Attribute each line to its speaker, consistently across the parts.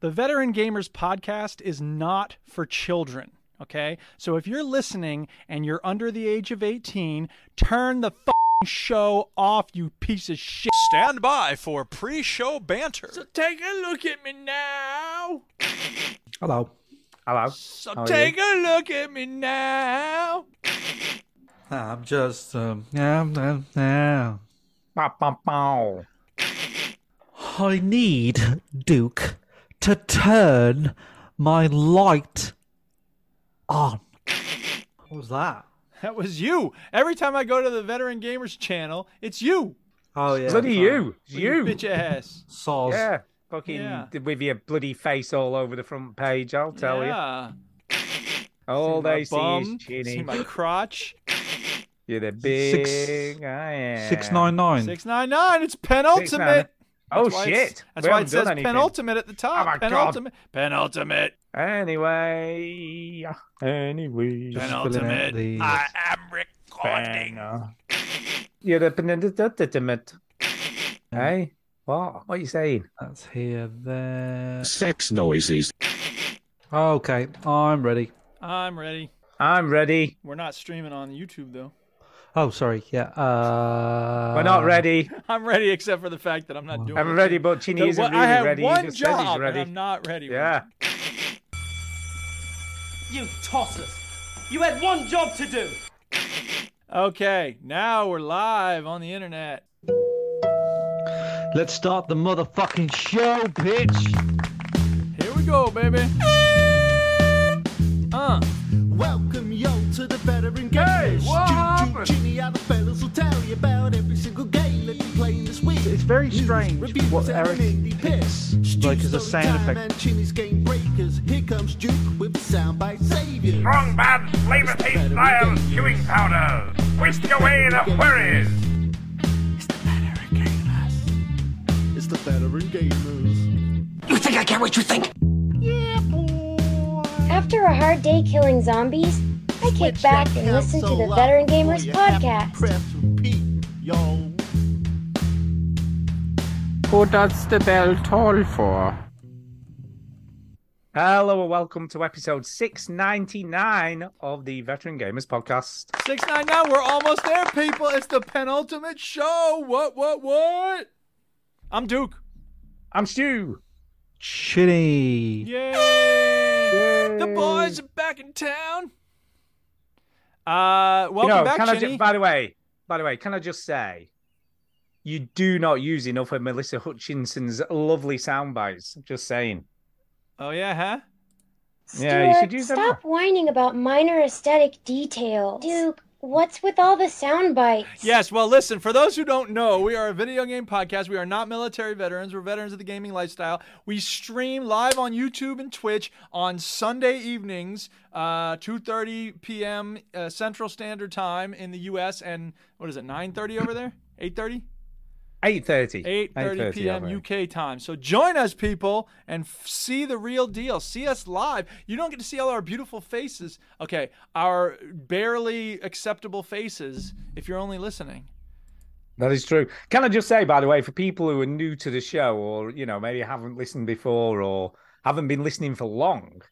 Speaker 1: The Veteran Gamers podcast is not for children, okay? So if you're listening and you're under the age of 18, turn the fing show off, you piece of shit.
Speaker 2: Stand by for pre-show banter.
Speaker 1: Take a look at me now.
Speaker 3: Hello. Hello.
Speaker 1: So
Speaker 3: How are
Speaker 1: take a look at me now.
Speaker 3: I'm just um yeah, yeah, yeah.
Speaker 4: Bow, bow, bow.
Speaker 3: I need Duke to turn my light on. What was that?
Speaker 1: That was you. Every time I go to the Veteran Gamers channel, it's you.
Speaker 3: Oh yeah.
Speaker 4: Bloody
Speaker 3: sorry.
Speaker 4: you. It's
Speaker 1: You
Speaker 4: you.
Speaker 1: bitch ass.
Speaker 3: Saws.
Speaker 4: Yeah. Fucking
Speaker 1: Yeah.
Speaker 4: with your bloody face all over the front page, I'll tell you.
Speaker 1: yeah.
Speaker 4: All
Speaker 1: My
Speaker 4: they see is
Speaker 1: bum, see
Speaker 4: chinny.
Speaker 1: my crotch.
Speaker 4: You're the
Speaker 3: Six-
Speaker 4: big I am.
Speaker 3: Six nine nine.
Speaker 1: 699. It's penultimate.
Speaker 4: Oh
Speaker 1: That's why it's-
Speaker 4: shit.
Speaker 1: That's
Speaker 4: We
Speaker 1: why it
Speaker 4: haven't done
Speaker 1: says
Speaker 4: anything.
Speaker 1: penultimate at the top.
Speaker 4: Oh my God.
Speaker 1: penultimate. Penultimate.
Speaker 4: Anyway. Anyway.
Speaker 3: Just filling out
Speaker 1: penultimate.
Speaker 3: the-
Speaker 1: I am recording.
Speaker 4: Banger. You're the penultimate.
Speaker 1: Hmm.
Speaker 4: Hey? What? What are you saying?
Speaker 3: That's here there. Oh,
Speaker 5: Sex noises.
Speaker 3: Okay, I'm ready.
Speaker 1: I'm ready.
Speaker 4: I'm ready.
Speaker 1: We're not streaming on YouTube though.
Speaker 3: Oh, sorry. Yeah. Uh,
Speaker 4: We're not ready.
Speaker 1: I'm ready except for the fact that I'm not doing
Speaker 4: I'm
Speaker 1: it.
Speaker 4: ready, but Chinny
Speaker 1: The-
Speaker 4: isn't
Speaker 1: what-
Speaker 4: really
Speaker 1: I have
Speaker 4: ready.
Speaker 1: one
Speaker 4: he just
Speaker 1: job
Speaker 4: says he's ready.
Speaker 1: and I'm not ready. right
Speaker 4: Yeah.
Speaker 6: You tossers! You had one job to do!
Speaker 1: now. Okay, now we're live on the internet.
Speaker 3: Let's start the motherfucking show, bitch.
Speaker 1: Here we go, baby. Uh,
Speaker 7: Welcome yo to the veteran gamers.
Speaker 4: what
Speaker 7: Ju-
Speaker 4: happened?
Speaker 7: Ju- Ginny and the fellas will tell you about every single game that you play this week.
Speaker 3: It's very strange
Speaker 7: reviews,
Speaker 3: what
Speaker 7: and
Speaker 3: Eric
Speaker 7: indie picks.
Speaker 3: like as a
Speaker 7: Story
Speaker 3: sound
Speaker 7: time
Speaker 3: effect.
Speaker 7: And Ginny's game breakers. Here comes Duke with the soundbite savior.
Speaker 8: Strong man, flavor taste style, chewing powder. Whisk away the worries.
Speaker 7: It's the veteran gamers. It's the veteran gamers.
Speaker 9: After a hard day killing zombies, I kick
Speaker 7: Switch
Speaker 9: back
Speaker 7: that
Speaker 9: and listen to the
Speaker 7: console up
Speaker 9: Veteran
Speaker 7: before
Speaker 9: Gamers
Speaker 7: you have to
Speaker 9: podcast.
Speaker 7: Press repeat, yo.
Speaker 4: Hello and welcome to episode 699 of the Veteran Gamers Podcast.
Speaker 1: 699, we're almost there, people. It's the penultimate show. What, what, what? I'm Duke.
Speaker 4: I'm Stu.
Speaker 3: Chinny.
Speaker 1: Yay! The boys are back in town. Uh, welcome
Speaker 4: You know,
Speaker 1: back,
Speaker 4: can I
Speaker 1: Chinny.
Speaker 4: ju- by the way, by the way, can I just say, you do not use enough of Melissa Hutchinson's lovely sound bites. Just saying.
Speaker 1: Oh yeah, huh?
Speaker 4: Yeah, you should
Speaker 9: Stuart,
Speaker 4: use them
Speaker 9: stop whining about minor aesthetic details. Duke, what's with all the sound bites?
Speaker 1: Yes. Well, listen. For those who don't know, we are a video game podcast. We are not military veterans. We're veterans of the gaming lifestyle. We stream live on YouTube and Twitch on Sunday evenings, uh, 2:30 p.m. Uh, Central Standard Time in the U.S. and what is it, 9:30 over there? 8:30?
Speaker 4: 8.30.
Speaker 1: 8:30 p.m.
Speaker 4: over.
Speaker 1: UK time. So join us, people, and f- see the real deal. See us live. You don't get to see all our beautiful faces. Okay, our barely acceptable faces. If you're only listening,
Speaker 4: That is true. Can I just say, by the way, for people who are new to the show or, you know, maybe haven't listened before or haven't been listening for long,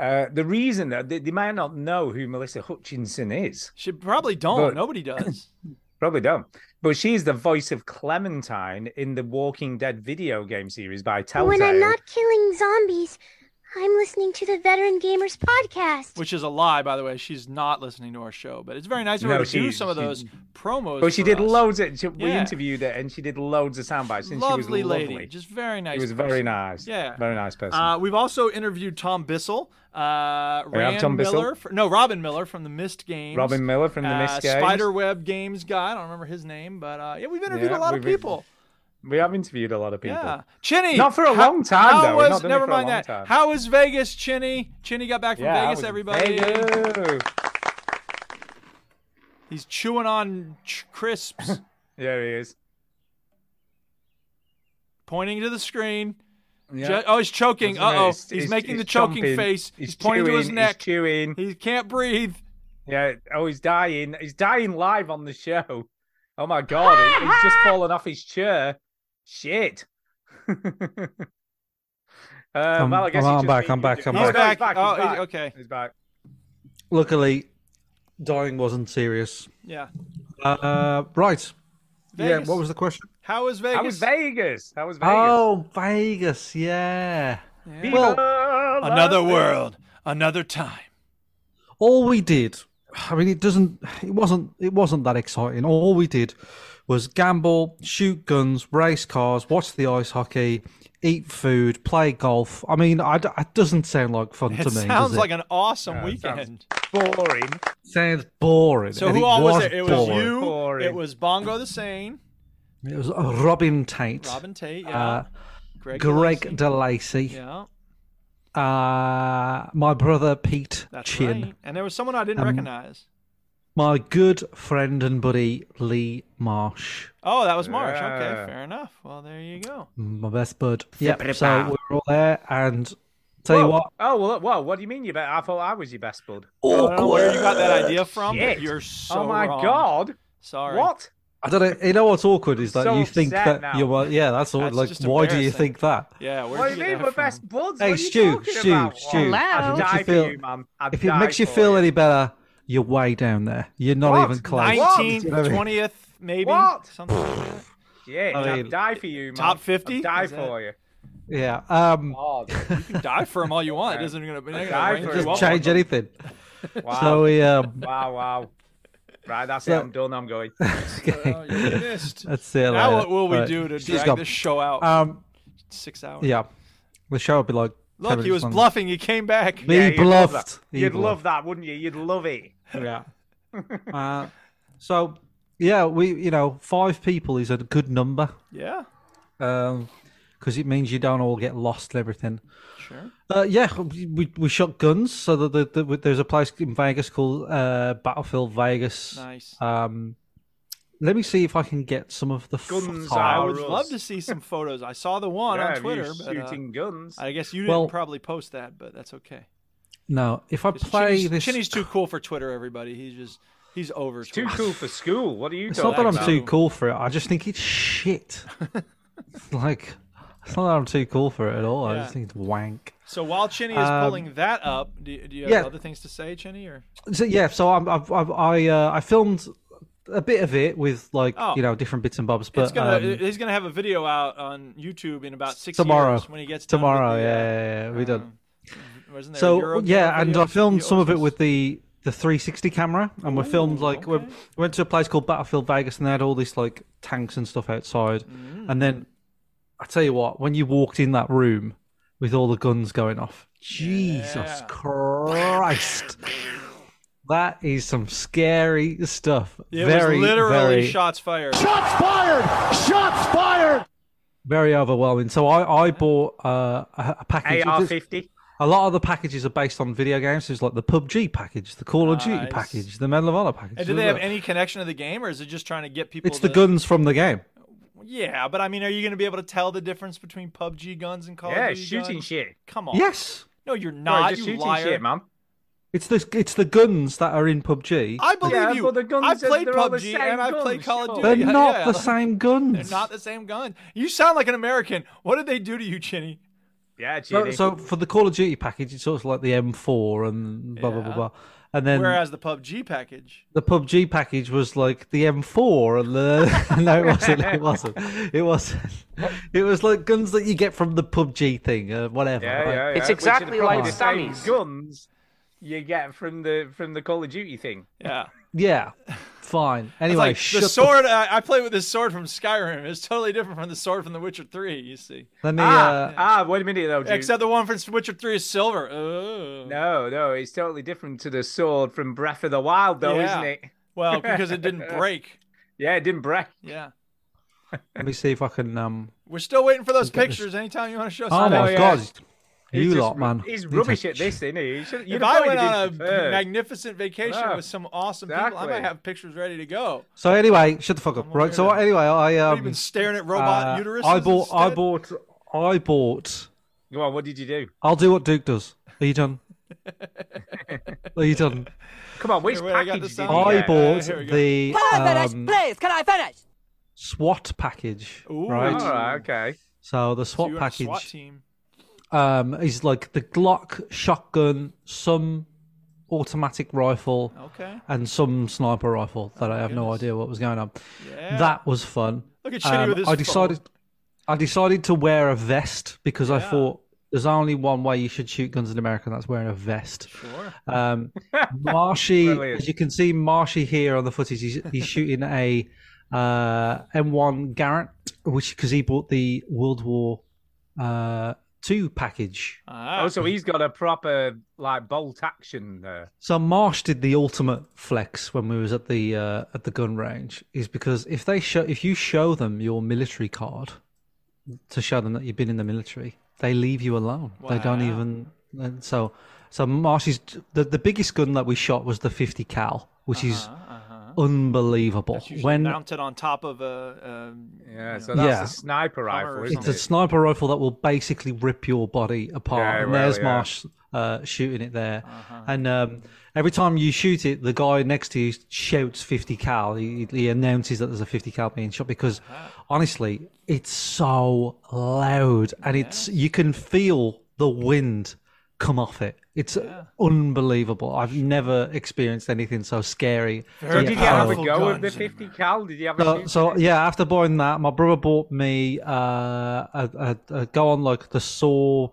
Speaker 4: uh, the reason that they, they might not know who Melissa Hutchinson is,
Speaker 1: should probably don't.
Speaker 4: Good.
Speaker 1: Nobody does.
Speaker 4: probably don't, but she is the voice of Clementine in the Walking Dead video game series by Telltale.
Speaker 9: When I'm not killing zombies, I'm listening to the Veteran Gamers podcast.
Speaker 1: Which is a lie, by the way. She's not listening to our show, but it's very nice of her
Speaker 4: No,
Speaker 1: to do
Speaker 4: she-
Speaker 1: some of
Speaker 4: she-
Speaker 1: those promos.
Speaker 4: but she
Speaker 1: for
Speaker 4: did
Speaker 1: us.
Speaker 4: loads of, she, we
Speaker 1: Yeah.
Speaker 4: interviewed her and she did loads of sound bites and she
Speaker 1: Lovely
Speaker 4: was lovely.
Speaker 1: lady, just very nice.
Speaker 4: she was
Speaker 1: person.
Speaker 4: very nice.
Speaker 1: Yeah.
Speaker 4: Very nice person.
Speaker 1: Uh, we've also interviewed Tom Bissell, uh, Rand
Speaker 4: Tom Bissell.
Speaker 1: Miller, fr- no Robin Miller from the Mist Games,
Speaker 4: Robin Miller from the
Speaker 1: uh,
Speaker 4: Mist Games.
Speaker 1: Spiderweb Games guy. I don't remember his name, but uh, yeah, we've interviewed
Speaker 4: Yeah,
Speaker 1: a lot of
Speaker 4: we've-
Speaker 1: people.
Speaker 4: We have interviewed a lot of people.
Speaker 1: Yeah, Chinny.
Speaker 4: Not for a
Speaker 1: how-
Speaker 4: long time,
Speaker 1: how
Speaker 4: though. We've
Speaker 1: Was,
Speaker 4: not done it
Speaker 1: never
Speaker 4: for a
Speaker 1: mind
Speaker 4: long
Speaker 1: that.
Speaker 4: time.
Speaker 1: How was Vegas, Chinny? Chinny got back from
Speaker 4: I
Speaker 1: Vegas.
Speaker 4: was in
Speaker 1: Everybody,
Speaker 4: Vegas.
Speaker 1: he's chewing on ch- crisps,
Speaker 4: There he is.
Speaker 1: pointing to the screen. Ju- oh, he's choking.
Speaker 4: Doesn't matter.
Speaker 1: Uh oh, he's,
Speaker 4: It's- it's-
Speaker 1: making the
Speaker 4: it's
Speaker 1: choking
Speaker 4: chomping.
Speaker 1: face. He's,
Speaker 4: It's
Speaker 1: pointing to his
Speaker 4: chewing.
Speaker 1: neck.
Speaker 4: He's chewing.
Speaker 1: He can't breathe.
Speaker 4: Yeah. Oh, he's dying. He's dying live on the show. Oh my god, he- he's just fallen off his chair. Shit. um,
Speaker 3: I'm-
Speaker 4: well, I guess
Speaker 3: I'm-
Speaker 4: he
Speaker 3: I'm
Speaker 4: just
Speaker 3: back,
Speaker 4: means
Speaker 3: I'm
Speaker 4: you
Speaker 3: back,
Speaker 4: do-
Speaker 3: I'm
Speaker 4: No,
Speaker 1: He's
Speaker 4: no,
Speaker 3: back.
Speaker 1: back.
Speaker 4: He's back.
Speaker 1: oh,
Speaker 4: he's
Speaker 1: he's-
Speaker 4: back.
Speaker 1: okay.
Speaker 4: He's back.
Speaker 3: Luckily, dying wasn't serious.
Speaker 1: Yeah.
Speaker 3: Uh, right.
Speaker 1: Vegas.
Speaker 3: Yeah. What was the question?
Speaker 1: How is Vegas?
Speaker 4: How was Vegas? How was Vegas?
Speaker 3: Oh, Vegas. Yeah.
Speaker 4: Viva
Speaker 3: Well,
Speaker 4: Las
Speaker 1: Another
Speaker 4: Vegas.
Speaker 1: world, another time.
Speaker 3: all we did i mean it doesn't it wasn't it wasn't that exciting all we did was gamble shoot guns race cars watch the ice hockey eat food play golf i mean I d it doesn't sound like fun
Speaker 1: It
Speaker 3: to me
Speaker 1: sounds
Speaker 3: does it?
Speaker 1: like an awesome
Speaker 4: Yeah, it sounds-
Speaker 1: weekend.
Speaker 4: Boring.
Speaker 3: sounds boring
Speaker 1: So
Speaker 3: and
Speaker 1: who
Speaker 3: it
Speaker 1: all was it? It was
Speaker 3: boring.
Speaker 1: you.
Speaker 4: Boring.
Speaker 1: It was Bongo the Sane,
Speaker 3: it was uh, robin tate
Speaker 1: Robin Tate, yeah,
Speaker 3: uh,
Speaker 1: Greg, DeLacy,
Speaker 3: greg delacy
Speaker 1: yeah,
Speaker 3: uh, my brother pete
Speaker 1: that's
Speaker 3: chin
Speaker 1: right. And there was someone I didn't
Speaker 3: Um,
Speaker 1: recognize.
Speaker 3: my good friend and buddy lee marsh
Speaker 1: Oh, that was Marsh.
Speaker 4: yeah.
Speaker 1: Okay, fair enough. Well, there you go.
Speaker 3: My best bud. Yeah. So we were all there, and tell you
Speaker 4: Whoa.
Speaker 3: what,
Speaker 4: Oh well, whoa! What do you mean you bet? I thought I was your best bud.
Speaker 1: I don't know where you got that idea from. but
Speaker 4: Shit.
Speaker 1: You're so
Speaker 4: oh my
Speaker 1: wrong.
Speaker 4: god!
Speaker 1: Sorry.
Speaker 4: What?
Speaker 3: I don't know. You know what's awkward is that
Speaker 4: So
Speaker 3: you think
Speaker 4: upset
Speaker 3: that
Speaker 4: now.
Speaker 3: you're well, yeah. That's all.
Speaker 1: That's
Speaker 3: like,
Speaker 1: just
Speaker 3: why do you
Speaker 1: embarrassing.
Speaker 3: think that?
Speaker 1: Yeah. Where
Speaker 4: What
Speaker 1: did you
Speaker 4: do you
Speaker 1: get
Speaker 4: mean
Speaker 1: that
Speaker 4: we're
Speaker 1: from?
Speaker 4: best buds?
Speaker 3: Hey,
Speaker 4: what are you
Speaker 3: Stu,
Speaker 4: talking
Speaker 3: Stu,
Speaker 4: about?
Speaker 3: Stu.
Speaker 4: I'd
Speaker 3: Hello. Makes you
Speaker 4: die for
Speaker 3: feel-
Speaker 4: you, man. I'd
Speaker 3: If it
Speaker 4: die
Speaker 3: makes you
Speaker 4: for
Speaker 3: feel any better, you're way down there. You're not
Speaker 4: What?
Speaker 3: even close.
Speaker 4: What?
Speaker 1: 19th, 20th, maybe.
Speaker 4: What?
Speaker 1: Something like that.
Speaker 4: Yeah,
Speaker 3: I
Speaker 4: I'd
Speaker 3: mean,
Speaker 4: die for you, man.
Speaker 1: top 50?
Speaker 4: I'd die
Speaker 1: Is that-
Speaker 4: for you.
Speaker 3: Yeah. Um.
Speaker 4: God.
Speaker 1: You can die for him all you want. It
Speaker 4: Okay.
Speaker 1: isn't gonna.
Speaker 4: I'd
Speaker 1: It
Speaker 4: die
Speaker 1: ain't
Speaker 4: for
Speaker 1: gonna
Speaker 4: him.
Speaker 1: well,
Speaker 3: Just change anything.
Speaker 4: Wow.
Speaker 3: So we um.
Speaker 4: wow, wow. Right, that's
Speaker 3: So-
Speaker 4: it. I'm done. I'm going.
Speaker 1: Oh,
Speaker 3: okay.
Speaker 1: you missed.
Speaker 3: Let's see. you
Speaker 1: Now
Speaker 3: later.
Speaker 1: what will we
Speaker 3: Right.
Speaker 1: do to
Speaker 3: She's
Speaker 1: drag
Speaker 3: gone.
Speaker 1: this show out?
Speaker 3: Um.
Speaker 1: Six hours.
Speaker 3: Yeah. The show would be like. 10
Speaker 1: Look, he
Speaker 3: minutes
Speaker 1: was
Speaker 3: long.
Speaker 1: bluffing. He came back.
Speaker 3: Me
Speaker 4: Yeah, you'd love
Speaker 3: bluffed.
Speaker 4: that.
Speaker 3: He
Speaker 4: You'd
Speaker 3: bluffed.
Speaker 4: love that, wouldn't you? You'd love it.
Speaker 3: yeah. Uh, so yeah, we you know five people is a good number
Speaker 1: Yeah.
Speaker 3: because Um, it means you don't all get lost and everything.
Speaker 1: Sure.
Speaker 3: Uh, yeah, we, we- we shot guns. So that the, the, there's a place in Vegas called uh, Battlefield Vegas.
Speaker 1: Nice.
Speaker 3: Um, let me see if I can get some of the
Speaker 4: Guns
Speaker 3: photo.
Speaker 1: I
Speaker 4: are-
Speaker 1: would
Speaker 4: Russ.
Speaker 1: love to see some photos. I saw the one
Speaker 4: yeah,
Speaker 1: on Twitter,
Speaker 4: you
Speaker 1: but uh,
Speaker 4: shooting guns.
Speaker 1: I guess you didn't
Speaker 3: Well-
Speaker 1: probably post that, but that's okay.
Speaker 3: No, if I
Speaker 1: 'Cause
Speaker 3: play
Speaker 1: Chinny's,
Speaker 3: this,
Speaker 1: Chinny's too cool for Twitter. Everybody, he's just he's over.
Speaker 4: It's too
Speaker 1: Twitter.
Speaker 4: cool for school. What are you
Speaker 3: it's not
Speaker 4: talking
Speaker 3: that I'm
Speaker 4: about?
Speaker 3: too cool for it. I just think it's shit. it's like it's not that I'm too cool for it at all. I
Speaker 1: Yeah.
Speaker 3: just think it's wank.
Speaker 1: So while Chinny is
Speaker 3: Um,
Speaker 1: pulling that up, do, do you have
Speaker 3: yeah.
Speaker 1: other things to say, Chinny? Or
Speaker 3: So yeah, so I'm, I've, I've, I uh, I filmed a bit of it with like
Speaker 1: Oh.
Speaker 3: you know different bits and bobs, but
Speaker 1: it's gonna
Speaker 3: um,
Speaker 1: he's gonna have a video out on YouTube in about six
Speaker 3: tomorrow
Speaker 1: years when he gets done with
Speaker 3: tomorrow,
Speaker 1: the,
Speaker 3: yeah,
Speaker 1: uh,
Speaker 3: yeah, yeah, we done.
Speaker 1: um, wasn't there
Speaker 3: So
Speaker 1: a Euro
Speaker 3: yeah,
Speaker 1: camera
Speaker 3: and
Speaker 1: video
Speaker 3: I filmed
Speaker 1: you
Speaker 3: some of it
Speaker 1: also
Speaker 3: with the the 360 camera, and we filmed like
Speaker 1: Oh,
Speaker 3: we
Speaker 1: okay.
Speaker 3: went to a place called Battlefield Vegas, and they had all these like tanks and stuff outside,
Speaker 1: Mm.
Speaker 3: and then I tell you what, when you walked in that room with all the guns going off, Jesus
Speaker 1: Yeah.
Speaker 3: Christ. That is some scary stuff.
Speaker 1: It
Speaker 3: very,
Speaker 1: was literally
Speaker 3: very,
Speaker 1: shots fired.
Speaker 7: Shots fired! Shots fired!
Speaker 3: very overwhelming. So I, I bought uh, a, a package.
Speaker 4: AR
Speaker 3: It is-
Speaker 4: fifty.
Speaker 3: A lot of the packages are based on video games. It's like the PUBG package, the Call of Duty
Speaker 1: Nice.
Speaker 3: package, the Medal of Honor package.
Speaker 1: And do they have
Speaker 3: Look,
Speaker 1: any connection to the game, or is it just trying to get people?
Speaker 3: It's the
Speaker 1: to-
Speaker 3: guns from the game.
Speaker 1: Yeah, but I mean, are you going to be able to tell the difference between PUBG guns and Call
Speaker 4: Yeah,
Speaker 1: of Duty
Speaker 4: shooting
Speaker 1: guns?
Speaker 4: shit.
Speaker 1: Come on.
Speaker 3: Yes,
Speaker 1: No, you're
Speaker 4: Sorry,
Speaker 1: not.
Speaker 4: just
Speaker 1: you
Speaker 4: shooting
Speaker 1: liar.
Speaker 4: shit, man.
Speaker 3: it's the it's the guns that are in PUBG.
Speaker 1: I believe
Speaker 4: Yeah,
Speaker 1: you.
Speaker 4: but the guns
Speaker 1: I
Speaker 4: says
Speaker 1: played
Speaker 4: they're all the
Speaker 1: PUBG
Speaker 4: same
Speaker 1: and I played
Speaker 4: guns,
Speaker 1: Call of
Speaker 4: sure.
Speaker 1: Duty.
Speaker 3: They're
Speaker 1: Yeah,
Speaker 3: not
Speaker 1: yeah,
Speaker 3: the
Speaker 1: like,
Speaker 3: same guns.
Speaker 1: They're not the same gun. You sound like an American. What did they do to you, Chinny?
Speaker 4: Yeah,
Speaker 3: so,
Speaker 4: Ginny.
Speaker 3: so for the Call of Duty package, it's sort of like the M4 and blah blah blah
Speaker 1: Yeah. uh,
Speaker 3: blah. And then
Speaker 1: Whereas the PUBG package.
Speaker 3: the PUBG package was like the M4 and the no, it wasn't. It wasn't. It wasn't. It was like guns that you get from the PUBG thing, uh, whatever.
Speaker 4: yeah,
Speaker 3: right?
Speaker 4: yeah, yeah.
Speaker 6: It's
Speaker 4: Which are
Speaker 6: exactly
Speaker 4: probably
Speaker 6: like
Speaker 4: the same
Speaker 6: Sunnies.
Speaker 4: guns you get from the from the Call of Duty thing.
Speaker 1: Yeah.
Speaker 3: Yeah, fine.
Speaker 1: It's
Speaker 3: Anyway,
Speaker 1: like
Speaker 3: shut
Speaker 1: the sword. I, I play with this sword from Skyrim. It's totally different from the sword from The Witcher 3, you see.
Speaker 3: Let me.
Speaker 4: ah,
Speaker 3: uh,
Speaker 4: ah, wait a minute though, Jude.
Speaker 1: Except the one from Witcher 3 is silver. Oh.
Speaker 4: No, no, it's totally different to the sword from Breath of the Wild, though,
Speaker 1: Yeah.
Speaker 4: isn't it?
Speaker 1: Well, because it didn't break.
Speaker 4: Yeah, it didn't break.
Speaker 1: Yeah.
Speaker 3: let me see if I can. Um.
Speaker 1: We're still waiting for those
Speaker 3: Get this-
Speaker 1: pictures. Anytime you want to show
Speaker 3: Oh
Speaker 1: something.
Speaker 3: my
Speaker 4: yeah.
Speaker 3: god,
Speaker 4: He's
Speaker 3: you
Speaker 4: just
Speaker 3: lot,
Speaker 4: ru-
Speaker 3: man.
Speaker 4: He's
Speaker 3: You take
Speaker 4: rubbish at
Speaker 3: sh-
Speaker 4: this, isn't he? You should,
Speaker 1: if
Speaker 4: you'd have
Speaker 1: I
Speaker 4: thought
Speaker 1: went
Speaker 4: he'd
Speaker 1: on a
Speaker 4: been prepared.
Speaker 1: magnificent vacation
Speaker 4: Yeah,
Speaker 1: with some awesome people, I
Speaker 4: exactly.
Speaker 1: might have pictures ready to go.
Speaker 3: So anyway, shut the fuck up.
Speaker 1: I'm
Speaker 3: Right. So
Speaker 1: aware.
Speaker 3: anyway, I
Speaker 1: I've
Speaker 3: um.
Speaker 1: been staring at robot
Speaker 3: uh,
Speaker 1: uteruses.
Speaker 3: I bought. I
Speaker 1: instead?
Speaker 3: bought. I bought.
Speaker 4: Go on, what did you do?
Speaker 3: I'll do what Duke does. Are you done? No, you didn't.
Speaker 4: Come on, which
Speaker 1: Here, wait, I got
Speaker 4: package
Speaker 1: the sound
Speaker 4: did you
Speaker 3: I
Speaker 1: Yeah.
Speaker 4: get?
Speaker 3: bought
Speaker 1: Here we go.
Speaker 3: the
Speaker 5: Can I finish,
Speaker 3: um,
Speaker 5: please? Can I finish?
Speaker 3: SWAT package,
Speaker 1: Ooh. Ah.
Speaker 3: right?
Speaker 4: All right, okay.
Speaker 3: So the
Speaker 1: So
Speaker 3: SWAT
Speaker 1: you were on a
Speaker 3: package
Speaker 1: SWAT team.
Speaker 3: um, is like the Glock shotgun, some automatic rifle,
Speaker 1: Okay.
Speaker 3: and some sniper rifle that I have no
Speaker 1: goodness.
Speaker 3: idea what was going on.
Speaker 1: Yeah.
Speaker 3: That was fun. Um,
Speaker 1: Look at Shitty with his
Speaker 3: I decided, I decided to wear a vest because I thought there's only one way you should shoot guns in America, and that's wearing a vest.
Speaker 1: Sure.
Speaker 3: Um, Marshy,
Speaker 4: Brilliant.
Speaker 3: as you can see, Marshy here on the footage, he's, he's shooting a uh, M1 Garrett, which because he bought the World War uh, Two package.
Speaker 1: Ah,
Speaker 4: Oh, so he's got a proper like bolt action there.
Speaker 3: So Marsh did the ultimate flex when we was at the uh, at the gun range, is because if they show if you show them your military card to show them that you've been in the military, they leave you alone. They don't
Speaker 1: Wow.
Speaker 3: even and so so Marsh's the, the biggest gun that we shot was the fifty cal, which is unbelievable.
Speaker 1: it's Uh-huh, usually
Speaker 3: When
Speaker 1: mounted on top of a. Um,
Speaker 4: Yeah, so that's
Speaker 3: Yeah.
Speaker 4: a sniper
Speaker 1: Hammer or
Speaker 4: rifle,
Speaker 3: it's
Speaker 4: isn't
Speaker 3: a
Speaker 4: it?
Speaker 3: sniper rifle that will basically rip your body apart.
Speaker 4: Yeah, it
Speaker 3: and
Speaker 4: will,
Speaker 3: there's
Speaker 4: yeah. Uh-huh.
Speaker 3: Marsh uh, shooting it there. And um, every time you shoot it, the guy next to you shouts 50 cal. He, he announces that there's a 50 cal being shot because honestly, it's so loud and it's you can feel the wind come off it. It's unbelievable. I've never experienced anything so scary.
Speaker 4: So
Speaker 1: Very
Speaker 4: did you have a
Speaker 1: powerful
Speaker 4: go with the
Speaker 1: guns in
Speaker 4: 50 cal? Did you have a
Speaker 3: So,
Speaker 4: shoot
Speaker 3: so
Speaker 4: with it?
Speaker 3: yeah, after buying that, my brother bought me uh, a, a, a go on like the Saw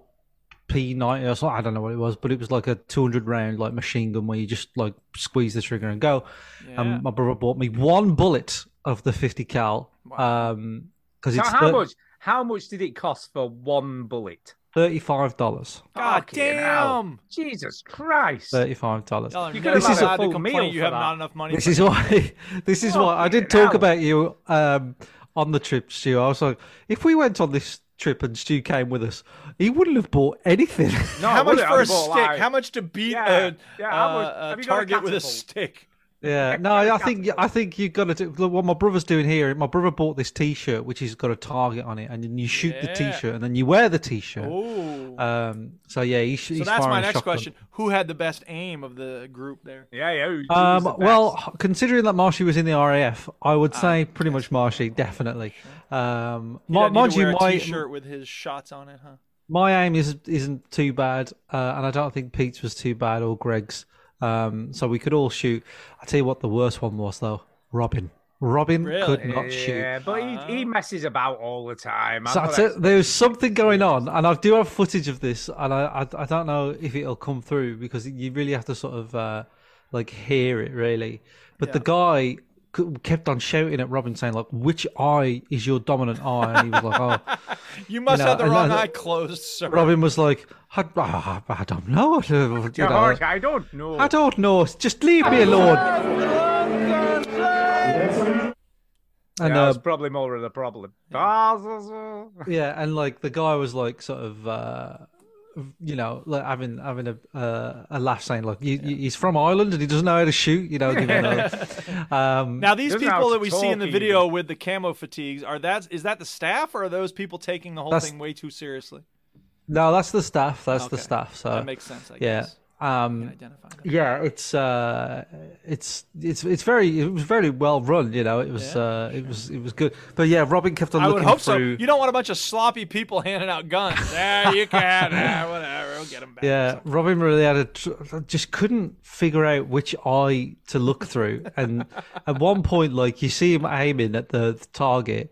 Speaker 3: P90 or something. I don't know what it was, but it was like a 200 round like machine gun where you just like squeeze the trigger and go.
Speaker 1: Yeah.
Speaker 3: And my brother bought me one bullet of the 50 cal. Um, because
Speaker 4: So
Speaker 3: it's
Speaker 4: how
Speaker 3: thir-
Speaker 4: much? How much did it cost for one bullet?
Speaker 3: thirty-five dollars.
Speaker 1: God
Speaker 4: Fucking hell.
Speaker 1: damn!
Speaker 4: Jesus Christ!
Speaker 3: Thirty-five dollars.
Speaker 1: Y'all are
Speaker 4: You
Speaker 1: never
Speaker 3: could've
Speaker 1: allowed
Speaker 3: had
Speaker 1: to
Speaker 4: a full
Speaker 1: complain
Speaker 4: meal
Speaker 1: You
Speaker 4: for
Speaker 1: have
Speaker 4: that.
Speaker 1: not enough money.
Speaker 3: This is why. This is why I did
Speaker 4: Fucking
Speaker 3: talk
Speaker 4: hell.
Speaker 3: about you um, on the trip, Stu. I was like, if we went on this trip and Stu came with us, he wouldn't have bought anything.
Speaker 4: No,
Speaker 1: how much
Speaker 4: wouldn't
Speaker 1: for
Speaker 4: I
Speaker 1: a
Speaker 4: bought,
Speaker 1: stick?
Speaker 4: like-
Speaker 1: how much to beat
Speaker 4: Yeah,
Speaker 1: a,
Speaker 4: yeah, how
Speaker 1: uh,
Speaker 4: much-
Speaker 1: a
Speaker 4: have you got a
Speaker 1: target with a
Speaker 4: catapult?
Speaker 1: stick?
Speaker 3: yeah, no, I think I think you've got to do look, what my brother's doing here. My brother bought this T-shirt which has got a target on it, and then you shoot the
Speaker 1: Yeah.
Speaker 3: T-shirt, and then you wear the T-shirt.
Speaker 1: Oh,
Speaker 3: Um, so yeah, he, sh-
Speaker 1: so
Speaker 3: he's
Speaker 1: that's my
Speaker 3: firing
Speaker 1: next
Speaker 3: shotgun.
Speaker 1: question. Who had the best aim of the group there?
Speaker 4: Yeah, yeah. who- who was
Speaker 3: Um,
Speaker 4: the
Speaker 3: well,
Speaker 4: best?
Speaker 3: h- considering that Marshy was in the RAF, I would
Speaker 1: Ah,
Speaker 3: say pretty much Marshy, definitely. Um,
Speaker 1: He
Speaker 3: mi-
Speaker 1: doesn't need
Speaker 3: mind
Speaker 1: to
Speaker 3: you,
Speaker 1: wear
Speaker 3: my
Speaker 1: a t-shirt with his shots on it, huh?
Speaker 3: my aim is isn't too bad, uh, and I don't think Pete's was too bad or Greg's. Um, so we could all shoot. I tell you what, the worst one was though. Robin. Robin could
Speaker 1: Really?
Speaker 3: not oh, shoot.
Speaker 4: yeah, but he,
Speaker 1: Uh,
Speaker 4: he messes about all the time. I'm
Speaker 3: So I
Speaker 4: not
Speaker 3: tell- there's something going on, and I do have footage of this, and I, I I don't know if it'll come through because you really have to sort of uh, like hear it really. But the guy c- kept on shouting at Robin, saying like, "Which eye is your dominant eye?" And he was like, "Oh."
Speaker 1: You must
Speaker 3: know,
Speaker 1: have the
Speaker 3: and
Speaker 1: wrong
Speaker 3: I-
Speaker 1: eye closed, sir.
Speaker 3: Robin was like, I, I, I don't know. you
Speaker 4: Yeah,
Speaker 3: know.
Speaker 4: alright, Oh, I don't know.
Speaker 3: I don't know. Just leave me alone. And
Speaker 4: yeah,
Speaker 3: yeah, uh,
Speaker 4: that's probably more of the problem. Yeah.
Speaker 3: yeah, and like the guy was like sort of, uh, you know, like having having a uh, a laugh, saying like you, you- he's from Ireland and he doesn't know how to shoot. You know, giving a, um,
Speaker 1: Now these
Speaker 4: Doesn't know how
Speaker 1: people that
Speaker 4: to
Speaker 1: we see in the
Speaker 4: talk
Speaker 1: video with the camo fatigues are that is that the staff or are those people taking the whole
Speaker 3: That's-
Speaker 1: thing way too seriously?
Speaker 3: no, that's the staff. That's the
Speaker 1: Okay.
Speaker 3: staff. So
Speaker 1: That makes sense, I
Speaker 3: yeah,
Speaker 1: guess.
Speaker 3: um,
Speaker 1: Identify that.
Speaker 3: yeah it's uh it's it's it's very it was very well run you know it was uh it was it was good but yeah robin kept on
Speaker 1: I would
Speaker 3: looking
Speaker 1: hope
Speaker 3: through
Speaker 1: so. You don't want a bunch of sloppy people handing out guns. yeah, you can. ah, whatever. We'll get them back.
Speaker 3: yeah robin really had a tr- just couldn't figure out which eye to look through and at one point like you see him aiming at the, the target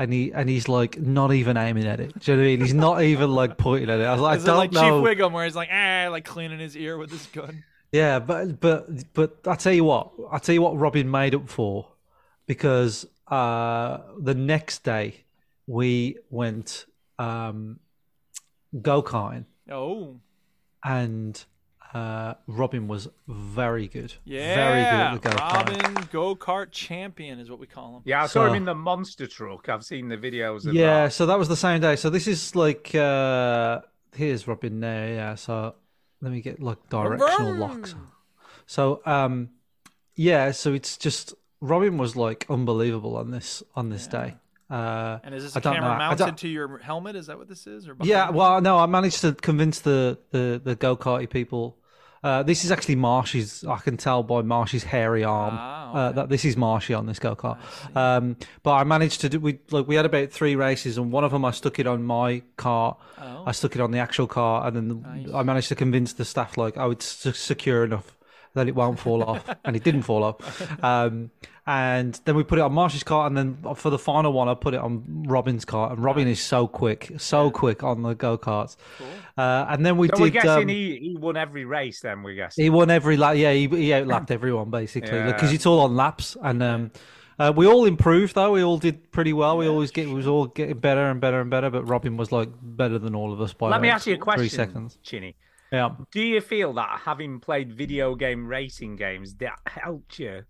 Speaker 3: And he and he's like not even aiming at it. Do you know what I mean? He's not even like pointing at it. I was like,
Speaker 1: Is
Speaker 3: I
Speaker 1: it
Speaker 3: don't
Speaker 1: like
Speaker 3: know.
Speaker 1: Chief Wiggum where he's like, ah, like cleaning his ear with his gun?
Speaker 3: Yeah, but but but I tell you what, I tell you what, Robin made up for because uh, the next day we went um, go karting
Speaker 1: Oh,
Speaker 3: and uh, Robin was very good,
Speaker 1: yeah.
Speaker 3: very good at the go karting.
Speaker 1: Robin go kart champion is what we call him.
Speaker 4: Yeah, I saw
Speaker 3: So-
Speaker 4: him in the monster truck. I've seen the videos. Of
Speaker 3: Yeah,
Speaker 4: that.
Speaker 3: so that was the same day. So this is like uh here's Robin there, yeah. So let me get like directional locks. So um yeah, so it's just Robin was like unbelievable on this on this day. Uh
Speaker 1: And is this
Speaker 3: I
Speaker 1: a
Speaker 3: don't
Speaker 1: camera
Speaker 3: know. I
Speaker 1: mounted
Speaker 3: don't-
Speaker 1: to your helmet? Is that what this is? Or behind
Speaker 3: yeah,
Speaker 1: you?
Speaker 3: well no, I managed to convince the the, the go karty people Uh, this is actually Marshy's. I can tell by Marshy's hairy arm
Speaker 1: Ah,
Speaker 3: uh, that this is Marshy on this go kart. Um, but I managed to do. We like we had about three races, and one of them I stuck it on my cart. I stuck it on the actual car, and then the, I managed to convince the staff like I would s- secure enough that it won't fall off, and it didn't fall off. Um, and then we put it on Marsh's cart, and then for the final one, I put it on Robin's cart, and Robin is so quick, so quick on the go karts. Uh, and then we
Speaker 4: So
Speaker 3: did.
Speaker 4: we're guessing
Speaker 3: um,
Speaker 4: he, he won every race. Then we're guessing.
Speaker 3: he won every lap. Yeah, he, he outlapped everyone basically because
Speaker 4: Yeah.
Speaker 3: it's all on laps. And um, uh, we all improved though. We all did pretty well. We always get was all getting better and better and better. But Robin was like better than all of us by
Speaker 4: Let me
Speaker 3: like,
Speaker 4: ask you a question,
Speaker 3: Three seconds.
Speaker 4: Chinny.
Speaker 3: Yeah.
Speaker 4: Do you feel that having played video game racing games that helped you?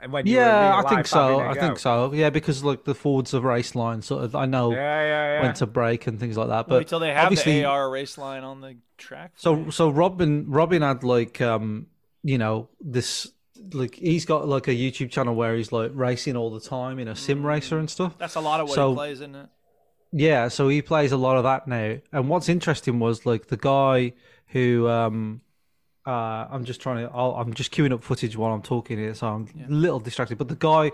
Speaker 4: And when you were in
Speaker 3: Yeah,
Speaker 4: real
Speaker 3: I think
Speaker 4: life
Speaker 3: so.
Speaker 4: having a
Speaker 3: I
Speaker 4: go?
Speaker 3: think so. Yeah, because like the Fords of race line, sort of. I know
Speaker 4: Yeah, yeah, yeah.
Speaker 3: when to break and things like that. But
Speaker 1: Wait till they have
Speaker 3: obviously,
Speaker 1: the AR race line on the track.
Speaker 3: So so Robin Robin had like um you know this like he's got like a YouTube channel where he's like racing all the time in a
Speaker 4: Mm.
Speaker 3: sim racer and stuff.
Speaker 1: that's a lot of what
Speaker 3: so-
Speaker 1: he plays, isn't it?
Speaker 3: Yeah, so he plays a lot of that now. And what's interesting was like the guy who um uh I'm just trying to I'll, I'm just queuing up footage while I'm talking here, so I'm a little distracted. But the guy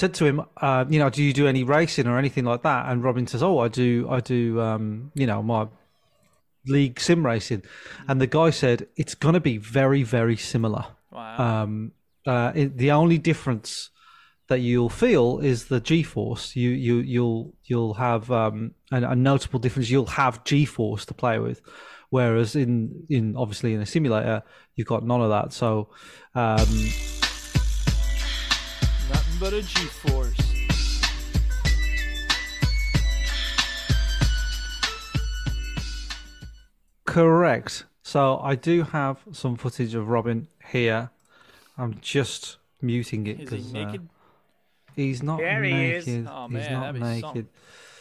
Speaker 3: said to him, uh, you know, do you do any racing or anything like that? And Robin says, oh, I do, I do, um, you know, my league sim racing. And the guy said it's going to be very, very similar.
Speaker 1: Wow.
Speaker 3: Um, uh, it, the only difference that you'll feel is the G-force. You you you'll you'll have um, an, a notable difference. You'll have G-force to play with, whereas in in obviously in a simulator you've got none of that. So um,
Speaker 1: Nothing but a G force.
Speaker 3: correct. So I do have some footage of Robin here. I'm just muting it
Speaker 1: Is he
Speaker 3: uh,
Speaker 1: naked?
Speaker 3: he's not
Speaker 4: There he
Speaker 3: naked.
Speaker 4: is.
Speaker 1: Oh,
Speaker 3: he's
Speaker 1: man,
Speaker 3: not
Speaker 1: that'd be
Speaker 3: naked.
Speaker 1: something.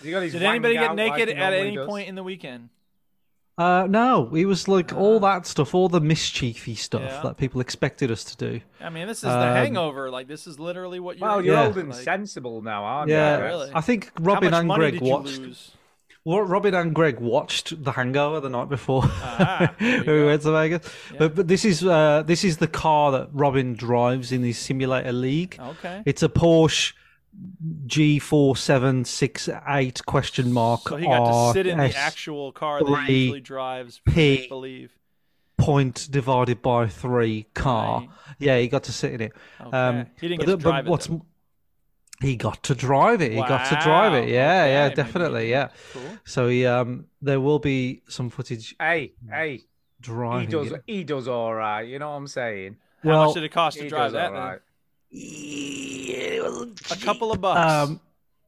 Speaker 4: He got his
Speaker 1: Did anybody
Speaker 4: wang
Speaker 1: get
Speaker 4: out like
Speaker 1: naked
Speaker 4: he
Speaker 1: at
Speaker 4: normally
Speaker 1: any
Speaker 4: does.
Speaker 1: point in the weekend?
Speaker 3: Uh, no, it was like all that stuff, all the mischiefy stuff
Speaker 1: Ah. Yeah.
Speaker 3: that people expected us to do.
Speaker 1: I mean, this is the
Speaker 3: Um,
Speaker 1: Hangover. Like, this is literally what you're.
Speaker 4: Well, you're
Speaker 3: Yeah.
Speaker 4: old and
Speaker 1: like,
Speaker 4: sensible now, aren't
Speaker 3: Yeah,
Speaker 4: you? I guess?
Speaker 1: Oh, really.
Speaker 3: I think
Speaker 1: How
Speaker 3: Robin
Speaker 1: much
Speaker 3: and
Speaker 1: money
Speaker 3: Greg
Speaker 1: did you
Speaker 3: watched.
Speaker 1: lose?
Speaker 3: Well, Robin and Greg watched The Hangover the night before
Speaker 1: Ah, there you
Speaker 3: when we
Speaker 1: go.
Speaker 3: went to Vegas. But, but this is uh, this is the car that Robin drives in the simulator league.
Speaker 1: Okay.
Speaker 3: It's a Porsche G four seven six eight question mark
Speaker 1: So he got to sit in the
Speaker 3: RS
Speaker 1: actual car that
Speaker 3: Oh, three
Speaker 1: he usually drives. for
Speaker 3: P.
Speaker 1: make Believe.
Speaker 3: point divided by three car.
Speaker 1: Right.
Speaker 3: Yeah, he got to sit in it.
Speaker 1: Okay. Um, He didn't get to
Speaker 3: Um, but the- but
Speaker 1: drive it,
Speaker 3: what's
Speaker 1: though.
Speaker 3: m- he got to drive it. He got to drive it.
Speaker 1: Wow,
Speaker 3: Yeah,
Speaker 1: okay,
Speaker 3: yeah,
Speaker 1: maybe.
Speaker 3: definitely. Yeah.
Speaker 1: Cool.
Speaker 3: So he, um, there will be some footage
Speaker 4: Hey, hey, he
Speaker 3: driving.
Speaker 4: does,
Speaker 3: it.
Speaker 4: he does all right. You know what I'm saying?
Speaker 1: How
Speaker 3: Well,
Speaker 1: much did it cost to
Speaker 4: He
Speaker 1: drive
Speaker 4: does
Speaker 1: that?
Speaker 4: all right.
Speaker 1: then? A couple of bucks.
Speaker 3: um,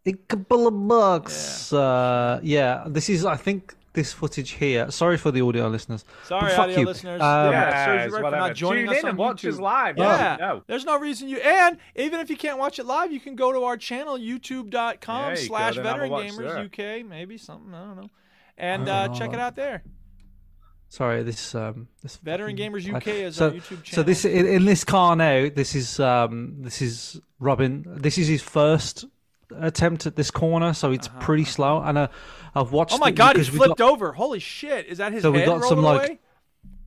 Speaker 3: a couple of bucks. Yeah. Uh, yeah. This is, I think, this footage here. Sorry for the audio listeners. but
Speaker 1: Sorry,
Speaker 3: fuck
Speaker 1: audio
Speaker 3: you.
Speaker 1: listeners.
Speaker 3: Um,
Speaker 1: Yeah. serves you
Speaker 4: Yes,
Speaker 1: right for not
Speaker 4: whatever.
Speaker 1: joining
Speaker 4: Tune
Speaker 1: us
Speaker 4: in
Speaker 1: on
Speaker 4: and watch us
Speaker 1: YouTube.
Speaker 4: live.
Speaker 1: Yeah.
Speaker 4: No.
Speaker 1: There's no reason you and even if you can't watch it live, you can go to our channel, youtube.com
Speaker 4: Yeah, you
Speaker 1: slash
Speaker 4: could, and have a
Speaker 1: veteran
Speaker 4: watch
Speaker 1: gamers UK, maybe something, I don't know. And uh, check it out there.
Speaker 3: Sorry, this um, this
Speaker 1: Veteran
Speaker 3: fucking
Speaker 1: Gamers UK
Speaker 3: player.
Speaker 1: is
Speaker 3: so,
Speaker 1: our YouTube
Speaker 3: So this in, in this car now, this is um, this is Robin. This is his first attempt at this corner, so it's pretty slow. And uh, I've watched.
Speaker 1: Uh-huh. Oh my
Speaker 3: it
Speaker 1: god, he
Speaker 3: because we
Speaker 1: flipped
Speaker 3: got
Speaker 1: over. Holy shit. Is that his
Speaker 3: So we
Speaker 1: head
Speaker 3: got some,
Speaker 1: rolling
Speaker 3: like-
Speaker 1: away?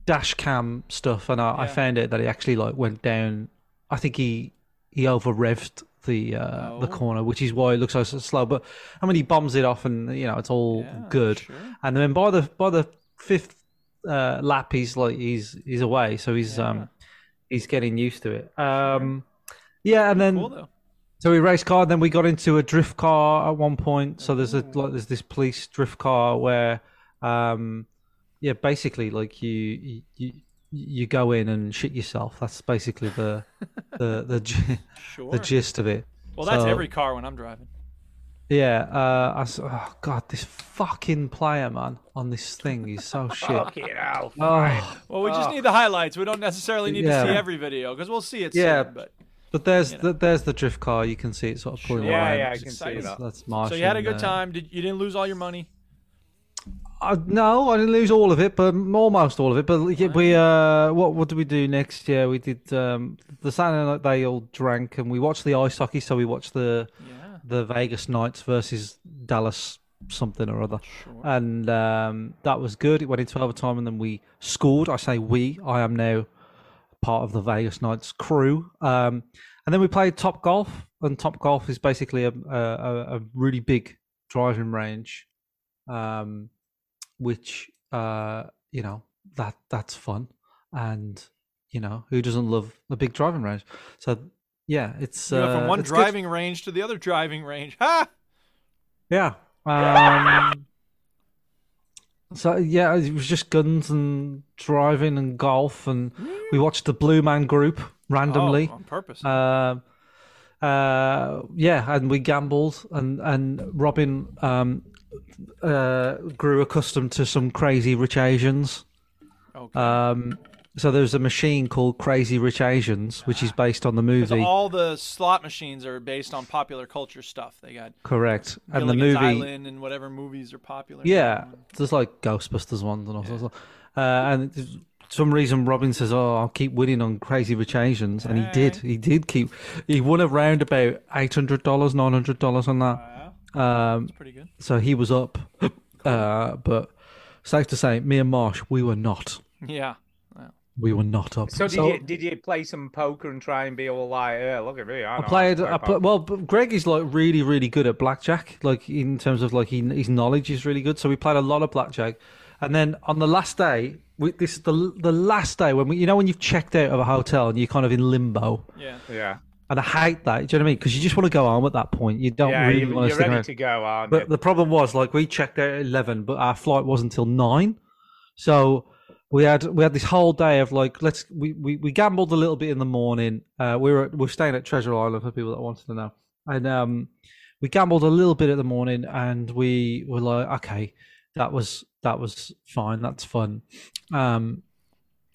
Speaker 3: dash cam stuff, and I, I
Speaker 1: Yeah.
Speaker 3: found out that he actually like went down. I think he he over revved the uh,
Speaker 1: Oh.
Speaker 3: the corner, which is why it looks so so slow. But I mean, he bombs it off, and you know it's all
Speaker 1: Yeah,
Speaker 3: good.
Speaker 1: sure.
Speaker 3: And then by the by the fifth uh, lap, he's like he's he's away, so he's um he's getting used to it. Um, yeah, and then
Speaker 1: Cool though.
Speaker 3: so we raced car, then we got into a drift car at one point. So there's a
Speaker 1: Mm.
Speaker 3: like there's this police drift car where, um, yeah, basically like you you- you you go in and shit yourself. That's basically the the the gi-
Speaker 1: Sure.
Speaker 3: the gist of it.
Speaker 1: well, that's
Speaker 3: so-
Speaker 1: every car when I'm driving.
Speaker 3: Yeah. Uh, I s oh god, this fucking player man on this thing is so shit.
Speaker 4: Fucking hell.
Speaker 3: Oh.
Speaker 1: Well, we just need the highlights. We don't necessarily need
Speaker 3: Yeah.
Speaker 1: to see every video because we'll see it
Speaker 3: Yeah.
Speaker 1: soon. But
Speaker 3: But there's the, there's the drift car. You can see it sort of pulling
Speaker 1: Sure.
Speaker 3: away.
Speaker 4: Yeah, yeah, I
Speaker 3: It's
Speaker 4: can see
Speaker 1: exciting.
Speaker 4: that.
Speaker 3: That's Martian.
Speaker 1: so you had a good
Speaker 3: uh,
Speaker 1: time. Did you didn't lose all your money?
Speaker 3: Uh, no, I didn't lose all of it, but m- almost all of it. But like, yeah, we, uh, what what did we do next? Yeah, we did um, the Saturday night. They all drank, and we watched the ice hockey. So we watched the
Speaker 1: Yeah.
Speaker 3: the Vegas Knights versus Dallas something or other. And um, that was good. It went into overtime, and then we scored. I say we. I am now part of the Vegas Knights crew. Um, and then we played Top Golf, and Top Golf is basically a, a, a a really big driving range, um, which uh, you know that that's fun, and you know who doesn't love a big driving range? So yeah, it's
Speaker 1: You went
Speaker 3: uh,
Speaker 1: from one
Speaker 3: it's good.
Speaker 1: driving range to the other driving range. Ha! Oh,
Speaker 3: Yeah. Um, so yeah, it was just guns and driving and golf, and we watched the Blue Man Group randomly.
Speaker 1: Oh, on purpose.
Speaker 3: Um, uh, yeah, and we gambled, and and Robin um, uh, grew accustomed to some crazy rich Asians.
Speaker 1: Okay.
Speaker 3: Um, so there's a machine called Crazy Rich Asians, which is based on the
Speaker 1: 'Cause
Speaker 3: movie.
Speaker 1: Ah. all the slot machines are based on popular culture stuff. They got
Speaker 3: Correct, and the
Speaker 1: Gilligan's
Speaker 3: movie.
Speaker 1: Island and whatever movies are popular.
Speaker 3: Yeah, there's like Ghostbusters ones and all sorts. Of, uh, and for some reason, Robin says, "Oh, I'll keep winning on Crazy Rich Asians," and he did. He did keep. He won around about eight hundred dollars, nine hundred dollars on that. Um,
Speaker 1: Pretty good.
Speaker 3: so he was up, uh, but safe to say, me and Marsh, we were not.
Speaker 1: Yeah.
Speaker 3: We were not up.
Speaker 4: So did you did you play some poker and try and be all like, yeah, look at me, I, know how
Speaker 3: I
Speaker 4: to
Speaker 3: played.
Speaker 4: play
Speaker 3: I pl-
Speaker 4: poker."
Speaker 3: well, but Greg is like really, really good at blackjack. Like in terms of like he, his knowledge is really good. So we played a lot of blackjack, and then on the last day, we, this is the the last day when we, you know, when you've checked out of a hotel and you're kind of in limbo.
Speaker 1: Yeah.
Speaker 4: yeah,
Speaker 3: And I hate that. Do you know what I mean? Because you just want to go home at that point. You don't
Speaker 4: yeah,
Speaker 3: really
Speaker 4: you,
Speaker 3: want
Speaker 4: are
Speaker 3: stick
Speaker 4: ready
Speaker 3: around.
Speaker 4: to go, aren't you?
Speaker 3: But the problem was, like, we checked out at eleven, but our flight wasn't till nine. So we had we had this whole day of like, let's we we, we gambled a little bit in the morning. Uh, we were at- we were staying at Treasure Island for people that wanted to know, and um, we gambled a little bit in the morning, and we were like, okay, that was that was fine, that's fun. Um,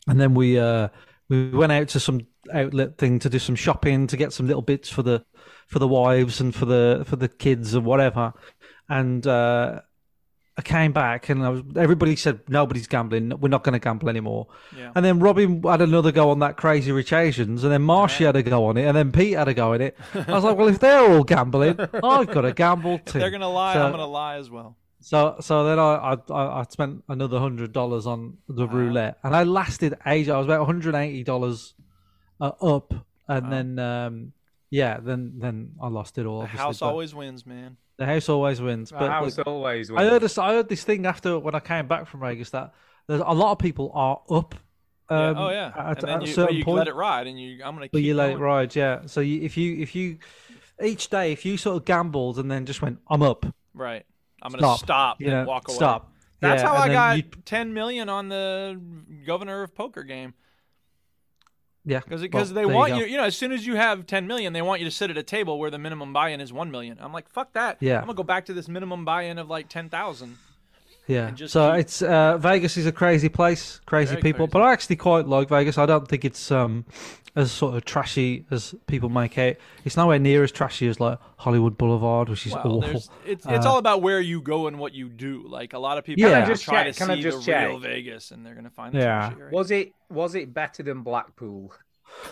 Speaker 3: and then we uh we went out to some outlet thing to do some shopping to get some little bits for the for the wives and for the for the kids and whatever and uh I came back and I was, everybody said nobody's gambling. We're not going to gamble anymore.
Speaker 1: Yeah.
Speaker 3: And then Robin had another go on that crazy rich Asians, and then Marshy had a go on it, and then Pete had a go at it. I was like, well, if they're all gambling, I've got to gamble too.
Speaker 1: They're gonna lie.
Speaker 3: So-
Speaker 1: I'm gonna lie as well.
Speaker 3: so so then I I- I, I spent another hundred dollars on the roulette, and I lasted ages. I was about one hundred eighty dollars uh, up, and then um yeah, then then I lost it all.
Speaker 1: The
Speaker 3: obviously,
Speaker 1: house
Speaker 3: but
Speaker 1: always wins, man.
Speaker 3: the house always wins. But
Speaker 4: the house
Speaker 3: like,
Speaker 4: always
Speaker 3: I
Speaker 4: wins.
Speaker 3: heard this I heard this thing after when I came back from Vegas that there's a lot of people are up.
Speaker 1: Yeah,
Speaker 3: Um,
Speaker 1: oh yeah.
Speaker 3: at,
Speaker 1: and
Speaker 3: at
Speaker 1: then
Speaker 3: a
Speaker 1: you,
Speaker 3: certain
Speaker 1: you
Speaker 3: point,
Speaker 1: let it ride, and you I'm gonna.
Speaker 3: but
Speaker 1: keep
Speaker 3: you let it
Speaker 1: going.
Speaker 3: ride. Yeah. So you, if you if you each day if you sort of gambled and then just went I'm up,
Speaker 1: Right. I'm gonna stop
Speaker 3: you
Speaker 1: and
Speaker 3: know,
Speaker 1: walk away.
Speaker 3: Stop.
Speaker 1: That's
Speaker 3: Yeah,
Speaker 1: how
Speaker 3: and
Speaker 1: I
Speaker 3: then
Speaker 1: got
Speaker 3: you'd-
Speaker 1: 10 million on the governor of poker game
Speaker 3: Yeah,
Speaker 1: because
Speaker 3: well,
Speaker 1: because they
Speaker 3: there
Speaker 1: want
Speaker 3: go.
Speaker 1: you, you know as soon as you have 10 million they want you to sit at a table where the minimum buy-in is 1 million. I'm like fuck that.
Speaker 3: Yeah.
Speaker 1: I'm going to go back to this minimum buy-in of like 10,000.
Speaker 3: Yeah.
Speaker 1: just
Speaker 3: so
Speaker 1: keep-
Speaker 3: it's uh, Vegas is a crazy place, crazy
Speaker 1: Very
Speaker 3: people. But I actually quite like Vegas. I don't think it's um as sort of trashy as people make it. It's nowhere near as trashy as like Hollywood Boulevard, which is
Speaker 1: Well,
Speaker 3: awful.
Speaker 1: there's, it's
Speaker 3: Uh,
Speaker 1: it's all about where you go and what you do. Like a lot of people
Speaker 3: Can I
Speaker 1: are
Speaker 4: just
Speaker 1: trying
Speaker 4: check?
Speaker 1: to
Speaker 4: Can I
Speaker 1: see
Speaker 4: just
Speaker 1: the
Speaker 4: check?
Speaker 1: real Vegas and they're going to find the
Speaker 3: Yeah.
Speaker 1: trashy area.
Speaker 4: Was it was it better than Blackpool?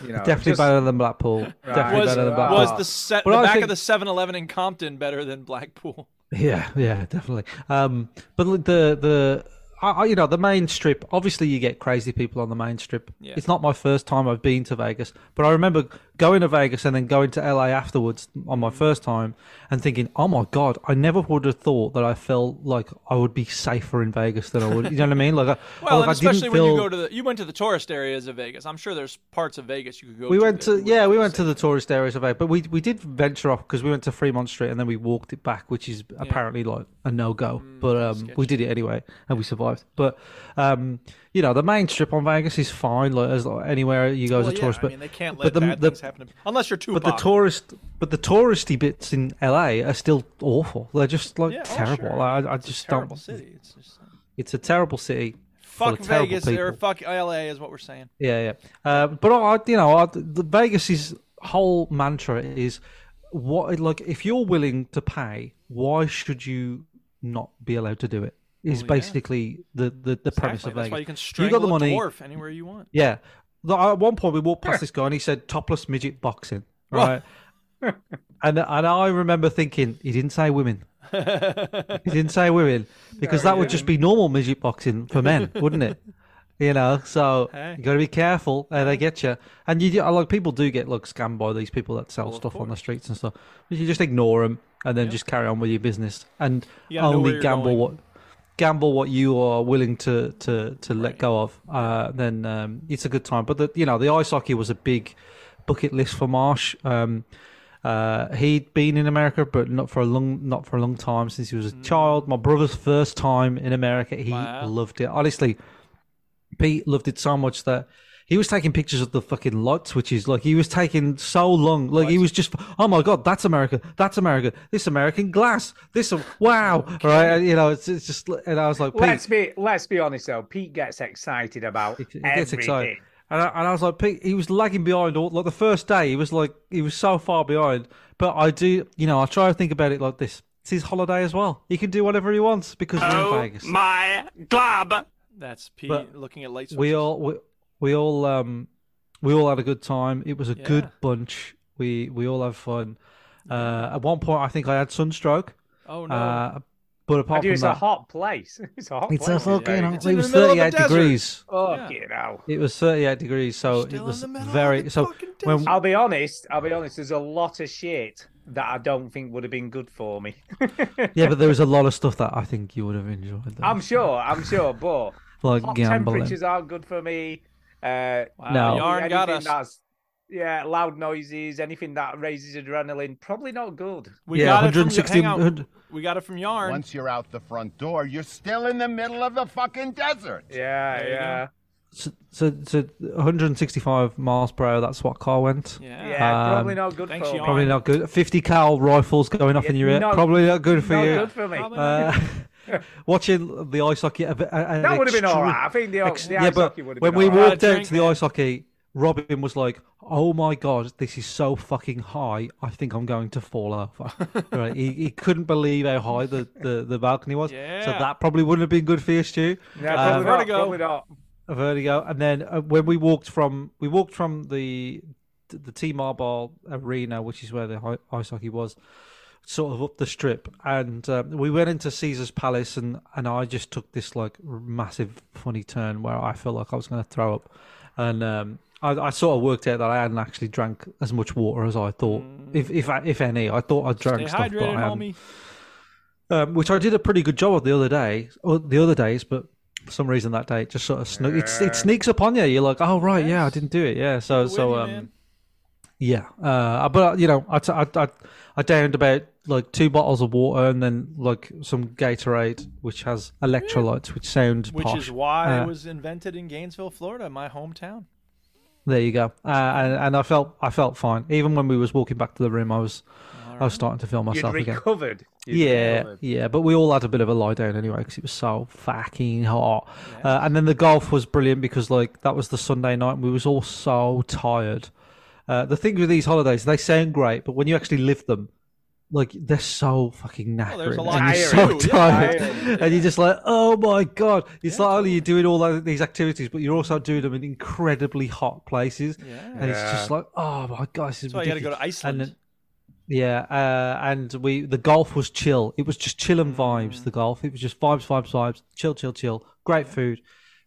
Speaker 4: You know,
Speaker 3: Definitely
Speaker 4: just-
Speaker 3: better than Blackpool. Definitely
Speaker 1: was,
Speaker 3: better than
Speaker 4: uh,
Speaker 3: Blackpool.
Speaker 1: was the set
Speaker 3: But
Speaker 1: the
Speaker 3: I
Speaker 1: back
Speaker 3: think-
Speaker 1: of the 7-Eleven in Compton better than Blackpool?
Speaker 3: Yeah, yeah, definitely. Um, but look, the the I, I- you know the main strip. Obviously, you get crazy people on the main strip.
Speaker 1: Yeah.
Speaker 3: It's not my first time I've been to Vegas, but I remember going to Vegas and then going to LA afterwards on my first time and thinking, "Oh my god, I never would have thought that I felt like I would be safer in Vegas than I would." You know what I mean? Like, I,
Speaker 1: Well,
Speaker 3: like,
Speaker 1: and
Speaker 3: I didn't
Speaker 1: especially when you
Speaker 3: feel-
Speaker 1: go to the you went to the tourist areas of Vegas. I'm sure there's parts of Vegas you could go.
Speaker 3: we went
Speaker 1: that
Speaker 3: to
Speaker 1: you
Speaker 3: yeah, we
Speaker 1: wouldn't
Speaker 3: went
Speaker 1: see.
Speaker 3: to the tourist areas of it, but we we did venture off because we went to Fremont Street and then we walked it back, which is apparently like a no go.
Speaker 1: Mm,
Speaker 3: but um, we did it anyway and we survived. But um, you know, the main strip on Vegas is fine, like as like, anywhere you go as
Speaker 1: Well,
Speaker 3: a
Speaker 1: yeah,
Speaker 3: tourist.
Speaker 1: I
Speaker 3: but
Speaker 1: mean, they can't
Speaker 3: but
Speaker 1: let
Speaker 3: the-
Speaker 1: bad
Speaker 3: the-
Speaker 1: things happen to, unless you're too.
Speaker 3: but the tourist, but the touristy bits in LA are still awful. They're just like
Speaker 1: Yeah, oh,
Speaker 3: terrible.
Speaker 1: sure.
Speaker 3: Like, I, I
Speaker 1: It's a
Speaker 3: just
Speaker 1: terrible
Speaker 3: don't.
Speaker 1: city. It's just uh,
Speaker 3: It's a terrible city. full
Speaker 1: fuck
Speaker 3: of terrible
Speaker 1: Vegas or
Speaker 3: people.
Speaker 1: fuck LA is what we're saying.
Speaker 3: Yeah, yeah. Uh, but I, you know, I, the Vegas's whole mantra is what like if you're willing to pay, why should you not be allowed to do it? Is basically the the, the premise
Speaker 1: Oh, Exactly.
Speaker 3: of Vegas.
Speaker 1: That's why you can strangle
Speaker 3: got the money.
Speaker 1: a dwarf anywhere you want.
Speaker 3: Yeah. The- At one point, we walked past this guy and he said topless midget boxing, right? and and I remember thinking he didn't say women. He didn't say women because that would just be normal midget boxing for men, wouldn't it? You know, so
Speaker 1: Hey.
Speaker 3: you got to be careful, and I get you. And you do, like people do get like scammed by these people that sell stuff on the streets and stuff. But you just ignore them and then just carry on with your business and
Speaker 1: You gotta know where
Speaker 3: only
Speaker 1: you're
Speaker 3: gamble
Speaker 1: going.
Speaker 3: what gamble what you are willing to to to let go of. Uh, then um, it's a good time. But the, you know, the ice hockey was a big bucket list for Marsh. Um, uh, he'd been in America, but not for a long not for a long time since he was a child. My brother's first time in America, he
Speaker 1: Mm. Wow.
Speaker 3: loved it. Honestly, Pete loved it so much that he was taking pictures of the fucking light switches. Like he was taking so long. Like he was just, oh my god, that's America, that's America, this American glass, this wow, right? And, you know, it's, it's just, and I was like, Pete,
Speaker 4: Let's be let's be honest though. Pete gets excited about
Speaker 3: it
Speaker 4: everything.
Speaker 3: gets excited. And I, and I was like, Pete, he was lagging behind all like the first day. He was like, he was so far behind. But I do, you know, I try to think about it like this: it's his holiday as well. He can do whatever he wants because we're in Vegas.
Speaker 8: My glob.
Speaker 1: That's Pete
Speaker 3: But
Speaker 1: looking at light switches.
Speaker 3: we all we, we all um we all had a good time. It was a
Speaker 1: Yeah.
Speaker 3: good bunch. We we all had fun. Uh, at one point, I think I had sunstroke.
Speaker 1: Oh no.
Speaker 3: Uh, but apart
Speaker 4: Dude,
Speaker 3: from
Speaker 4: it's a
Speaker 3: that,
Speaker 4: hot place. It's a hot
Speaker 3: it's a
Speaker 4: place.
Speaker 3: fucking.
Speaker 1: It's
Speaker 3: it
Speaker 1: in the
Speaker 3: was
Speaker 1: middle of the
Speaker 3: thirty-eight
Speaker 1: desert.
Speaker 3: degrees.
Speaker 4: Fuck you know.
Speaker 3: It was thirty-eight degrees, so
Speaker 1: Still
Speaker 3: it
Speaker 1: in
Speaker 3: was
Speaker 1: the middle of
Speaker 3: very.
Speaker 1: the
Speaker 3: so
Speaker 1: fucking
Speaker 3: when
Speaker 4: I'll be honest. I'll be honest. There's a lot of shit that I don't think would have been good for me.
Speaker 3: yeah, but there was a lot of stuff that I think you would have enjoyed. Though.
Speaker 4: I'm sure. I'm sure. But
Speaker 3: like
Speaker 4: hot
Speaker 3: gambling.
Speaker 4: temperatures aren't good for me. Uh,
Speaker 1: wow,
Speaker 3: no.
Speaker 1: Yarn got
Speaker 4: anything
Speaker 1: us.
Speaker 4: that's- yeah, loud noises, anything that raises adrenaline, probably not good.
Speaker 1: We
Speaker 3: yeah,
Speaker 1: got it from-
Speaker 3: 160
Speaker 1: hang on.
Speaker 3: hun-
Speaker 1: We got it from Yarn.
Speaker 5: Once you're out the front door, you're still in the middle of the fucking desert.
Speaker 4: Yeah,
Speaker 1: There you
Speaker 4: yeah,
Speaker 3: So, so, so 165 miles per hour. That's what car went.
Speaker 1: yeah.
Speaker 4: yeah.
Speaker 3: Um,
Speaker 4: probably not good
Speaker 1: thanks,
Speaker 4: for
Speaker 1: you
Speaker 4: me.
Speaker 1: are.
Speaker 3: Probably not good. 50 cal rifles going off
Speaker 4: Yeah,
Speaker 3: in your ear.
Speaker 4: not-
Speaker 3: Probably not good for
Speaker 4: not
Speaker 3: you.
Speaker 4: good for me.
Speaker 1: Probably not.
Speaker 3: Uh, watching the ice hockey. at a- at an
Speaker 4: That would have been
Speaker 3: extreme-
Speaker 4: all right. I think the,
Speaker 3: ex-
Speaker 4: the
Speaker 3: yeah,
Speaker 4: ice
Speaker 3: but
Speaker 4: hockey would have
Speaker 3: when
Speaker 4: been
Speaker 3: we
Speaker 4: all right.
Speaker 3: walked out
Speaker 1: drink
Speaker 3: to the ice hockey, Robin was like, "Oh my god, this is so fucking high. I think I'm going to fall over." right? He, he couldn't believe how high the, the, the balcony was. So
Speaker 1: Yeah.
Speaker 3: that probably wouldn't have been good for you, Stu.
Speaker 4: Yeah, probably,
Speaker 3: Um,
Speaker 4: not,
Speaker 1: Vertigo.
Speaker 4: probably not.
Speaker 3: a vertigo and then uh, when we walked from we walked from the the t-mobile arena which is where the hi- ice hockey was sort of up the strip and um, we went into caesar's palace and and i just took this like r- massive funny turn where i felt like i was going to throw up and um I, I sort of worked out that I hadn't actually drank as much water as I thought, if if I, if any. I thought I
Speaker 1: Mm. Stay
Speaker 3: drank stuff, uh, but
Speaker 1: hydrated,
Speaker 3: I hadn't
Speaker 1: homie.
Speaker 3: um, which I did a pretty good job of the other day, or the other days, but for some reason that day it just sort of snuck. It, it sneaks upon you. You're like, oh right, yeah, I didn't do it. Yeah, so
Speaker 1: With
Speaker 3: so
Speaker 1: you,
Speaker 3: um,
Speaker 1: man.
Speaker 3: yeah. Uh, but you know, I, t- I, I I downed about like two bottles of water and then like some Gatorade, which has electrolytes, which sounds
Speaker 1: which
Speaker 3: posh.
Speaker 1: is why
Speaker 3: Uh,
Speaker 1: it was invented in Gainesville, Florida, my hometown.
Speaker 3: There you go. Uh, and, and I felt I felt fine. Even when we was walking back to the room, I was I was starting to feel
Speaker 4: You'd
Speaker 3: myself again.
Speaker 4: recovered. You'd
Speaker 3: Yeah,
Speaker 4: recovered.
Speaker 3: yeah, but we all had a bit of a lie down anyway because it was so fucking hot. Uh, and then the golf was brilliant because like that was the Sunday night and we was all so tired. Uh, the thing with these holidays, they sound great, but when you actually live them, like they're so fucking knackered
Speaker 1: there's a lot
Speaker 3: and you're
Speaker 4: to
Speaker 3: so
Speaker 1: do, yeah.
Speaker 3: tired,
Speaker 4: Tired,
Speaker 3: and you're just like, oh my god! It's not only you're doing all tho- these activities, but you're also doing them in incredibly hot places, and it's
Speaker 4: Yeah.
Speaker 3: just like, oh my god, this is
Speaker 1: So I got to go
Speaker 3: ridiculous.
Speaker 1: to Iceland.
Speaker 3: And then- yeah, uh, and we the golf was chill. It was just chill and
Speaker 1: Mm.
Speaker 3: vibes. The golf, it was just vibes, vibes, vibes. Chill, chill, chill. Great food,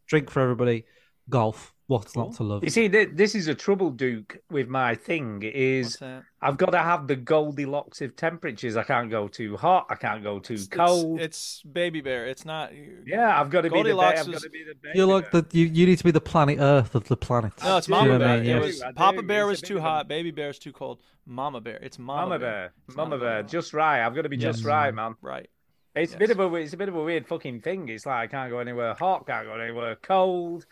Speaker 3: drink for everybody. Golf, what's not to love?
Speaker 4: You see, thi- this is a trouble, Duke, with my thing
Speaker 1: What's
Speaker 4: is
Speaker 1: that?
Speaker 4: I've got to have the Goldilocks of temperatures. I can't go too hot. I can't go too
Speaker 1: It's-
Speaker 4: cold.
Speaker 1: It's, baby bear. It's not.
Speaker 4: yeah, I've got to be the. Ba-
Speaker 1: Goldilocks
Speaker 4: I've got
Speaker 1: is-
Speaker 4: to be the. baby
Speaker 3: You're like
Speaker 4: bear.
Speaker 3: the you, you need to be the planet Earth of the planet.
Speaker 1: No, it's
Speaker 3: Do you know
Speaker 1: Mama
Speaker 3: what I
Speaker 1: Bear.
Speaker 3: mean?
Speaker 1: It
Speaker 4: I do,
Speaker 1: was
Speaker 4: I do.
Speaker 1: Papa Bear
Speaker 4: It's a
Speaker 1: was
Speaker 4: big
Speaker 1: too
Speaker 4: one.
Speaker 1: hot. Baby Bear is too cold. Mama Bear. It's Mama,
Speaker 4: mama
Speaker 1: Bear.
Speaker 4: bear,
Speaker 1: It's
Speaker 4: mama bear, just right. I've got to be just
Speaker 3: Yes.
Speaker 4: right, man.
Speaker 1: Right.
Speaker 4: It's a bit of a. It's a bit of a weird fucking thing. It's like I can't go anywhere hot. Can't go anywhere cold.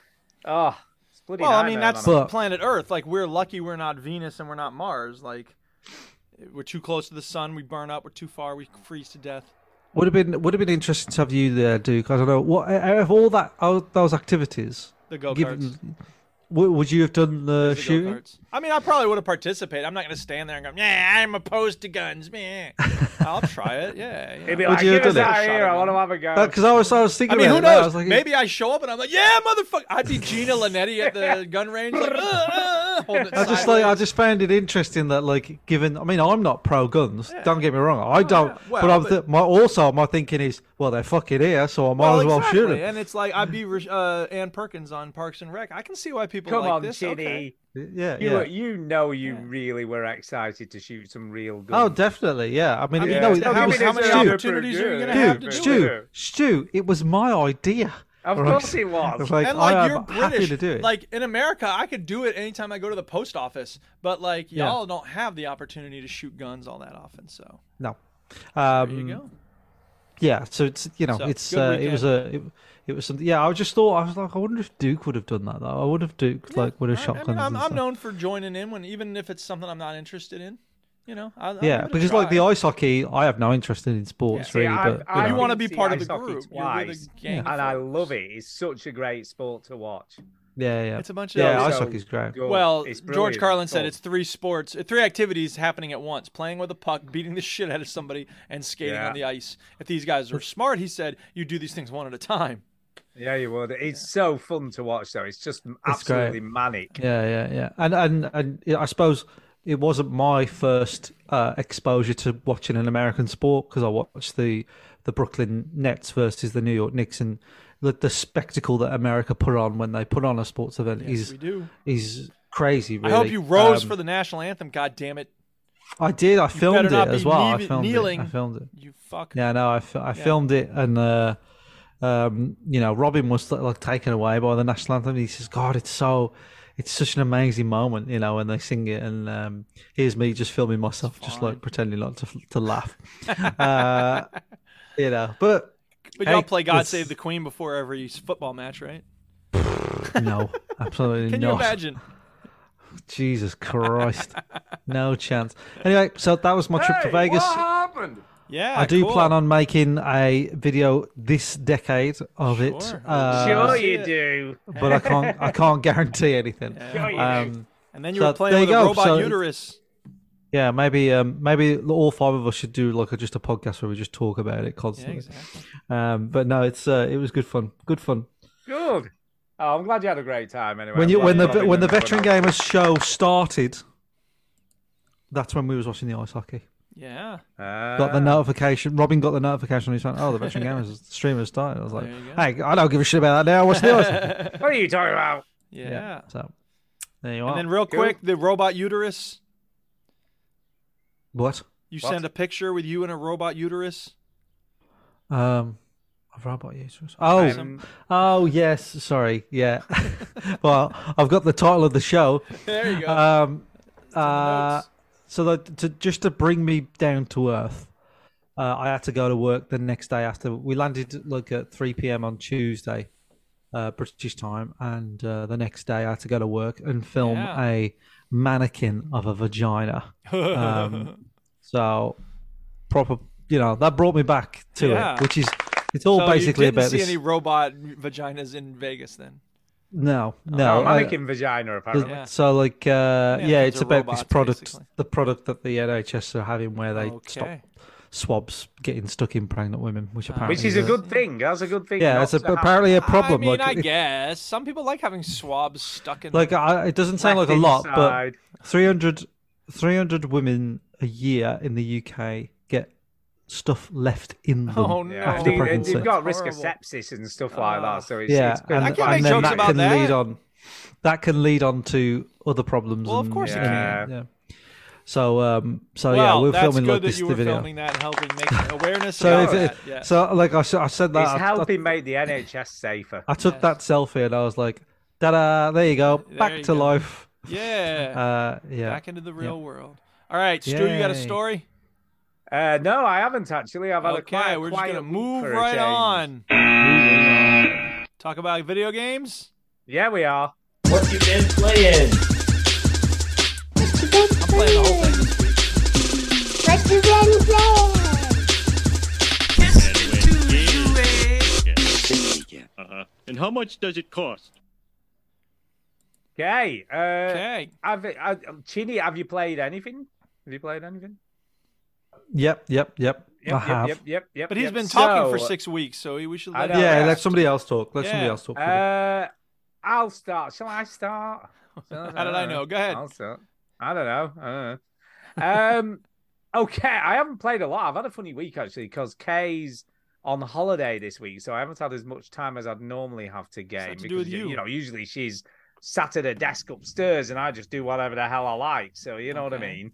Speaker 4: Oh, it's bloody
Speaker 1: Well, I mean
Speaker 4: nightmare,
Speaker 1: that's
Speaker 4: man.
Speaker 3: But-
Speaker 1: planet Earth. Like we're lucky we're not Venus and we're not Mars. Like we're too close to the sun. We burn up. We're too far. We freeze to death.
Speaker 3: Would have been would have been interesting to have you there, Duke. I don't know what out of all that out those activities.
Speaker 1: The go karts.
Speaker 3: Given, w- would you have done the shooting?
Speaker 1: I mean, I probably would have participated. I'm not going to stand there and go, "Yeah, I'm opposed to guns." Meh. I'll try it. Yeah. you
Speaker 4: It'd
Speaker 1: know.
Speaker 4: be
Speaker 3: Would
Speaker 4: like,
Speaker 3: you have
Speaker 4: give us
Speaker 3: done it?
Speaker 4: that here. I want to have a go.
Speaker 3: Because I was I was
Speaker 1: I
Speaker 3: thinking
Speaker 1: mean,
Speaker 3: about
Speaker 1: who
Speaker 3: it, right? I
Speaker 1: knows?
Speaker 3: was like,
Speaker 1: Maybe I show up and I'm like, yeah, motherfucker. I'd be Gina Linetti at the gun range. Like, uh, uh, Holding it
Speaker 3: I just like I just found it interesting that like given I mean I'm not pro guns. Don't get me wrong, I don't.
Speaker 1: Oh, yeah. Well,
Speaker 3: but I'm
Speaker 1: but-
Speaker 3: th- my also my thinking is well they're fucking here, so I might as well
Speaker 1: exactly.
Speaker 3: shoot 'em.
Speaker 1: And it's like I'd be re- uh, Ann Perkins on Parks and Rec. I can see why people
Speaker 4: Come
Speaker 1: like
Speaker 4: on,
Speaker 1: this.
Speaker 4: Chitty.
Speaker 1: Okay.
Speaker 3: Yeah,
Speaker 4: You,
Speaker 3: yeah.
Speaker 4: were- you know you really were excited to shoot some real
Speaker 3: Oh,
Speaker 4: guns.
Speaker 3: definitely, yeah. I mean,
Speaker 1: I mean,
Speaker 3: you know,
Speaker 1: it's
Speaker 3: it
Speaker 1: how
Speaker 3: was-
Speaker 1: many- how many
Speaker 3: Stu,
Speaker 1: opportunities are you gonna uh, have to
Speaker 3: Dude,
Speaker 1: do
Speaker 3: Stu, Stu, it was my idea.
Speaker 4: Of
Speaker 3: Right?
Speaker 4: course it was.
Speaker 3: It's like,
Speaker 1: and like
Speaker 3: I am
Speaker 1: you're
Speaker 3: happy
Speaker 1: British,
Speaker 3: to do it.
Speaker 1: like in America, I could do it anytime I go to the post office. But like y'all don't have the opportunity to shoot guns all that often. So
Speaker 3: no,
Speaker 1: there you
Speaker 3: um,
Speaker 1: go.
Speaker 3: yeah. So it's you know,
Speaker 1: So,
Speaker 3: it's
Speaker 1: good
Speaker 3: uh, it was a it, it was something. Yeah, I just thought I was like, I wonder if Duke would have done that. Though I would have Duke like would have
Speaker 1: I-
Speaker 3: shotguns.
Speaker 1: I mean, I'm,
Speaker 3: and
Speaker 1: I'm
Speaker 3: stuff.
Speaker 1: known for joining in when even if it's something I'm not interested in. You know, I, I'll give
Speaker 3: yeah,
Speaker 1: it a
Speaker 3: because like the
Speaker 1: try.
Speaker 3: ice hockey, I have no interest in sports
Speaker 4: See,
Speaker 3: really.
Speaker 4: I've-
Speaker 3: but
Speaker 4: I've
Speaker 3: you
Speaker 1: you
Speaker 3: know.
Speaker 1: want to
Speaker 4: been
Speaker 1: be
Speaker 4: to
Speaker 1: part of
Speaker 4: ice
Speaker 1: the
Speaker 4: hockey
Speaker 1: group. You're
Speaker 4: twice,
Speaker 1: with a gang.
Speaker 4: and I love it. It's such a great sport to watch.
Speaker 3: yeah, yeah,
Speaker 1: It's a bunch of
Speaker 3: yeah.
Speaker 1: those-
Speaker 3: Ice
Speaker 4: So
Speaker 3: hockey's great.
Speaker 4: good.
Speaker 1: Well,
Speaker 4: It's
Speaker 1: George
Speaker 4: brilliant.
Speaker 1: Carlin said
Speaker 4: Oh.
Speaker 1: it's three sports, uh, three activities happening at once: playing with a puck, beating the shit out of somebody, and skating
Speaker 4: Yeah.
Speaker 1: on the ice. If these guys are smart, he said, you do these things one at a time.
Speaker 4: Yeah, you would. It's so fun to watch, though. It's just absolutely manic.
Speaker 3: Yeah, yeah, yeah. And and and yeah, I suppose it wasn't my first uh, exposure to watching an American sport because I watched the the Brooklyn Nets versus the New York Knicks and the, the spectacle that America put on when they put on a sports event is
Speaker 1: we do.
Speaker 3: is crazy. Really.
Speaker 1: I hope you rose
Speaker 3: Um,
Speaker 1: for the national anthem. God damn it,
Speaker 3: I did. I filmed
Speaker 1: better
Speaker 3: it
Speaker 1: not
Speaker 3: as
Speaker 1: be
Speaker 3: well. I
Speaker 1: knee-
Speaker 3: filmed
Speaker 1: kneeling.
Speaker 3: it. I filmed it.
Speaker 1: you fuck.
Speaker 3: Yeah, no, I, f- I filmed it, and uh, um, you know, Robin was like taken away by the national anthem. And he says, "God, it's so, it's such an amazing moment," you know, and they sing it, and um, here's me just filming myself, just like pretending not to to laugh, uh, you know. But
Speaker 1: But y'all
Speaker 3: Hey,
Speaker 1: play "God
Speaker 3: it's-
Speaker 1: Save the Queen" before every s- football match, right?
Speaker 3: no, absolutely
Speaker 1: Can
Speaker 3: not.
Speaker 1: you imagine?
Speaker 3: Jesus Christ, no chance. Anyway, so that was my trip to Vegas.
Speaker 1: Yeah,
Speaker 3: I do
Speaker 1: cool.
Speaker 3: plan on making a video this decade of it.
Speaker 1: Sure.
Speaker 3: Uh,
Speaker 4: Sure,
Speaker 1: see
Speaker 4: you
Speaker 1: it.
Speaker 4: do.
Speaker 3: but I can't I can't guarantee anything.
Speaker 4: Sure, you do.
Speaker 3: Um,
Speaker 1: And then you
Speaker 3: So
Speaker 1: were playing
Speaker 3: there
Speaker 1: with
Speaker 3: you
Speaker 1: a
Speaker 3: go.
Speaker 1: robot
Speaker 3: So-
Speaker 1: uterus.
Speaker 3: yeah, maybe um, maybe all five of us should do like a, just a podcast where we just talk about it constantly. um, but no, it's uh, it was good fun, good fun.
Speaker 4: Good. Oh, I'm glad you had a great time anyway.
Speaker 3: When
Speaker 4: I'm
Speaker 3: you
Speaker 4: glad
Speaker 3: when the
Speaker 4: got in
Speaker 3: when the
Speaker 4: and
Speaker 3: veteran
Speaker 4: went out.
Speaker 3: gamers show started, that's when we was watching the ice hockey.
Speaker 1: Yeah,
Speaker 3: Got the
Speaker 4: Ah.
Speaker 3: notification. Robin got the notification on his phone. Oh, the veteran gamers stream has started. I was like,
Speaker 1: There you go.
Speaker 3: hey, I don't give a shit about that now. What's the ice hockey?
Speaker 4: What are you talking about?
Speaker 1: yeah.
Speaker 3: So there you are.
Speaker 1: And then real
Speaker 4: Oh, Cool.
Speaker 1: quick, the robot uterus.
Speaker 3: what?
Speaker 1: You
Speaker 4: What?
Speaker 1: send a picture with you and a robot uterus.
Speaker 3: Um, a robot uterus. Oh,
Speaker 4: Um,
Speaker 3: Oh yes, sorry. Yeah. well, I've got the title of the show.
Speaker 1: There you go.
Speaker 3: Um, uh, so that, to, just to bring me down to earth, uh, I had to go to work the next day after we landed like at three p.m. on Tuesday, uh, British time, and uh, the next day I had to go to work and film
Speaker 1: Yeah.
Speaker 3: a mannequin of a vagina. Um, so proper, you know, that brought me back to
Speaker 1: Yeah.
Speaker 3: it, which is. It's all
Speaker 1: so
Speaker 3: basically
Speaker 1: you didn't
Speaker 3: about
Speaker 1: see
Speaker 3: this.
Speaker 1: any robot vaginas in Vegas then.
Speaker 3: No,
Speaker 4: Oh,
Speaker 3: no. uh,
Speaker 4: mannequin vagina, apparently.
Speaker 1: Yeah.
Speaker 3: So like, uh, yeah,
Speaker 1: these
Speaker 3: it's
Speaker 1: are
Speaker 3: about
Speaker 1: robots,
Speaker 3: this product,
Speaker 1: basically.
Speaker 3: the product that the NHS are having, where they stop
Speaker 1: Okay. Ah.
Speaker 3: swabs getting stuck in pregnant women, which apparently
Speaker 4: Which is a good thing. That's a good thing.
Speaker 3: Yeah,
Speaker 4: not
Speaker 3: it's a,
Speaker 4: to have.
Speaker 3: apparently a problem.
Speaker 1: I mean,
Speaker 3: like,
Speaker 1: I
Speaker 3: it,
Speaker 1: guess some people like having swabs stuck in.
Speaker 3: like I, it doesn't sound like a
Speaker 4: Left
Speaker 3: lot,
Speaker 4: inside.
Speaker 3: but 300, 300 women a year in the UK get stuff left in them
Speaker 1: Oh, no.
Speaker 4: Yeah, they-
Speaker 3: after
Speaker 4: they,
Speaker 3: pregnancy.
Speaker 4: have got risk of
Speaker 1: Horrible.
Speaker 4: sepsis and stuff like that. So it's,
Speaker 3: Oh. yeah,
Speaker 4: it's good.
Speaker 3: and,
Speaker 1: I can't make
Speaker 3: and then
Speaker 1: jokes
Speaker 3: that
Speaker 1: about
Speaker 3: can
Speaker 1: that.
Speaker 3: lead on. That can lead on to other problems.
Speaker 1: Well, of
Speaker 3: and-
Speaker 1: course it
Speaker 4: can.
Speaker 3: and- Yeah. So, um, so
Speaker 1: well,
Speaker 3: yeah, we're
Speaker 1: that's
Speaker 3: filming
Speaker 1: good
Speaker 3: like
Speaker 1: that
Speaker 3: this
Speaker 1: you
Speaker 3: the
Speaker 1: were
Speaker 3: video.
Speaker 1: filming that and helping make awareness
Speaker 3: So,
Speaker 1: about
Speaker 3: if it,
Speaker 1: that. Yeah.
Speaker 3: so like I, s- I said that,
Speaker 4: It's
Speaker 3: I,
Speaker 4: helping make the NHS safer.
Speaker 3: I, I took that selfie and I was like, "Da-da! There you go, back
Speaker 1: you go.
Speaker 3: to life."
Speaker 1: yeah.
Speaker 3: Uh, yeah,
Speaker 1: Back into the real world. All right, Stu, you got a
Speaker 3: Yay.
Speaker 1: story?
Speaker 4: Uh, no, I haven't actually. I've had a
Speaker 1: okay,
Speaker 4: quiet,
Speaker 1: we're just
Speaker 4: quiet
Speaker 1: gonna
Speaker 4: week
Speaker 1: move
Speaker 4: for a
Speaker 1: right
Speaker 4: change.
Speaker 1: on. Talk about video games.
Speaker 4: Yeah, we are.
Speaker 6: What you been playing?
Speaker 1: I'm playing the whole thing.
Speaker 9: What you been playing?
Speaker 7: Uh-huh. And how much does it cost?
Speaker 4: Okay. Uh,
Speaker 1: Okay.
Speaker 4: Have, uh, Chini, have you played anything? Have you played anything?
Speaker 3: yep, yep, yep. I
Speaker 4: Yep,
Speaker 3: have.
Speaker 4: yep, yep, yep.
Speaker 1: But he's
Speaker 4: he's
Speaker 1: been talking for six weeks, so we should
Speaker 4: I
Speaker 1: let
Speaker 4: know.
Speaker 1: him.
Speaker 3: Yeah,
Speaker 4: yeah.
Speaker 3: let somebody else talk. Let
Speaker 1: Yeah.
Speaker 3: somebody else talk.
Speaker 4: Uh, I'll start. Shall I start?
Speaker 1: How did I know? Go ahead.
Speaker 4: Also, I don't know. I don't know. Um, okay, I haven't played a lot. I've had a funny week actually because Kay's on holiday this week, so I haven't had as much time as I'd normally have to game.
Speaker 1: to do with
Speaker 4: you,
Speaker 1: you.
Speaker 4: know, usually she's sat at her desk upstairs, and I just do whatever the hell I like. So you know what I
Speaker 1: Okay.
Speaker 4: mean.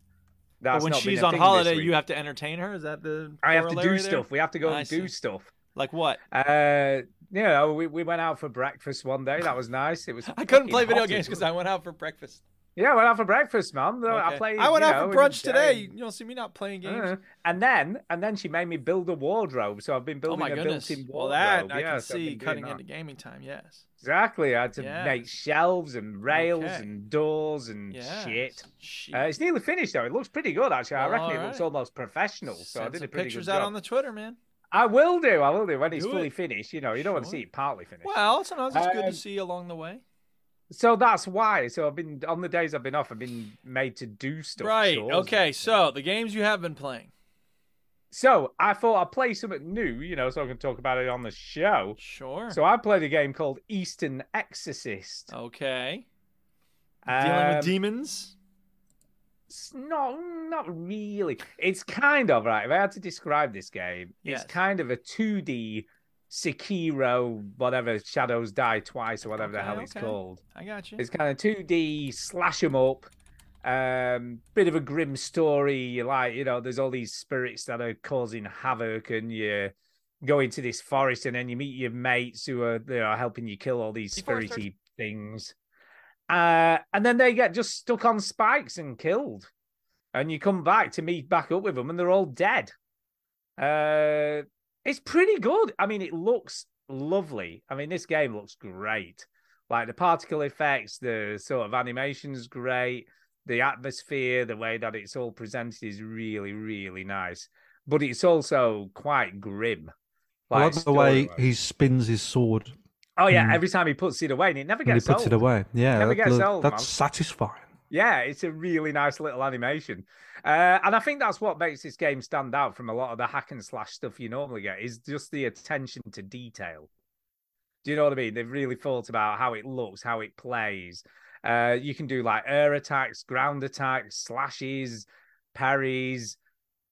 Speaker 1: But
Speaker 4: That's
Speaker 1: when
Speaker 4: not been
Speaker 1: she's
Speaker 4: a
Speaker 1: on
Speaker 4: thing this
Speaker 1: holiday,
Speaker 4: week.
Speaker 1: you have to entertain her. Is that the?
Speaker 4: I have to do
Speaker 1: corollary there?
Speaker 4: stuff. We have to go
Speaker 1: I
Speaker 4: and do
Speaker 1: see.
Speaker 4: stuff.
Speaker 1: Like what?
Speaker 4: Uh, you know, we, we went out for breakfast one day. That was nice. It was.
Speaker 1: I couldn't
Speaker 4: fucking
Speaker 1: play video
Speaker 4: hot.
Speaker 1: games because I went out for breakfast.
Speaker 4: Yeah, I went out for breakfast, man. I
Speaker 1: Okay.
Speaker 4: played.
Speaker 1: I went
Speaker 4: you
Speaker 1: out
Speaker 4: know,
Speaker 1: for brunch
Speaker 4: and-
Speaker 1: today.
Speaker 4: and-
Speaker 1: You don't see me not playing games.
Speaker 4: uh, and then, and then she made me build a wardrobe. So I've been
Speaker 1: oh
Speaker 4: building
Speaker 1: my
Speaker 4: a
Speaker 1: goodness!
Speaker 4: built-in Oh,
Speaker 1: Well,
Speaker 4: wardrobe.
Speaker 1: that I
Speaker 4: yeah,
Speaker 1: can
Speaker 4: so I've
Speaker 1: see
Speaker 4: been doing
Speaker 1: cutting
Speaker 4: that.
Speaker 1: into gaming time. Yes.
Speaker 4: Exactly, I had to
Speaker 1: Yes.
Speaker 4: make shelves and rails
Speaker 1: Okay.
Speaker 4: and doors and
Speaker 1: Yes.
Speaker 4: Mm, shit.
Speaker 1: Shit.
Speaker 4: Uh, it's nearly finished though. It looks pretty good actually. I
Speaker 1: Well,
Speaker 4: reckon it
Speaker 1: alright.
Speaker 4: looks almost professional. So I
Speaker 1: Send
Speaker 4: did a
Speaker 1: some
Speaker 4: pretty
Speaker 1: pictures
Speaker 4: good
Speaker 1: out
Speaker 4: job.
Speaker 1: on the Twitter, man.
Speaker 4: I will do. I will do when it's
Speaker 1: Do
Speaker 4: fully
Speaker 1: it.
Speaker 4: finished. You know, you don't want to
Speaker 1: Sure.
Speaker 4: see it partly finished.
Speaker 1: Well, sometimes it's good
Speaker 4: Um,
Speaker 1: to see along the way.
Speaker 4: So that's why. So I've been on the days I've been off. I've been made to do stuff.
Speaker 1: Right.
Speaker 4: chores and
Speaker 1: Okay.
Speaker 4: stuff.
Speaker 1: So the games you have been playing.
Speaker 4: So I thought I'd play something new, you know, so I can talk about it on the show.
Speaker 1: Sure.
Speaker 4: So I played a game called Eastern Exorcist.
Speaker 1: okay. Oh, Dealing
Speaker 4: Um,
Speaker 1: with demons.
Speaker 4: it's not, not really. It's kind of right. If I had to describe this game,
Speaker 1: Yes.
Speaker 4: it's kind of a 2D Sekiro, whatever Shadows Die Twice or whatever the
Speaker 1: Okay,
Speaker 4: hell it's
Speaker 1: okay.
Speaker 4: called.
Speaker 1: I got you.
Speaker 4: It's kind of 2D slash 'em up. Um, bit of a grim story. Like you know, there's all these spirits that are causing havoc, and you go into this forest, and then you meet your mates who are you know helping you kill all these
Speaker 2: Deforesters.
Speaker 4: spirity things. Uh, and then they get just stuck on spikes and killed, and you come back to meet back up with them, and they're all dead. Uh, it's pretty good. I mean, it looks lovely. I mean, this game looks great. Like the particle effects, the sort of animation's great. The atmosphere, the way that it's all presented is really, really nice. But it's also quite grim.
Speaker 3: I like the way
Speaker 4: story-wise.
Speaker 3: he spins his sword
Speaker 4: Oh yeah,
Speaker 3: Mm.
Speaker 4: every time he puts it away, and it never
Speaker 3: when he
Speaker 4: gets
Speaker 3: puts
Speaker 4: old.
Speaker 3: it away. Yeah,
Speaker 4: Never
Speaker 3: that-
Speaker 4: gets
Speaker 3: that-
Speaker 4: old,
Speaker 3: that's
Speaker 4: man.
Speaker 3: satisfying.
Speaker 4: Yeah, it's a really nice little animation, uh, and I think that's what makes this game stand out from a lot of the hack and slash stuff you normally get is just the attention to detail. Do you know what I mean? They've really thought about how it looks, how it plays. Uh, you can do like air attacks, ground attacks, slashes, parries,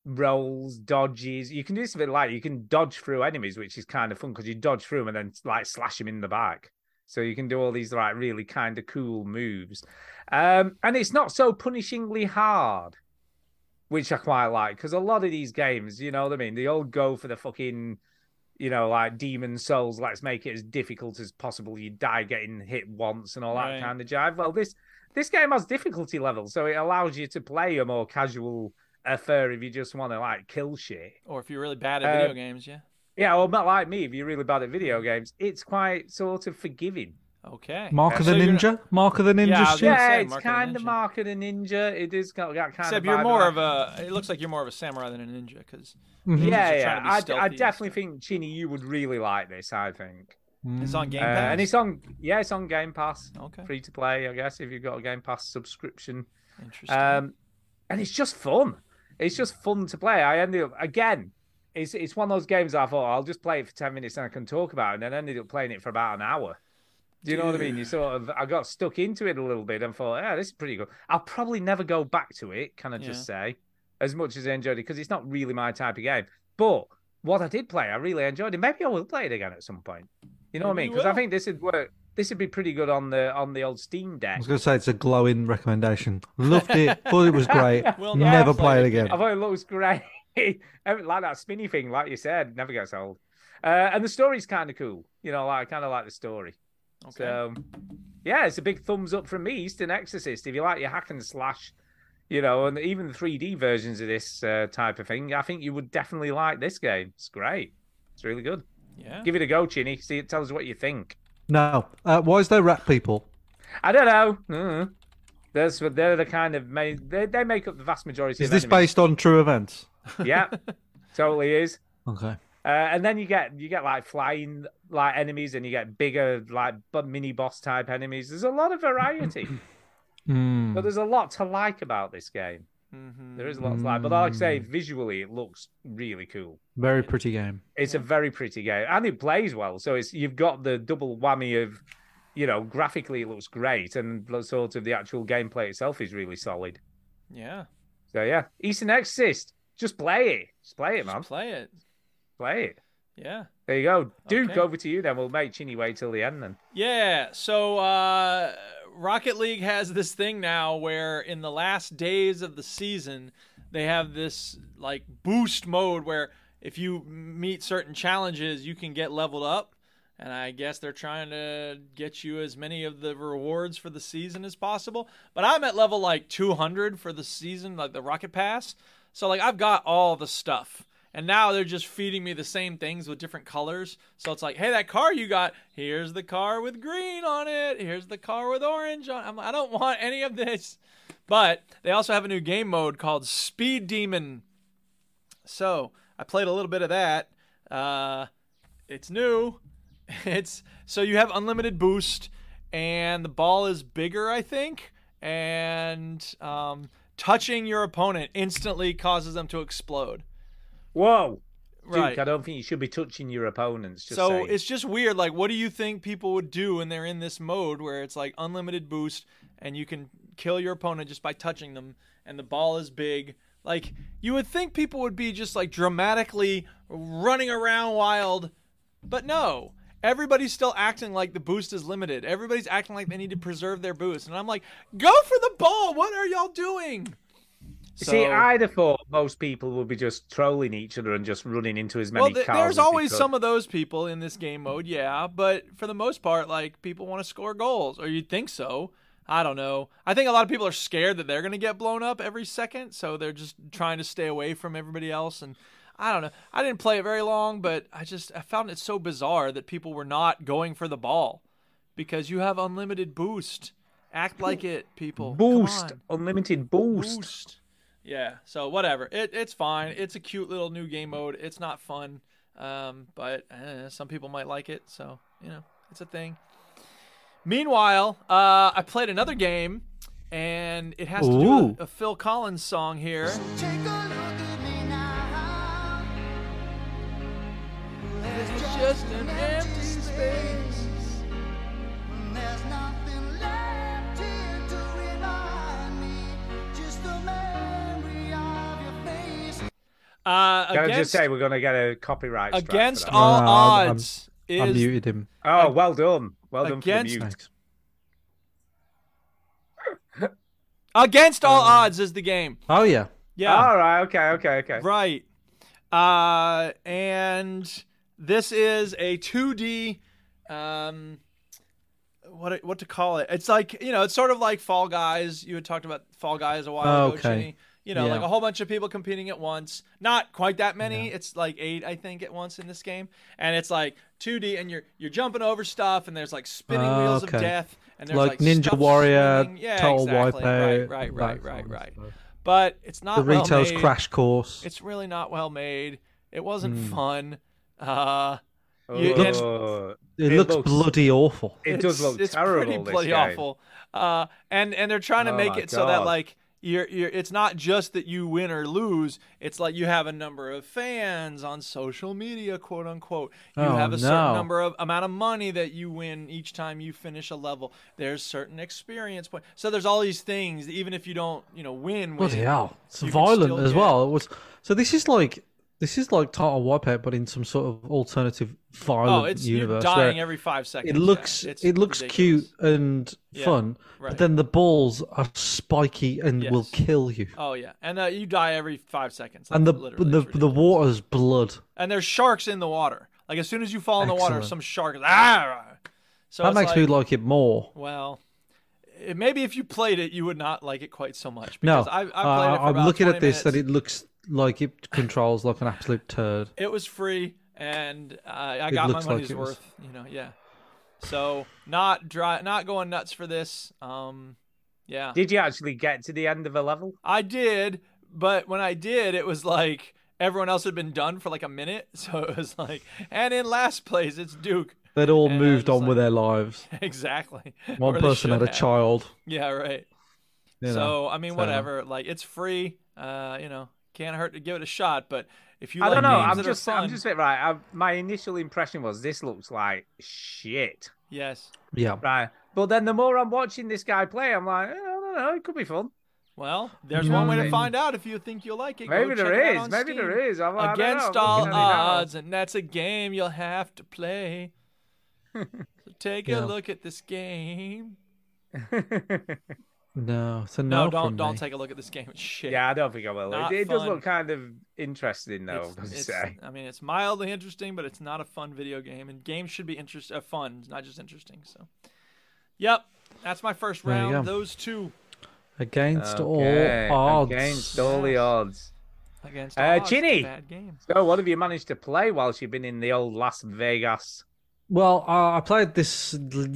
Speaker 4: rolls, dodges. You can do something like you can dodge through enemies, which is kind of fun because you dodge through them and then like slash them in the back. So you can do all these like really kind of cool moves. Um, and it's not so punishingly hard, which I quite like because a lot of these games, you know what I mean, they all go for the fucking, you know, like Demon Souls, let's make it as difficult as possible. You die getting hit once and all that
Speaker 1: Right.
Speaker 4: kind of jive. Well, this this game has difficulty levels, so it allows you to play a more casual affair if you just want to like kill shit.
Speaker 1: Or if you're really bad at
Speaker 4: uh,
Speaker 1: video games, yeah.
Speaker 4: Yeah, well, not like me. If you're really bad at video games, it's quite sort of forgiving.
Speaker 1: Okay.
Speaker 3: Mark of
Speaker 1: So
Speaker 3: the
Speaker 1: you're not-
Speaker 3: ninja. Mark of the ninja.
Speaker 1: Yeah, I was
Speaker 3: shit.
Speaker 1: gonna
Speaker 4: yeah,
Speaker 1: say,
Speaker 4: it's
Speaker 1: Mark of the
Speaker 4: kind of
Speaker 1: Ninja.
Speaker 4: Mark of the Ninja. It is got, got kind
Speaker 1: Except
Speaker 4: of.
Speaker 1: you're
Speaker 4: vibe
Speaker 1: more of
Speaker 4: that.
Speaker 1: a. It looks like you're more of a samurai than a ninja because
Speaker 3: Mhm.
Speaker 1: Ninjas are
Speaker 4: Yeah,
Speaker 1: trying
Speaker 4: yeah.
Speaker 1: to be
Speaker 4: I,
Speaker 1: stealthy
Speaker 4: I
Speaker 1: and
Speaker 4: definitely
Speaker 1: stuff.
Speaker 4: think Chini, you would really like this. I think,
Speaker 3: Mm.
Speaker 1: it's on Game
Speaker 4: uh,
Speaker 1: Pass.
Speaker 4: and it's on. Yeah, it's on Game Pass.
Speaker 1: Okay.
Speaker 4: Free to play, I guess, if you've got a Game Pass subscription.
Speaker 1: Interesting.
Speaker 4: Um, and it's just fun. It's just fun to play. I ended up again. It's it's one of those games I thought I'll just play it for ten minutes and I can talk about, it, and then ended up playing it for about an hour. Do you know what I mean? You sort of I got stuck into it a little bit and thought, yeah, this is pretty good. I'll probably never go back to it. Can I just say, as much as I enjoyed it, because it's not really my type of game. But what I did play, I really enjoyed it. Maybe I will play it again at some point. You know what I
Speaker 1: Maybe
Speaker 4: mean?
Speaker 1: you
Speaker 4: Because I
Speaker 1: will.
Speaker 4: think this would work. This would be pretty good on the on the old Steam
Speaker 3: I
Speaker 4: Deck.
Speaker 3: was going to say it's a glowing recommendation. Loved it. Thought it was great.
Speaker 1: Will not
Speaker 3: Never
Speaker 1: play
Speaker 3: play
Speaker 1: it
Speaker 3: it again.
Speaker 4: I thought it looks great. Every- like that spinny thing, like you said, never gets old. Uh, and the story's kind of cool. You know, like, I kind of like the story.
Speaker 1: okay.
Speaker 4: So, yeah, it's a big thumbs up from me, Eastern Exorcist. If you like your hack and slash, you know, and even the 3D versions of this uh, type of thing, I think you would definitely like this game. It's great. It's really good.
Speaker 1: yeah.
Speaker 4: Give it a go, Chinny. See, it tells us what you think.
Speaker 3: No. Uh, why is there rat people?
Speaker 4: I don't know. Mm. That's what they're the kind of ma- they, they make up the vast majority.
Speaker 3: Is
Speaker 4: of
Speaker 3: this
Speaker 4: enemies.
Speaker 3: based on true events?
Speaker 4: Yeah, totally is.
Speaker 3: Okay.
Speaker 4: Uh, and then you get you get like flying like enemies, and you get bigger like bu- mini boss type enemies. There's a lot of variety,
Speaker 3: Hmm.
Speaker 4: but there's a lot to like about this game.
Speaker 1: Mhm.
Speaker 4: There is a lot to like, but like I say, visually it looks really cool.
Speaker 3: Very pretty game.
Speaker 4: It's a very pretty game, and it plays well. So it's you've got the double whammy of you know, graphically it looks great, and sort of the actual gameplay itself is really solid.
Speaker 1: Yeah.
Speaker 4: So yeah, Eastern Exorcist, just play it, just play it, man,
Speaker 1: Just play it.
Speaker 4: play it.
Speaker 1: Yeah.
Speaker 4: There you go, Duke.
Speaker 1: Okay.
Speaker 4: Over to you. Then we'll make Chinny wait till the end. Then
Speaker 1: Yeah. So uh, Rocket League has this thing now where in the last days of the season, they have this like boost mode where if you meet certain challenges, you can get leveled up. And I guess they're trying to get you as many of the rewards for the season as possible. But I'm at level like 200 for the season, like the Rocket Pass. So like I've got all the stuff. And now they're just feeding me the same things with different colors. So it's like, hey, that car you got, here's the car with green on it. Here's the car with orange on. I'm, I don't want any of this. But they also have a new game mode called Speed Demon. So I played a little bit of that. Uh, it's new. It's so you have unlimited boost, and the ball is bigger, I think, and um, touching your opponent instantly causes them to explode.
Speaker 4: whoa, Duke.
Speaker 1: Right.
Speaker 4: I don't think you should be touching your opponents. Just
Speaker 1: so
Speaker 4: saying.
Speaker 1: it's just weird. Like, what do you think people would do when they're in this mode where it's like unlimited boost and you can kill your opponent just by touching them and the ball is big? Like, you would think people would be just like dramatically running around wild, but no. Everybody's still acting like the boost is limited. Everybody's acting like they need to preserve their boost. And I'm like, go for the ball. What are y'all doing?
Speaker 4: See,
Speaker 1: So-
Speaker 4: I'd have thought most people would be just trolling each other and just running into as many
Speaker 1: Well, th-
Speaker 4: cars.
Speaker 1: there's
Speaker 4: as they
Speaker 1: always
Speaker 4: could.
Speaker 1: some of those people in this game mode, yeah. But for the most part, like people want to score goals, or you'd think so. I don't know. I think a lot of people are scared that they're going to get blown up every second, so they're just trying to stay away from everybody else. And I don't know. I didn't play it very long, but I just I found it so bizarre that people were not going for the ball because you have unlimited boost. Act like it, people. Come
Speaker 4: boost,
Speaker 1: on.
Speaker 4: unlimited boost.
Speaker 1: Boost. Yeah. So whatever. It, it's fine. It's a cute little new game mode. It's not fun, um, but eh, some people might like it. So you know, it's a thing. Meanwhile, uh, I played another game, and it has to do
Speaker 3: Ooh.
Speaker 1: with a Phil Collins song here. It's just an empty space. Uh,
Speaker 4: Can I just
Speaker 1: against
Speaker 4: say we're going to get a copyright strike for
Speaker 1: against
Speaker 4: that?
Speaker 1: all
Speaker 3: No, I'm-
Speaker 1: odds
Speaker 3: I
Speaker 1: is
Speaker 3: muted him.
Speaker 4: Oh, well done, well done
Speaker 1: against-
Speaker 4: for the mute.
Speaker 3: Thanks.
Speaker 1: against all odds is the game.
Speaker 3: Oh yeah.
Speaker 1: Yeah.
Speaker 4: All right, okay, okay, okay.
Speaker 1: Right. Uh, and this is a 2D. Um, what what to call it? It's like you know, it's sort of like Fall Guys. You had talked about Fall Guys a while ago,
Speaker 3: Okay.
Speaker 1: Chinny. You know,
Speaker 3: Yeah.
Speaker 1: like a whole bunch of people competing at once. Not quite that many. It's like eight, I think, at once in this game. And it's like 2D, and you're you're jumping over stuff, and there's like spinning
Speaker 3: Ah,
Speaker 1: wheels of
Speaker 3: okay.
Speaker 1: death, and there's
Speaker 3: Like
Speaker 1: like,
Speaker 3: Ninja
Speaker 1: stuff
Speaker 3: Warrior,
Speaker 1: spinning. yeah,
Speaker 3: Total
Speaker 1: exactly. right,
Speaker 3: Wipeout, that
Speaker 1: right,
Speaker 3: sort
Speaker 1: right,
Speaker 3: of
Speaker 1: right, right.
Speaker 3: stuff.
Speaker 1: But it's not
Speaker 3: The
Speaker 1: Uh, well
Speaker 3: retail's
Speaker 1: made.
Speaker 3: crash course.
Speaker 1: It's really not well made. It wasn't
Speaker 4: Hmm.
Speaker 1: fun. Uh, you-
Speaker 4: Oh,
Speaker 1: Looks-
Speaker 3: it,
Speaker 4: it
Speaker 3: looks,
Speaker 4: looks-
Speaker 3: bloody awful.
Speaker 4: it
Speaker 1: it's-
Speaker 4: does look
Speaker 1: it's
Speaker 4: terrible.
Speaker 1: pretty
Speaker 4: this
Speaker 1: bloody
Speaker 4: game.
Speaker 1: awful. Uh, and and they're trying to
Speaker 4: Oh
Speaker 1: make
Speaker 4: my
Speaker 1: it so that
Speaker 4: God.
Speaker 1: like you're you're. It's not just that you win or lose. It's like you have a number of fans on social media, quote unquote. You
Speaker 3: Oh,
Speaker 1: have a certain
Speaker 3: no.
Speaker 1: number of amount of money that you win each time you finish a level. There's certain experience point. So there's all these things. that Even if you don't, you know, win.
Speaker 3: Bloody
Speaker 1: win,
Speaker 3: hell! It's
Speaker 1: you could
Speaker 3: violent
Speaker 1: still
Speaker 3: as
Speaker 1: get-
Speaker 3: well. It was so. This is like this is like Total Wipeout, but in some sort of alternative
Speaker 1: Oh,
Speaker 3: violent
Speaker 1: it's
Speaker 3: universe.
Speaker 1: you're dying
Speaker 3: where
Speaker 1: every five seconds.
Speaker 3: it
Speaker 1: yeah.
Speaker 3: looks
Speaker 1: It's
Speaker 3: it looks
Speaker 1: ridiculous.
Speaker 3: cute and
Speaker 1: Yeah,
Speaker 3: fun,
Speaker 1: right.
Speaker 3: but then the balls are spiky and will
Speaker 1: Yes.
Speaker 3: kill you.
Speaker 1: Oh yeah, and uh, you die every five seconds.
Speaker 3: and the
Speaker 1: That's
Speaker 3: the
Speaker 1: literally, it's
Speaker 3: the
Speaker 1: ridiculous.
Speaker 3: water's blood.
Speaker 1: and there's sharks in the water. Like as soon as you fall in the water,
Speaker 3: Excellent.
Speaker 1: some shark. is, Ah! So
Speaker 3: that
Speaker 1: it's
Speaker 3: makes
Speaker 1: like,
Speaker 3: me like it more.
Speaker 1: Well, it, maybe if you played it, you would not like it quite so much.
Speaker 3: No,
Speaker 1: Because I, I played
Speaker 3: I-
Speaker 1: it for
Speaker 3: uh, I'm
Speaker 1: about
Speaker 3: looking
Speaker 1: 20
Speaker 3: at
Speaker 1: minutes.
Speaker 3: this that it looks like it controls like an absolute turd.
Speaker 1: it was free and uh, I got my
Speaker 3: looks like
Speaker 1: money's
Speaker 3: it was.
Speaker 1: worth. You know, yeah. So not dry, not going nuts for this. Um, yeah,
Speaker 4: Did you actually get to the end of a level?
Speaker 1: I did, but when I did, it was like everyone else had been done for like a minute, so it was like, and in last place, it's Duke.
Speaker 3: They'd all
Speaker 1: And I
Speaker 3: moved
Speaker 1: was
Speaker 3: on with
Speaker 1: like-
Speaker 3: their lives.
Speaker 1: exactly.
Speaker 3: One
Speaker 1: Or they
Speaker 3: person had a
Speaker 1: should have.
Speaker 3: child.
Speaker 1: Yeah, right.
Speaker 3: You know.
Speaker 1: so I mean,
Speaker 3: so-
Speaker 1: whatever. Like it's free. Uh, you know, can't hurt to give it a shot. But if you
Speaker 4: I
Speaker 1: like
Speaker 4: don't know.
Speaker 1: games
Speaker 4: I'm
Speaker 1: that
Speaker 4: just,
Speaker 1: are fun,
Speaker 4: I'm just a bit right. I, my initial impression was this looks like shit.
Speaker 1: Yes.
Speaker 3: Yeah.
Speaker 4: Right. But then the more I'm watching this guy play, I'm like, eh, I don't know, it could be fun.
Speaker 1: Well, there's one way to find out if you think you'll like it. Go
Speaker 4: Maybe
Speaker 1: check
Speaker 4: there
Speaker 1: it out
Speaker 4: is.
Speaker 1: on
Speaker 4: Maybe
Speaker 1: Steam.
Speaker 4: there is. I'm- I don't know. I'm
Speaker 1: Against
Speaker 4: looking
Speaker 1: all
Speaker 4: at it now.
Speaker 1: odds, and that's a game you'll have to play. so take a
Speaker 3: Yeah.
Speaker 1: look at this game.
Speaker 3: No, it's a
Speaker 1: No,
Speaker 3: no.
Speaker 1: don't
Speaker 3: from
Speaker 1: don't
Speaker 3: me.
Speaker 1: take a look at this game. It's shit.
Speaker 4: Yeah, I don't think I will.
Speaker 1: Not
Speaker 4: It, it does
Speaker 1: fun.
Speaker 4: look kind of interesting, though. I've got
Speaker 1: it's,
Speaker 4: to
Speaker 1: it's-
Speaker 4: say.
Speaker 1: I mean, it's mildly interesting, but it's not a fun video game. And games should be interest uh, fun, not just interesting. So, yep, that's my first
Speaker 3: There you
Speaker 1: round.
Speaker 3: go.
Speaker 1: Those two
Speaker 3: Against
Speaker 4: Okay,
Speaker 3: all odds.
Speaker 4: Against all the odds.
Speaker 1: against
Speaker 4: Uh,
Speaker 1: all odds,
Speaker 4: Chinny.
Speaker 1: Bad game.
Speaker 4: So, what have you managed to play whilst you've been in the old Las Vegas?
Speaker 3: Well, uh, I played this l-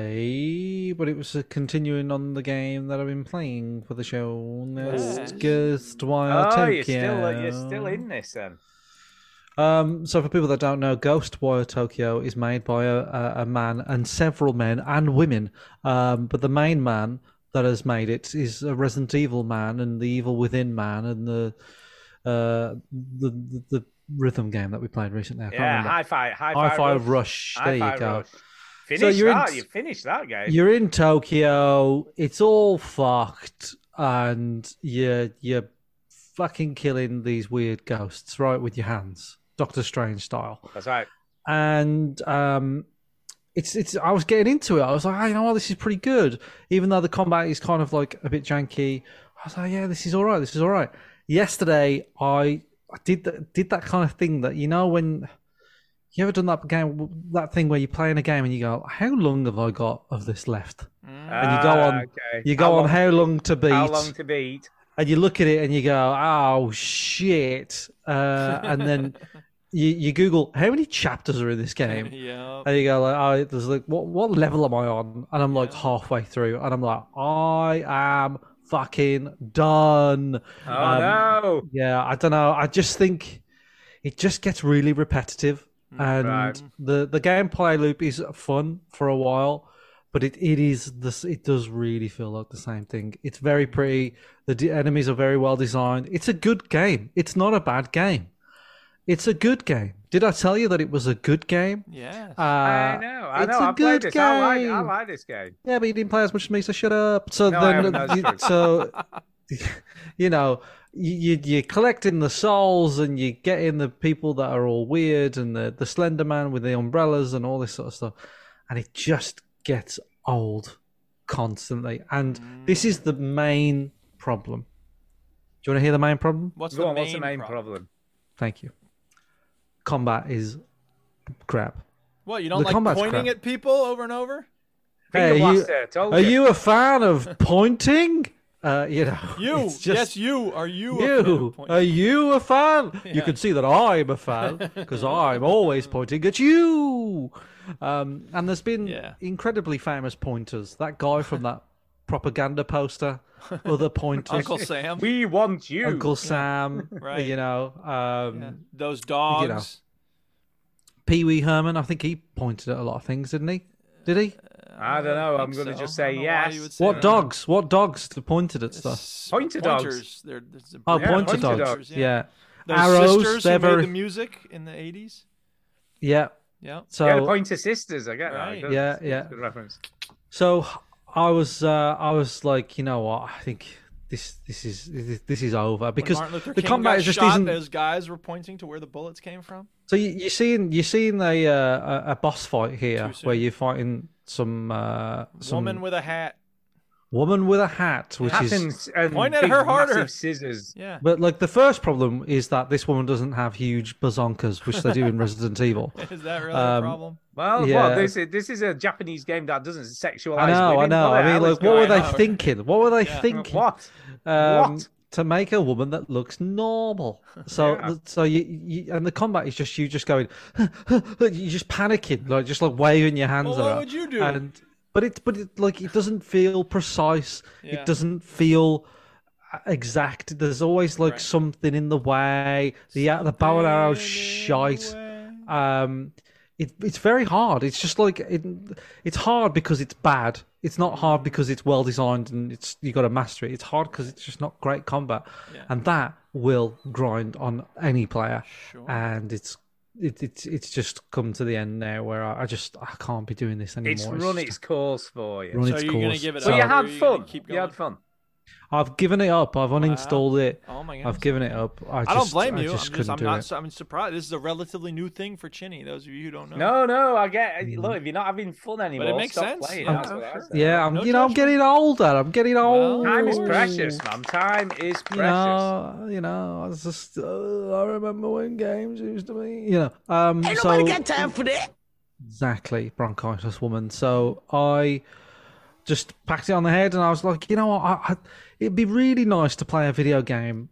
Speaker 3: yesterday, but it was uh, continuing on the game that I've been playing for the show. and It's
Speaker 1: Yes.
Speaker 3: Ghost Wire
Speaker 4: oh,
Speaker 3: Tokyo.
Speaker 4: you're still you're still in this then.
Speaker 3: Um, so, for people that don't know, Ghostwire Tokyo is made by a, a, a man and several men and women. Um, but the main man that has made it is a Resident Evil man and the Evil Within man and the uh, the, the the rhythm game that we played recently. I can't
Speaker 4: Yeah,
Speaker 3: remember.
Speaker 4: high five, high
Speaker 3: High
Speaker 4: five,
Speaker 3: Five Rush. There
Speaker 4: High
Speaker 3: you
Speaker 4: five,
Speaker 3: go.
Speaker 4: rush. Finish
Speaker 3: you're in-
Speaker 4: that. You finish that game.
Speaker 3: You're in Tokyo. It's all fucked, and you're you're fucking killing these weird ghosts right with your hands, Doctor Strange style
Speaker 4: That's right.
Speaker 3: and um, it's it's. I was getting into it. I was like, oh, you know what, this is pretty good. Even though the combat is kind of like a bit janky, I was like, yeah, this is all right. This is all right. Yesterday, I I did that did that kind of thing that you know when you ever done that game that thing where you're playing a game and you go, how long have I got of this left? And you go
Speaker 4: Ah,
Speaker 3: on,
Speaker 4: okay.
Speaker 3: you go
Speaker 4: How
Speaker 3: on
Speaker 4: long-
Speaker 3: how long to beat,
Speaker 4: How long to beat?
Speaker 3: and you look at it and you go, "Oh shit!" Uh, and then you, you Google how many chapters are in this game,
Speaker 1: Yeah.
Speaker 3: and you go like, "Oh, there's like what what level am I on?" And I'm like halfway through, and I'm like, "I am fucking done."
Speaker 4: Oh
Speaker 3: Um,
Speaker 4: no!
Speaker 3: Yeah, I don't know. I just think it just gets really repetitive, and
Speaker 4: Mm, Right.
Speaker 3: the the gameplay loop is fun for a while, but it, it is this it does really feel like the same thing. It's very
Speaker 4: Mm.
Speaker 3: pretty. The de- enemies are very well designed. It's a good game. It's not a bad game. It's a good game. Did I tell you that it was a good game?
Speaker 1: Yeah.
Speaker 3: Uh,
Speaker 4: I know. I
Speaker 3: it's
Speaker 4: know.
Speaker 3: a
Speaker 4: I played
Speaker 3: good
Speaker 4: this. I like. I
Speaker 3: game.
Speaker 4: like this game.
Speaker 3: yeah, but you didn't play as much as me, so shut up. So
Speaker 4: No, I
Speaker 3: then,
Speaker 4: haven't,
Speaker 3: you,
Speaker 4: that's
Speaker 3: so you know, you, you- you're collecting the souls and you're getting the people that are all weird and the the Slender Man with the umbrellas and all this sort of stuff, and it just gets old constantly. And this is the main problem. Do you want to hear the main problem?
Speaker 1: What's
Speaker 4: Go
Speaker 1: the
Speaker 4: on.
Speaker 1: main
Speaker 4: What's the main
Speaker 1: problem?
Speaker 4: problem?
Speaker 3: Thank you. Combat is crap.
Speaker 1: What you don't
Speaker 3: The
Speaker 1: like
Speaker 3: combat's
Speaker 1: pointing
Speaker 3: crap.
Speaker 1: at people over and over?
Speaker 4: Finger
Speaker 3: Hey, are you-
Speaker 4: blaster. Told
Speaker 3: Are you a fan of pointing? Uh, you know,
Speaker 1: You.
Speaker 3: it's
Speaker 1: yes,
Speaker 3: just-
Speaker 1: you. Are you? a fan
Speaker 3: You Oh,
Speaker 1: of point-
Speaker 3: are you a fan? You can see that I'm a fan because I'm always pointing at you. Um, and there's been
Speaker 1: Yeah.
Speaker 3: incredibly famous pointers. That guy from that propaganda poster, other pointers,
Speaker 1: Uncle Sam.
Speaker 4: We want you.
Speaker 3: Uncle Sam.
Speaker 1: Right.
Speaker 3: You know, um,
Speaker 1: Yeah. Those dogs.
Speaker 3: Pee Wee Herman. I think he pointed at a lot of things, didn't he? Did he?
Speaker 1: Uh,
Speaker 4: I don't know. I'm
Speaker 1: think
Speaker 4: going to
Speaker 1: so.
Speaker 4: just
Speaker 1: I
Speaker 4: say
Speaker 1: don't know why
Speaker 4: yes.
Speaker 1: you would say
Speaker 3: What
Speaker 1: that.
Speaker 3: dogs? What dogs pointed at stuff?
Speaker 1: S-
Speaker 4: Pointer dogs.
Speaker 1: pointers. They're, there's a
Speaker 3: Oh,
Speaker 1: breed of
Speaker 3: pointer,
Speaker 4: pointer
Speaker 3: dogs.
Speaker 4: dogs,
Speaker 3: Yeah.
Speaker 1: Those
Speaker 3: Arrows.
Speaker 1: sisters
Speaker 3: they're
Speaker 1: who made
Speaker 3: very.
Speaker 1: the music in the 80s.
Speaker 3: Yeah.
Speaker 1: Yeah.
Speaker 3: So
Speaker 4: yeah, the Pointer Sisters. I get
Speaker 1: Right.
Speaker 4: that. Good-
Speaker 3: Yeah, yeah.
Speaker 4: Good reference.
Speaker 3: So I was, uh, I was like, you know what? I think this, this is, this, this is over because
Speaker 1: Martin Luther
Speaker 3: the
Speaker 1: King
Speaker 3: combat
Speaker 1: got
Speaker 3: just
Speaker 1: shot,
Speaker 3: isn't.
Speaker 1: Those guys were pointing to where the bullets came from.
Speaker 3: So you, you're seeing, you're seeing a, uh, a- a boss fight here
Speaker 1: Too soon.
Speaker 3: where you're fighting some, uh, some
Speaker 1: Woman with a hat.
Speaker 3: woman with a hat, which
Speaker 4: Hat
Speaker 3: is.
Speaker 4: and- and
Speaker 1: Point at
Speaker 4: big
Speaker 1: her harder.
Speaker 4: massive Scissors.
Speaker 1: Yeah.
Speaker 3: But like the first problem is that this woman doesn't have huge bazonkas, which they do in Resident Evil.
Speaker 1: Is that really a
Speaker 3: Um,
Speaker 1: problem?
Speaker 4: Well,
Speaker 3: Yeah.
Speaker 4: well, this is this is a Japanese game that doesn't sexualize.
Speaker 3: I know, I
Speaker 4: women.
Speaker 3: know.
Speaker 4: What the
Speaker 3: I mean,
Speaker 4: hell is
Speaker 3: like, what were
Speaker 4: going
Speaker 3: they
Speaker 4: on?
Speaker 3: thinking? What were they thinking?
Speaker 4: What?
Speaker 3: um,
Speaker 4: What?
Speaker 3: to make a woman that looks normal. So,
Speaker 4: Yeah.
Speaker 3: so you, you and the combat is just you just going, you just panicking, like just like waving your hands.
Speaker 1: Well, what
Speaker 3: around.
Speaker 1: would you do?
Speaker 3: And but it's but it like it doesn't feel precise.
Speaker 1: Yeah.
Speaker 3: It doesn't feel exact. There's always like something in the way. The the bow and arrow shite. Um, it, it's very hard. It's just like it, it's hard because it's bad. It's not hard because it's well designed and it's you got to master it. It's hard because it's just not great combat, and that will grind on any player. And it's it, it's it's just come to the end now where I, I just I can't be doing this anymore.
Speaker 4: It's run
Speaker 3: just-
Speaker 4: its course for you.
Speaker 3: run
Speaker 1: So
Speaker 3: its
Speaker 1: you're gonna
Speaker 3: course.
Speaker 1: give it
Speaker 4: Well,
Speaker 1: up?
Speaker 4: you
Speaker 1: So-
Speaker 4: had
Speaker 1: Are you gonna
Speaker 4: fun.
Speaker 1: keep
Speaker 4: You had
Speaker 1: going?
Speaker 4: fun.
Speaker 3: I've given it up. I've uninstalled it.
Speaker 1: Oh my goodness.
Speaker 3: I've given it up. I,
Speaker 1: I don't
Speaker 3: just-
Speaker 1: blame
Speaker 3: I
Speaker 1: you.
Speaker 3: Just
Speaker 1: I'm
Speaker 3: couldn't
Speaker 1: just, I'm
Speaker 3: do
Speaker 1: not.
Speaker 3: it.
Speaker 1: su- I'm surprised. This is a relatively new thing for Chinny. Those of you who don't know.
Speaker 4: No, no, I get. Look, if you're not having fun anymore,
Speaker 1: makes
Speaker 4: stop
Speaker 1: sense.
Speaker 4: Playing.
Speaker 1: I'm-
Speaker 4: That's what I
Speaker 1: sure.
Speaker 4: say.
Speaker 3: Mm-hmm. Yeah, I'm,
Speaker 1: No
Speaker 3: you know, I'm
Speaker 1: judgment.
Speaker 3: getting older. I'm getting
Speaker 1: Well,
Speaker 3: old.
Speaker 4: Time is
Speaker 1: Ooh.
Speaker 4: precious, man. Time is precious.
Speaker 3: You know, you know, I was just, uh, I remember when games used to be, you know. Um, so,
Speaker 7: time for that.
Speaker 3: Exactly, bronchitis woman. So I just packed it on the head, and I was like, you know what? I, I, it'd be really nice to play a video game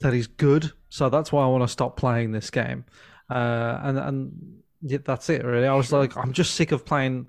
Speaker 3: that is good. So that's why I want to stop playing this game. Uh, and and yeah, that's it, really. I was like, I'm just sick of playing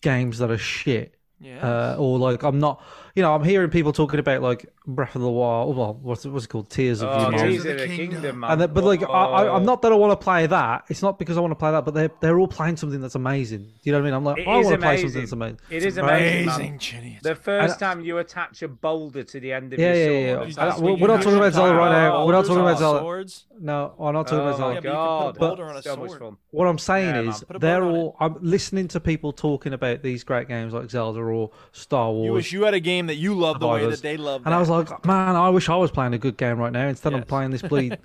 Speaker 3: games that are shit.
Speaker 1: Yeah.
Speaker 3: Uh, or like I'm not, you know, I'm hearing people talking about like Breath of the Wild. Well, what's what's it called? Tears of
Speaker 4: Oh,
Speaker 3: the
Speaker 7: Tears
Speaker 3: Kingdom.
Speaker 4: Tears of the Kingdom, man.
Speaker 3: And then, but like, I, I,
Speaker 4: Oh.
Speaker 3: I'm not that I want to play that. It's not because I want to play that, but they're they're all playing something that's amazing. Do you know what I mean? I'm like,
Speaker 4: It
Speaker 3: I
Speaker 4: is
Speaker 3: want to play something
Speaker 4: amazing.
Speaker 3: that's amazing.
Speaker 4: It is
Speaker 3: Right?
Speaker 4: amazing, man.
Speaker 1: Amazing, Chinny.
Speaker 4: The first
Speaker 3: And-
Speaker 4: time you attach a boulder to the end of
Speaker 3: Yeah,
Speaker 4: your
Speaker 3: yeah,
Speaker 4: sword.
Speaker 3: yeah, yeah.
Speaker 4: that's
Speaker 3: I-
Speaker 4: how
Speaker 3: Uh, we're-
Speaker 4: you
Speaker 3: we're not talking
Speaker 4: attach
Speaker 3: about Zelda
Speaker 4: it.
Speaker 3: right now. We're not talking about Zelda.
Speaker 1: Swords.
Speaker 3: No, I'm not talking about
Speaker 4: Oh,
Speaker 3: Zelda.
Speaker 1: Yeah, but you can put a
Speaker 4: God.
Speaker 1: boulder on a
Speaker 4: so much
Speaker 1: sword.
Speaker 4: fun.
Speaker 3: What I'm saying
Speaker 4: Yeah,
Speaker 3: is,
Speaker 4: man.
Speaker 1: Put a
Speaker 3: they're
Speaker 1: bow on it.
Speaker 3: all. I'm listening to people talking about these great games like Zelda or Star Wars.
Speaker 1: You wish you had a game that you love the way that
Speaker 3: survivors.
Speaker 1: they love.
Speaker 3: and I
Speaker 1: that.
Speaker 3: was like, man, I wish I was playing a good game right now. Instead, I'm
Speaker 1: Yes.
Speaker 3: playing this bleed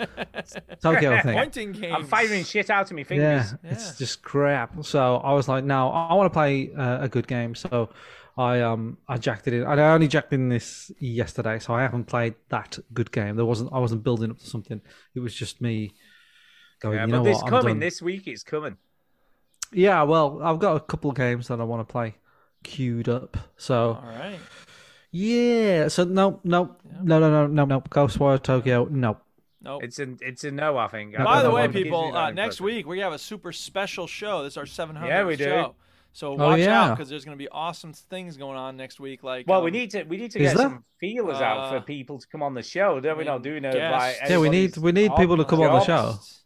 Speaker 3: Tokyo thing.
Speaker 1: pointing game.
Speaker 4: I'm firing shit out of my
Speaker 3: Yeah,
Speaker 4: fingers.
Speaker 1: Yeah.
Speaker 3: it's just crap. So I was like, no, I, want to play uh, a good game. So I um I jacked it in. And I only jacked in this yesterday, so I haven't played that good game. There wasn't I wasn't building up to something. It was just me going.
Speaker 4: Yeah,
Speaker 3: you know
Speaker 4: but this
Speaker 3: what? I'm
Speaker 4: coming
Speaker 3: done."
Speaker 4: this week, it's coming.
Speaker 3: Yeah, well, I've got a couple of games that I want to play queued up. So
Speaker 1: All right.
Speaker 3: yeah, so no, no, no, no, no, no, no. Ghostwire Tokyo, no.
Speaker 1: Nope.
Speaker 4: It's a it's a no, I think. I
Speaker 1: By
Speaker 4: don't
Speaker 1: the
Speaker 4: know
Speaker 1: way,
Speaker 4: what gives me
Speaker 1: people,
Speaker 4: that
Speaker 1: uh, next
Speaker 4: impression.
Speaker 1: week we have a super special show. This is our 700th
Speaker 4: Yeah, we do.
Speaker 1: show. So watch
Speaker 3: Oh, yeah.
Speaker 1: out because there's going to be awesome things going on next week. Like,
Speaker 4: Well,
Speaker 1: um,
Speaker 4: we need to we need to
Speaker 3: Is
Speaker 4: get
Speaker 3: there?
Speaker 4: some feelers out
Speaker 1: Uh,
Speaker 4: for people to come on the show. Don't we
Speaker 1: we
Speaker 4: not do
Speaker 1: need
Speaker 4: no
Speaker 1: guests.
Speaker 4: by
Speaker 3: Yeah, we need
Speaker 4: anybody's
Speaker 3: we need people to
Speaker 4: on
Speaker 3: come on the show.
Speaker 1: guests.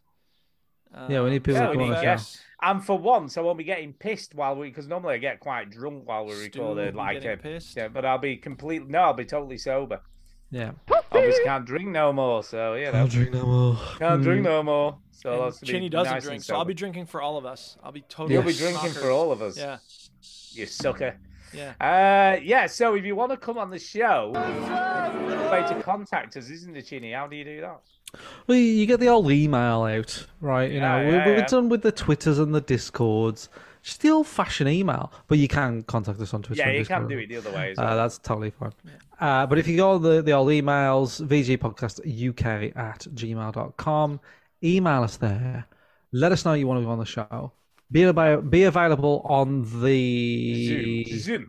Speaker 1: Uh,
Speaker 3: Yeah, we need people
Speaker 4: Yeah,
Speaker 3: to
Speaker 4: we
Speaker 3: come on
Speaker 4: need
Speaker 3: the show.
Speaker 4: guests. And for once, I won't be getting pissed while we because normally I get quite drunk while we
Speaker 1: Stu
Speaker 4: record.
Speaker 1: will be
Speaker 4: Like,
Speaker 1: getting
Speaker 4: uh,
Speaker 1: pissed.
Speaker 4: yeah, but I'll be completely no, I'll be totally sober.
Speaker 3: Yeah.
Speaker 4: Obviously, can't drink no more. So you know,
Speaker 3: drink no more.
Speaker 4: can't drink no more. So
Speaker 1: And
Speaker 4: that's to be
Speaker 1: Chinny doesn't
Speaker 4: nice and
Speaker 1: drink, so I'll
Speaker 4: sober.
Speaker 1: be drinking for all of us. I'll be totally.
Speaker 4: You'll be
Speaker 3: Yes.
Speaker 4: drinking
Speaker 1: knockered.
Speaker 4: for all of us.
Speaker 1: Yeah,
Speaker 4: You sucker.
Speaker 1: yeah.
Speaker 4: Uh, yeah. So if you want to come on the show, the way to contact us isn't it, Chinny? How do you do that?
Speaker 3: Well, you get the old email out, right? You
Speaker 4: Yeah,
Speaker 3: know,
Speaker 4: yeah,
Speaker 3: we're, we're
Speaker 4: yeah.
Speaker 3: done with the Twitters and the Discords. Just the old-fashioned email, but you can contact us on Twitter.
Speaker 4: Yeah,
Speaker 3: and
Speaker 4: you can
Speaker 3: Discord.
Speaker 4: do it the other way as well.
Speaker 3: Uh, that's totally fine. Uh, but if you go on the, the old emails, vgpodcastuk at gmail.com, email us there. Let us know you want to be on the show. Be, ab- be available on the.
Speaker 4: Zoom. Zoom.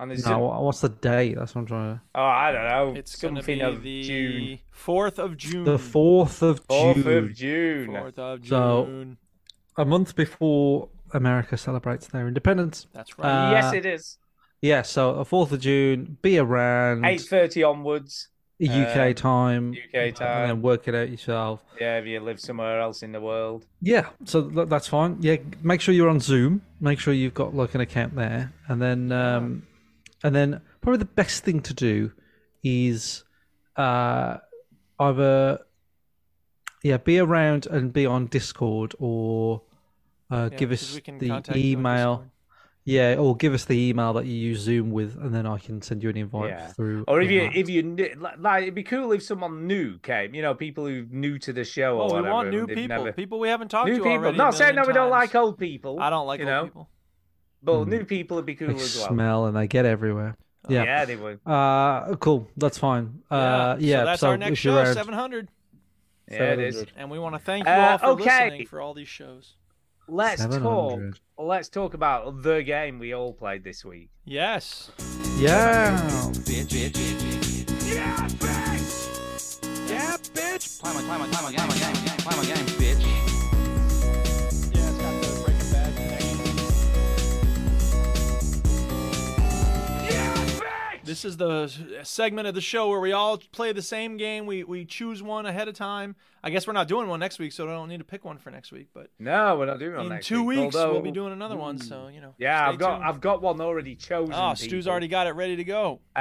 Speaker 4: On the Zoom.
Speaker 3: No, what's the date? That's what I'm trying to.
Speaker 4: Oh, I don't know.
Speaker 1: It's going to
Speaker 4: something
Speaker 1: be
Speaker 4: of
Speaker 1: the
Speaker 4: June.
Speaker 1: fourth of June.
Speaker 3: The 4th of
Speaker 4: 4th
Speaker 3: June.
Speaker 4: of June.
Speaker 1: Fourth of
Speaker 3: So-
Speaker 1: June.
Speaker 3: a month before America celebrates their independence.
Speaker 1: That's right.
Speaker 3: Uh,
Speaker 4: yes, it is.
Speaker 3: Yeah, so a fourth of June, be around
Speaker 4: 8.30 onwards.
Speaker 3: UK
Speaker 4: uh,
Speaker 1: um,
Speaker 3: time,
Speaker 4: UK
Speaker 3: and
Speaker 4: time.
Speaker 3: then work it out yourself.
Speaker 4: Yeah, if you live somewhere else in the world.
Speaker 3: Yeah, so th- that's fine. Yeah, make sure you're on Zoom. Make sure you've got like an account there, and then um, and then probably the best thing to do is uh, either yeah, be around and be on Discord or uh,
Speaker 1: Yeah,
Speaker 3: give
Speaker 1: 'cause
Speaker 3: us
Speaker 1: we can
Speaker 3: the
Speaker 1: contact you on
Speaker 3: email.
Speaker 1: Discord.
Speaker 3: Yeah, or give us the email that you use Zoom with, and then I can send you an invite
Speaker 4: Yeah.
Speaker 3: through.
Speaker 4: Or if you,
Speaker 3: that.
Speaker 4: if you, kn- like, like, it'd be cool if someone new came. You know, people who new to the show or
Speaker 1: Oh, we
Speaker 4: whatever.
Speaker 1: want
Speaker 4: and
Speaker 1: new
Speaker 4: they've
Speaker 1: people.
Speaker 4: never-
Speaker 1: People we haven't talked
Speaker 4: New
Speaker 1: to
Speaker 4: people.
Speaker 1: already. a
Speaker 4: Not saying that
Speaker 1: million
Speaker 4: we don't
Speaker 1: times.
Speaker 4: like old people.
Speaker 1: I don't like
Speaker 4: you
Speaker 1: old
Speaker 4: know,
Speaker 1: people.
Speaker 4: But new people would be cool
Speaker 3: they
Speaker 4: as well.
Speaker 3: Hmm. smell and they get everywhere.
Speaker 4: yeah.
Speaker 3: Yeah.
Speaker 4: they would.
Speaker 3: Uh, cool. That's fine. Uh, yeah.
Speaker 1: So that's our next
Speaker 3: if you're
Speaker 1: show,
Speaker 3: around-
Speaker 1: 700,
Speaker 4: Yeah, it is.
Speaker 1: and we want to thank you
Speaker 4: Uh,
Speaker 1: all for
Speaker 4: okay.
Speaker 1: listening for all these shows.
Speaker 4: Let's talk.
Speaker 3: 700.
Speaker 4: Let's talk about the game we all played this week.
Speaker 1: Yes.
Speaker 3: Yeah.
Speaker 1: This is the s- segment of the show where we all play the same game. We we choose one ahead of time. I guess we're not doing one next week, so I don't need to pick one for next week. But
Speaker 4: No, we're not doing one
Speaker 1: in
Speaker 4: next
Speaker 1: two
Speaker 4: week,
Speaker 1: weeks, we'll be
Speaker 4: although- Mm.
Speaker 1: doing another one. So you know.
Speaker 4: Yeah,
Speaker 1: stay
Speaker 4: I've got
Speaker 1: tuned.
Speaker 4: I've got one already chosen.
Speaker 1: Oh, Stu's
Speaker 4: people.
Speaker 1: already got it ready to go.
Speaker 4: Uh,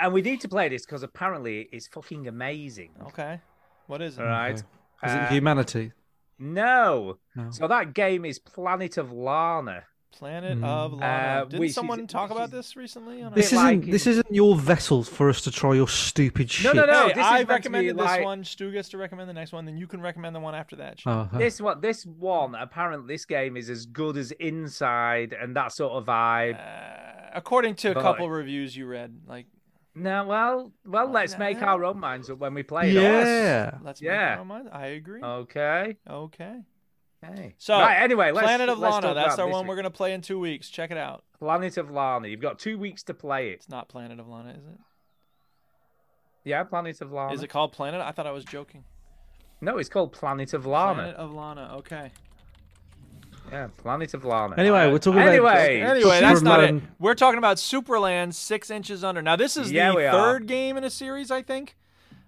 Speaker 4: and we need to play this because apparently it's fucking amazing.
Speaker 1: Okay. What is it?
Speaker 4: All right.
Speaker 3: Is
Speaker 4: Uh,
Speaker 3: it humanity?
Speaker 4: No.
Speaker 3: No.
Speaker 4: So that game is Planet of Lana.
Speaker 1: Planet
Speaker 3: Mm.
Speaker 1: of Lana.
Speaker 4: Uh,
Speaker 1: Didn't
Speaker 4: which is-
Speaker 1: someone talk
Speaker 4: which
Speaker 1: about
Speaker 4: is-
Speaker 1: this recently? On
Speaker 4: Bit
Speaker 3: This
Speaker 1: our-
Speaker 3: isn't
Speaker 4: like-
Speaker 3: this isn't your vessel for us to try your stupid
Speaker 4: No,
Speaker 3: shit.
Speaker 4: no, no.
Speaker 1: Hey,
Speaker 4: this is
Speaker 1: I
Speaker 4: meant to be
Speaker 1: recommended this
Speaker 4: like-
Speaker 1: one. Stu gets to recommend the next one. Then you can recommend the one after that.
Speaker 3: Oh, uh,
Speaker 4: This one, this one, apparently, this game is as good as Inside and that sort of vibe.
Speaker 1: Uh, according to a
Speaker 4: But-
Speaker 1: couple reviews you read, like
Speaker 4: No, well, well, let's make
Speaker 1: no.
Speaker 4: our own minds up when we play it.
Speaker 3: yeah.
Speaker 1: let's
Speaker 4: Yeah.
Speaker 1: make our mind. I agree.
Speaker 4: Okay.
Speaker 1: okay.
Speaker 4: Hey.
Speaker 1: So
Speaker 4: right, anyway, let's,
Speaker 1: Planet of
Speaker 4: let's
Speaker 1: Lana.
Speaker 4: talk
Speaker 1: That's
Speaker 4: about
Speaker 1: our
Speaker 4: this
Speaker 1: one we're
Speaker 4: week.
Speaker 1: gonna play in two weeks. Check it out.
Speaker 4: Planet of Lana. You've got two weeks to play it.
Speaker 1: It's not Planet of Lana, is it? Is
Speaker 4: Yeah, Planet of Lana.
Speaker 1: it called Planet? I thought I was joking.
Speaker 4: No, it's called Planet of Lana.
Speaker 1: Planet of Lana. Okay.
Speaker 4: Yeah, Planet of Lana.
Speaker 3: Anyway, we're talking about
Speaker 4: Anyway.
Speaker 1: Anyway, that's not it.
Speaker 3: Superman.
Speaker 1: We're talking about Superland, six inches under. Now, this is
Speaker 4: Yeah,
Speaker 1: the
Speaker 4: we are.
Speaker 1: third game in a series, I think,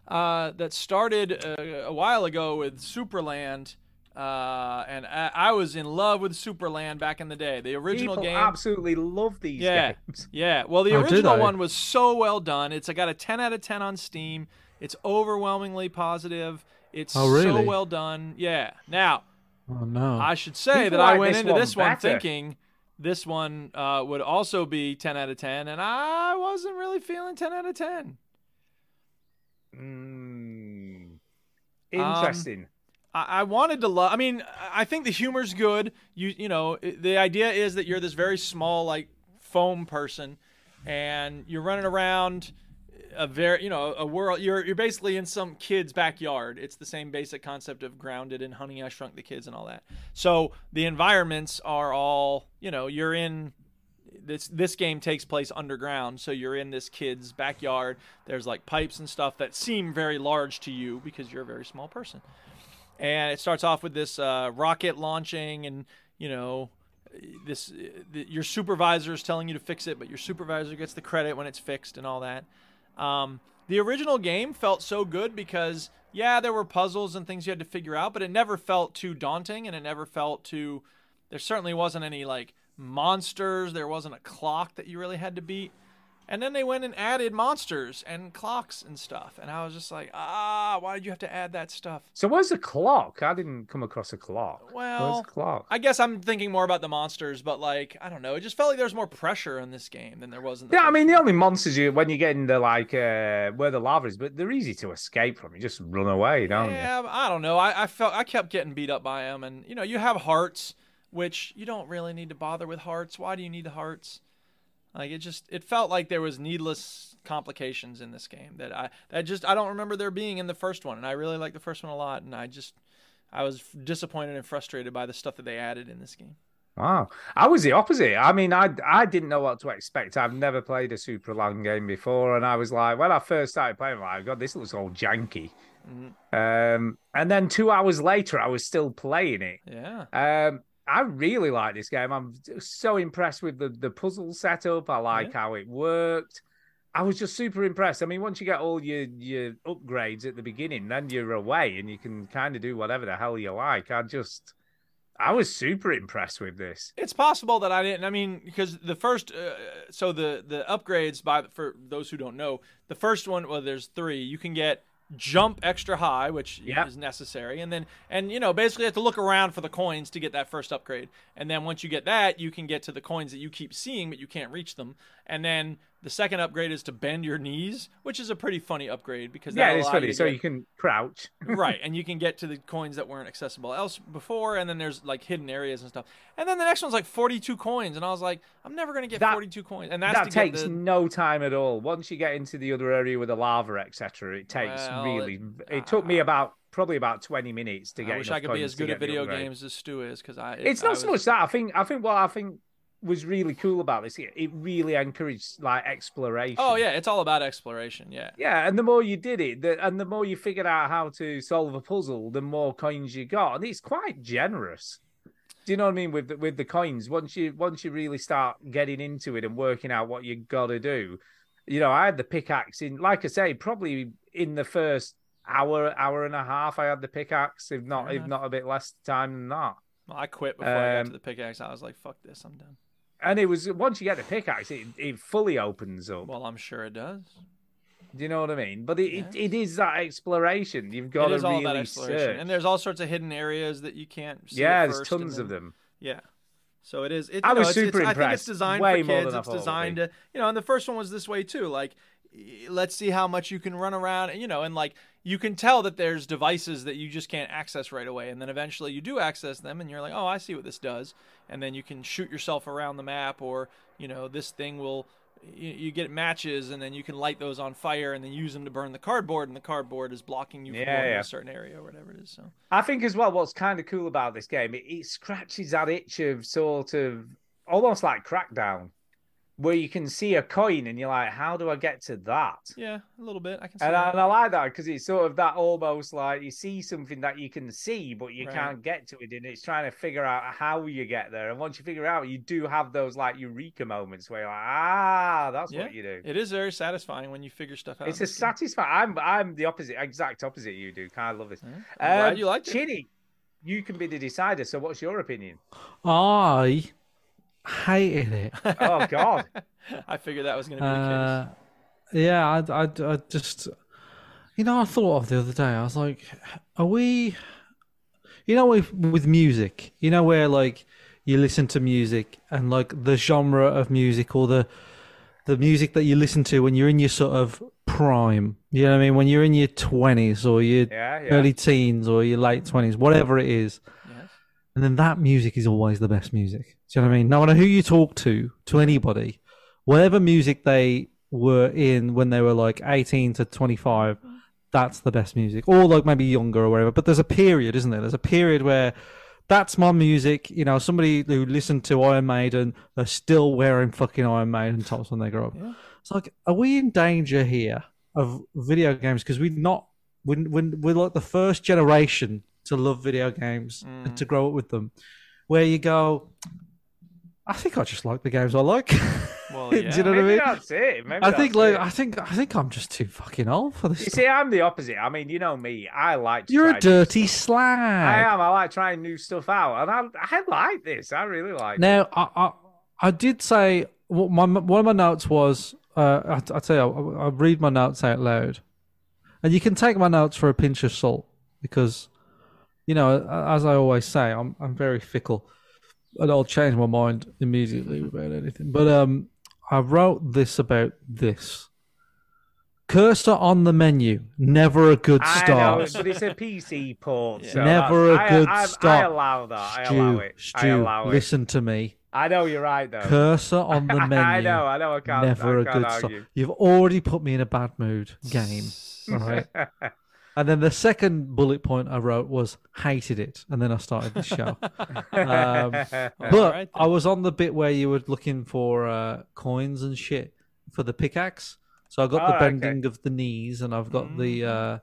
Speaker 1: uh, that started uh, a while ago with Superland. Uh, and I, I was in love with Superland back in the day. The original
Speaker 4: People
Speaker 1: game.
Speaker 4: absolutely love these
Speaker 1: yeah,
Speaker 4: games.
Speaker 1: yeah. Well, the
Speaker 3: Oh, do
Speaker 1: original
Speaker 3: they?
Speaker 1: one was so well done. It's I got a 10 out of 10 on Steam. It's overwhelmingly positive. It's
Speaker 3: Oh,
Speaker 1: so
Speaker 3: really?
Speaker 1: well done. Yeah. Now,
Speaker 3: Oh no.
Speaker 1: I should say
Speaker 4: People
Speaker 1: that I
Speaker 4: like
Speaker 1: went
Speaker 4: this
Speaker 1: into
Speaker 4: one
Speaker 1: this one
Speaker 4: better.
Speaker 1: thinking this one uh, would also be 10 out of 10, and I wasn't really feeling 10 out of 10. Um,
Speaker 4: Mm. Hmm. Interesting.
Speaker 1: I, I wanted to love. I mean, I- I think the humor's good. You you know, i- the idea is that you're this very small like foam person, and you're running around a very you know a world. You're you're basically in some kid's backyard. It's the same basic concept of grounded and Honey I Shrunk the Kids and all that. So the environments are all you know. You're in this this game takes place underground so you're in this kid's backyard there's like pipes and stuff that seem very large to you because you're a very small person and it starts off with this uh, rocket launching and you know this th- your supervisor is telling you to fix it but your supervisor gets the credit when it's fixed and all that um, the original game felt so good because yeah there were puzzles and things you had to figure out but it never felt too daunting and it never felt too there certainly wasn't any like monsters there wasn't a clock that you really had to beat and then they went and added monsters and clocks and stuff and i was just like ah why did you have to add that stuff
Speaker 4: So what's a clock? I didn't come across a clock.
Speaker 1: Well,
Speaker 4: what's a clock?
Speaker 1: I guess I'm thinking more about the monsters, but like I don't know, it just felt like there was more pressure in this game than there was in the.
Speaker 4: yeah, I
Speaker 1: first
Speaker 4: mean
Speaker 1: one.
Speaker 4: the only monsters you when you get in the like uh, where the lava is, but they're easy to escape from. You just run away, don't
Speaker 1: yeah, I don't know. I, I felt I kept getting beat up by them, and you know, you have hearts, which you don't really need to bother with hearts. Why do you need the hearts? Like it just it felt like there was needless complications in this game that I that just I don't remember there being in the first one, and I really like the first one a lot, and I just I was disappointed and frustrated by the stuff that they added in this game.
Speaker 4: you? Wow, Ah, I was the opposite. I mean, I I didn't know what to expect. I've never played a super long game before, and I was like, when I first started playing, I'm like, God, this looks all janky. Um, and then two hours later, I was still playing it.
Speaker 1: Yeah.
Speaker 4: Um, I really like this game. I'm so impressed with the the puzzle setup. I like how it worked. I was just super impressed. I mean, once you get all your your upgrades at the beginning, then you're away and you can kind of do whatever the hell you like. I just, I was super impressed with this.
Speaker 1: It's possible that I didn't. I mean, because the first, uh, so the the upgrades by for those who don't know, the first one. Well, there's three. You can get jump extra high, which
Speaker 4: Yep.
Speaker 1: is necessary, and then and you know basically you have to look around for the coins to get that first upgrade, and then once you get that, you can get to the coins that you keep seeing but you can't reach them, and then the second upgrade is to bend your knees, which is a pretty funny upgrade because
Speaker 4: Yeah,
Speaker 1: that'll
Speaker 4: it's
Speaker 1: allow you
Speaker 4: funny.
Speaker 1: to
Speaker 4: So
Speaker 1: get-
Speaker 4: you can crouch.
Speaker 1: right and you can get to the coins that weren't accessible else before and then there's like hidden areas and stuff and then the next one's like 42 coins and i was like i'm never gonna get
Speaker 4: That-
Speaker 1: 42 coins and that's
Speaker 4: That
Speaker 1: to
Speaker 4: takes
Speaker 1: get the,
Speaker 4: no time at all. Once you get into the other area with the lava, etc., it takes
Speaker 1: Well,
Speaker 4: really.
Speaker 1: it-
Speaker 4: It, took me about probably about twenty minutes to get.
Speaker 1: i wish
Speaker 4: enough
Speaker 1: i could be as
Speaker 4: coins to
Speaker 1: good at
Speaker 4: get the
Speaker 1: video
Speaker 4: upgrade.
Speaker 1: games as stu is because i
Speaker 4: it's
Speaker 1: I
Speaker 4: not so
Speaker 1: was-
Speaker 4: much that I think I think what I think was really cool about this it, it really encouraged like exploration.
Speaker 1: oh yeah it's all about exploration yeah
Speaker 4: Yeah, and the more you did it, the, and the more you figured out how to solve a puzzle, the more coins you got, and it's quite generous. Do you know what I mean with the, with the coins? Once you once you really start getting into it and working out what you got to do, you know, I had the pickaxe in, like I say, probably in the first hour hour and a half, I had the pickaxe, if not
Speaker 1: Fair
Speaker 4: if
Speaker 1: enough.
Speaker 4: not a bit less time than that.
Speaker 1: well, i quit before i got to
Speaker 4: Um,
Speaker 1: the pickaxe i was like fuck this i'm done
Speaker 4: And it was once you get the pickaxe, it, it fully opens up.
Speaker 1: well i'm sure it does
Speaker 4: Do you know what I mean? But it, it, it is that exploration. You've got
Speaker 1: it
Speaker 4: to
Speaker 1: is all
Speaker 4: really
Speaker 1: about exploration,
Speaker 4: search.
Speaker 1: and there's all sorts of hidden areas that you can't. see
Speaker 4: yeah,
Speaker 1: at
Speaker 4: there's
Speaker 1: first and
Speaker 4: tons of
Speaker 1: then-
Speaker 4: them.
Speaker 1: Yeah. So it is. It,
Speaker 4: I
Speaker 1: you know,
Speaker 4: was
Speaker 1: it's-
Speaker 4: super
Speaker 1: it's- I think it's
Speaker 4: impressed,
Speaker 1: designed
Speaker 4: way
Speaker 1: for
Speaker 4: more
Speaker 1: kids.
Speaker 4: than I
Speaker 1: It's
Speaker 4: thought it would
Speaker 1: designed
Speaker 4: be.
Speaker 1: to, you know, and the first one was this way too. Like, y- let's see how much you can run around, and, you know, and like you can tell that there's devices that you just can't access right away, and then eventually you do access them, and you're like, oh, I see what this does, and then you can shoot yourself around the map, or you know, this thing will. You, you get matches, and then you can light those on fire, and then use them to burn the cardboard, and the cardboard is blocking you from
Speaker 4: Yeah,
Speaker 1: going to
Speaker 4: yeah.
Speaker 1: a certain area or whatever it is. So
Speaker 4: I think as well, what's kind of cool about this game, it, it scratches that itch of sort of almost like Crackdown, where you can see a coin and you're like, how do I get to that?
Speaker 1: yeah, a little bit. I can. See
Speaker 4: And I,
Speaker 1: that.
Speaker 4: and I like that because it's sort of that almost like you see something that you can see, but you
Speaker 1: Right.
Speaker 4: can't get to it. And it's trying to figure out how you get there. And once you figure out, you do have those like eureka moments where you're like, ah, that's
Speaker 1: Yeah.
Speaker 4: what you do.
Speaker 1: It is very satisfying when you figure stuff out.
Speaker 4: It's
Speaker 1: in
Speaker 4: a
Speaker 1: this game.
Speaker 4: satisfying. I'm I'm the opposite, exact opposite. You do. I love this. Um,
Speaker 1: Yeah, Hmm. I'm glad you liked it.
Speaker 4: Chinny, you can be the decider. So, what's your opinion?
Speaker 3: I hated it.
Speaker 4: Oh God,
Speaker 1: I figured that was going to be the
Speaker 3: Uh, yeah, I, I, I just, you know, I thought of the other day. I was like, are we, you know, with with music, you know, where like you listen to music and like the genre of music or the the music that you listen to when you're in your sort of prime, you know what I mean, when you're in your twenties or your
Speaker 4: Yeah, yeah.
Speaker 3: early teens or your late twenties, whatever it is.
Speaker 1: Yes.
Speaker 3: And then that music is always the best music. Do you know what I mean? No matter who you talk to, to anybody, whatever music they were in when they were like 18 to 25 that's the best music or like maybe younger or whatever but there's a period isn't there there's a period where that's my music you know somebody who listened to iron maiden are still wearing fucking iron maiden tops when they grow up it's like are we in danger here of video games because we're not we're, we're, we're like the first generation to love video games
Speaker 4: Mm.
Speaker 3: and to grow up with them where you go i think i just like the games i like
Speaker 1: case. Well,
Speaker 3: do
Speaker 1: yeah.
Speaker 3: you know what i
Speaker 4: maybe
Speaker 3: mean
Speaker 4: that's it. Maybe
Speaker 3: I think
Speaker 4: that's
Speaker 3: like
Speaker 4: it.
Speaker 3: I think I think I'm just too fucking old for this.
Speaker 4: you
Speaker 3: stuff.
Speaker 4: see, I'm the opposite. I mean, you know me. I like. To try
Speaker 3: You're a
Speaker 4: new-
Speaker 3: dirty
Speaker 4: I
Speaker 3: slag.
Speaker 4: am. I like trying new stuff out, and I I like this. I really like. it.
Speaker 3: Now I, I I did say what my one of my notes was. Uh, I, I tell you, I, I read my notes out loud, and you can take my notes for a pinch of salt because, you know, as I always say, I'm I'm very fickle, and I'll change my mind immediately about anything. But um, I wrote this about this. Cursor on the menu, never a good
Speaker 4: I
Speaker 3: start.
Speaker 4: know, but it's a PC port. so
Speaker 3: Never
Speaker 4: that's-
Speaker 3: a good
Speaker 4: I, I, I
Speaker 3: start.
Speaker 4: allow that. I
Speaker 3: Stu,
Speaker 4: allow it.
Speaker 3: Stu,
Speaker 4: I allow it.
Speaker 3: listen to me.
Speaker 4: I know you're right though.
Speaker 3: Cursor on the menu.
Speaker 4: I know. I know. I can't.
Speaker 3: Never
Speaker 4: I
Speaker 3: a
Speaker 4: can't
Speaker 3: good start.
Speaker 4: argue.
Speaker 3: You've already put me in a bad mood. Game. All right. and then the second bullet point I wrote was hated it, and then I started the show. um, but
Speaker 1: right
Speaker 3: I was on the bit where you were looking for uh, coins and shit for the pickaxe. So I got
Speaker 4: Oh,
Speaker 3: the
Speaker 4: okay. Mm.
Speaker 3: bending of the knees, and I've got the. Uh,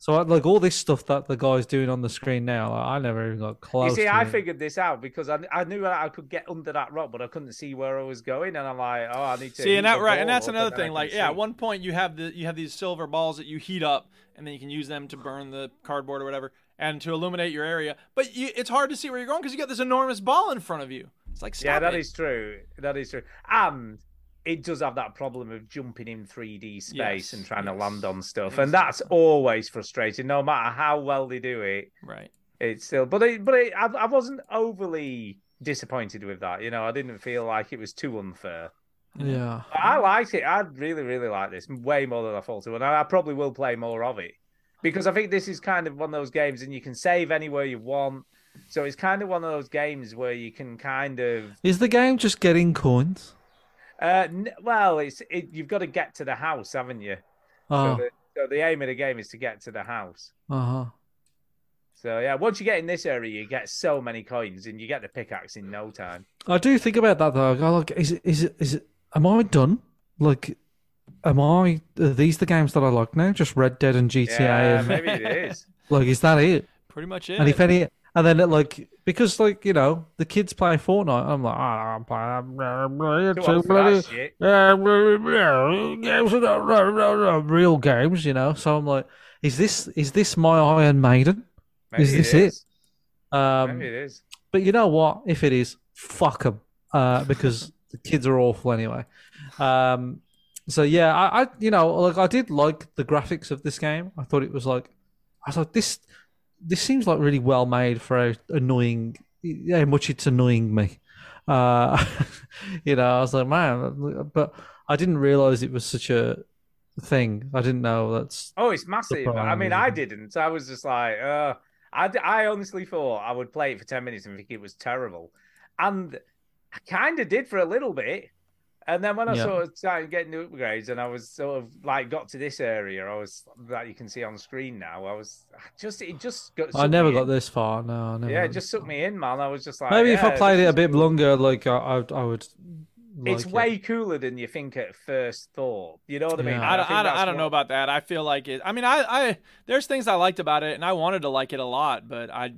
Speaker 3: so I, like all this stuff that the guy's doing on the screen now, I I never even got close.
Speaker 4: You see,
Speaker 3: to
Speaker 4: I
Speaker 3: it.
Speaker 4: figured this out because I, I knew I could get under that rock, but I couldn't see where I was going, and I'm like, oh, I need to.
Speaker 1: See, and
Speaker 4: heat
Speaker 1: that
Speaker 4: the
Speaker 1: right, and
Speaker 4: ball
Speaker 1: that's
Speaker 4: up
Speaker 1: another
Speaker 4: then I
Speaker 1: thing.
Speaker 4: can
Speaker 1: Like, yeah,
Speaker 4: see.
Speaker 1: at one point you have the you have these silver balls that you heat up, and then you can use them to burn the cardboard or whatever, and to illuminate your area. But you, it's hard to see where you're going because you got this enormous ball in front of you. It's like, stop
Speaker 4: Yeah, that
Speaker 1: it.
Speaker 4: is true. That is true. And it does have that problem of jumping in 3D space
Speaker 1: Yes,
Speaker 4: and trying
Speaker 1: yes,
Speaker 4: to land on stuff, and that's always frustrating. No matter how well they do it,
Speaker 1: right.
Speaker 4: it's still. But it, but it, I, I wasn't overly disappointed with that. You know, I didn't feel like it was too unfair.
Speaker 3: Yeah.
Speaker 4: But I liked it. I really, really like this way more than I thought it would. And I probably will play more of it because I think this is kind of one of those games, and you can save anywhere you want. So it's kind of one of those games where you can kind of,
Speaker 3: Is the game just getting coins?
Speaker 4: uh, n- well, it's it, you've got to get to the house, haven't you? So,
Speaker 3: Oh,
Speaker 4: the, so the aim of the game is to get to the house.
Speaker 3: uh-huh.
Speaker 4: So yeah, once you get in this area, you get so many coins, and you get the pickaxe in no time.
Speaker 3: I do think about that though. I go, like, is it, is it, is it, am I done? Like, am I, are these the games that I like now? Just Red Dead and GTA?
Speaker 4: Yeah,
Speaker 3: and,
Speaker 4: maybe it is.
Speaker 3: like, is that it?
Speaker 1: Pretty much it.
Speaker 3: And if any, and then it, like, because like, you know, the kids play Fortnite. I'm like, ah, I'm playing,
Speaker 4: Too
Speaker 3: too
Speaker 4: old for that
Speaker 3: bloody-
Speaker 4: shit.
Speaker 3: yeah, games are not real- real- real- real games, you know? So I'm like, is this, is this my Iron Maiden?
Speaker 4: Maybe
Speaker 3: Is this
Speaker 4: it
Speaker 3: it?
Speaker 4: is.
Speaker 3: Um,
Speaker 4: Maybe it is.
Speaker 3: But you know what? If it is, fuck them, uh, because the kids are awful anyway. Um, So yeah, I, I you know like I did like the graphics of this game. I thought it was like I was like this this seems like really well made for how annoying how much it's annoying me. Uh, you know, I was like man, but I didn't realize it was such a thing. I didn't know that's
Speaker 4: Oh, it's massive. I mean,
Speaker 3: Surprising.
Speaker 4: I didn't. I was just like, uh, I, d- I honestly thought I would play it for 10 minutes and think it was terrible. And I kind of did for a little bit. And then when I
Speaker 3: Yeah.
Speaker 4: sort of started getting the upgrades and I was sort of like got to this area, I was that you can see on screen now. I was I just, it just got.
Speaker 3: I
Speaker 4: sucked
Speaker 3: never
Speaker 4: me
Speaker 3: got
Speaker 4: in.
Speaker 3: this far. No, I never
Speaker 4: Yeah,
Speaker 3: got
Speaker 4: it
Speaker 3: this
Speaker 4: just sucked me in, man. I was just like,
Speaker 3: Maybe if I
Speaker 4: yeah,
Speaker 3: played it
Speaker 4: this
Speaker 3: a
Speaker 4: is
Speaker 3: bit
Speaker 4: cool.
Speaker 3: longer, like I, I, would- I would.
Speaker 4: It's
Speaker 3: like it.
Speaker 4: way cooler than you think at first thought. You know what I mean?
Speaker 3: Yeah.
Speaker 4: And
Speaker 3: I
Speaker 1: I don't,
Speaker 4: think
Speaker 1: I, don't,
Speaker 4: that's
Speaker 1: I don't
Speaker 4: what-
Speaker 1: know about that. I feel like it. I mean, I, I there's things I liked about it, and I wanted to like it a lot, but I,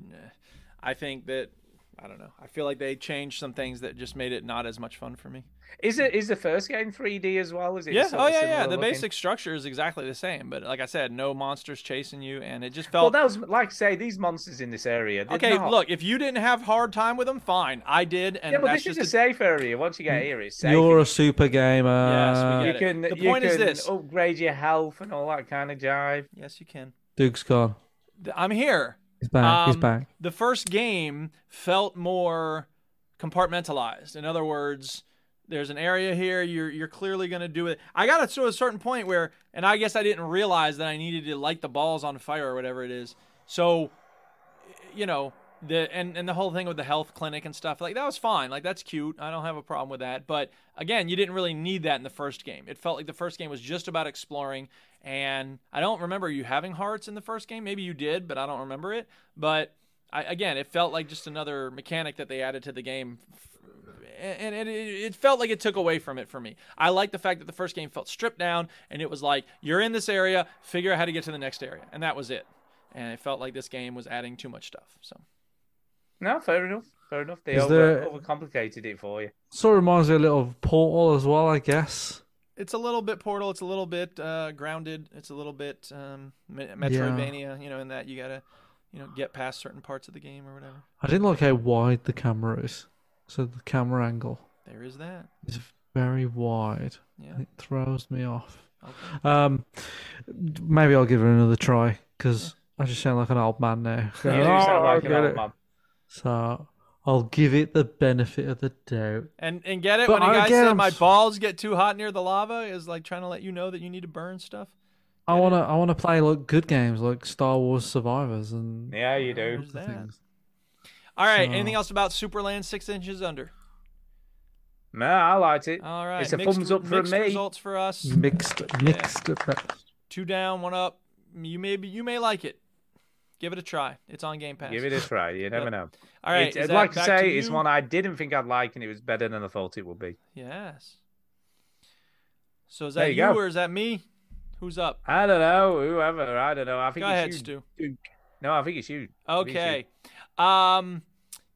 Speaker 1: I think that I don't know. I feel like they changed some things that just made it not as much fun for me.
Speaker 4: Is it is the first game 3D as well? Is it?
Speaker 1: Yeah.
Speaker 4: sort
Speaker 1: Oh
Speaker 4: of
Speaker 1: yeah,
Speaker 4: similar
Speaker 1: yeah. The
Speaker 4: looking?
Speaker 1: basic structure is exactly the same, but like I said, no monsters chasing you, and it just
Speaker 4: Well,
Speaker 1: felt.
Speaker 4: those like I say these monsters in this area. they're
Speaker 1: okay,
Speaker 4: not-
Speaker 1: look, if you didn't have hard time with them, fine. I did, and
Speaker 4: Yeah, but
Speaker 1: that's
Speaker 4: this is
Speaker 1: just
Speaker 4: a safe area. Once you get here, it's safe.
Speaker 3: You're a super gamer.
Speaker 1: Yes, we
Speaker 4: you
Speaker 1: get it.
Speaker 4: can
Speaker 1: The
Speaker 4: you
Speaker 1: point is
Speaker 4: can
Speaker 1: this.
Speaker 4: upgrade your health and all that kind of jive.
Speaker 1: yes, you can.
Speaker 3: Duke's gone.
Speaker 1: Th- I'm here.
Speaker 3: He's back. He's
Speaker 1: Um,
Speaker 3: back.
Speaker 1: The first game felt more compartmentalized. In other words, there's an area here. You're you're clearly going to do it. I got to a certain point where, and I guess I didn't realize that I needed to light the balls on fire or whatever it is. So, you know, the and and the whole thing with the health clinic and stuff like that was fine. Like that's cute. I don't have a problem with that. But again, you didn't really need that in the first game. It felt like the first game was just about exploring. And I don't remember you having hearts in the first game. Maybe you did, but I don't remember it. But I, again, it felt like just another mechanic that they added to the game. And it, it, it felt like it took away from it for me. I like the fact that the first game felt stripped down and it was like, you're in this area, figure out how to get to the next area. And that was it. And it felt like this game was adding too much stuff. So
Speaker 4: No, fair enough. Fair enough. They
Speaker 3: Is
Speaker 4: over,
Speaker 3: there-
Speaker 4: overcomplicated it for you.
Speaker 3: Sort of reminds me a little of Portal as well, I guess.
Speaker 1: it's a little bit Portal, it's a little bit uh, grounded, it's a little bit um, Me- Metroidvania, you know, in that you got to, you know, get past certain parts of the game or whatever.
Speaker 3: I didn't like how wide the camera is. So the camera angle
Speaker 1: There is that.
Speaker 3: is very wide.
Speaker 1: Yeah.
Speaker 3: It throws me off. Um, maybe I'll give it another try because I just sound like an old man now.
Speaker 4: You do
Speaker 3: Oh,
Speaker 4: sound
Speaker 3: I
Speaker 4: like an
Speaker 3: get
Speaker 4: old
Speaker 3: it.
Speaker 4: man.
Speaker 3: So I'll give it the benefit of the doubt.
Speaker 1: And and get it
Speaker 3: But
Speaker 1: when you
Speaker 3: I
Speaker 1: guys
Speaker 3: get
Speaker 1: said
Speaker 3: 'em.
Speaker 1: my balls get too hot near the lava is like trying to let you know that you need to burn stuff.
Speaker 3: I wanna, I wanna play like good games like Star Wars Survivors and
Speaker 4: Yeah, you do.
Speaker 1: There's that.
Speaker 3: other things.
Speaker 1: All right.
Speaker 3: So-
Speaker 1: Anything else about Superland Six Inches Under?
Speaker 4: No, I liked it.
Speaker 1: All right.
Speaker 4: It's a
Speaker 1: mixed,
Speaker 4: thumbs up from
Speaker 1: mixed
Speaker 4: me.
Speaker 1: Results for us.
Speaker 3: mixed, mixed. at best.
Speaker 1: Two down, one up. You may be, you may like it. Give it a try. It's on Game Pass.
Speaker 4: Give it a try. You never know.
Speaker 1: All right.
Speaker 4: It-
Speaker 1: is that
Speaker 4: like I
Speaker 1: back
Speaker 4: say, it's
Speaker 1: you?
Speaker 4: one I didn't think I'd like, and it was better than I thought it would be.
Speaker 1: Yes. So is
Speaker 4: There
Speaker 1: that
Speaker 4: you
Speaker 1: you,
Speaker 4: go.
Speaker 1: or is that me? Who's up?
Speaker 4: I don't know. Whoever. I don't know. I think
Speaker 1: Go
Speaker 4: it's
Speaker 1: ahead,
Speaker 4: you,
Speaker 1: Stu.
Speaker 4: Duke. No, I think it's you. I think it's you.
Speaker 1: Okay. Um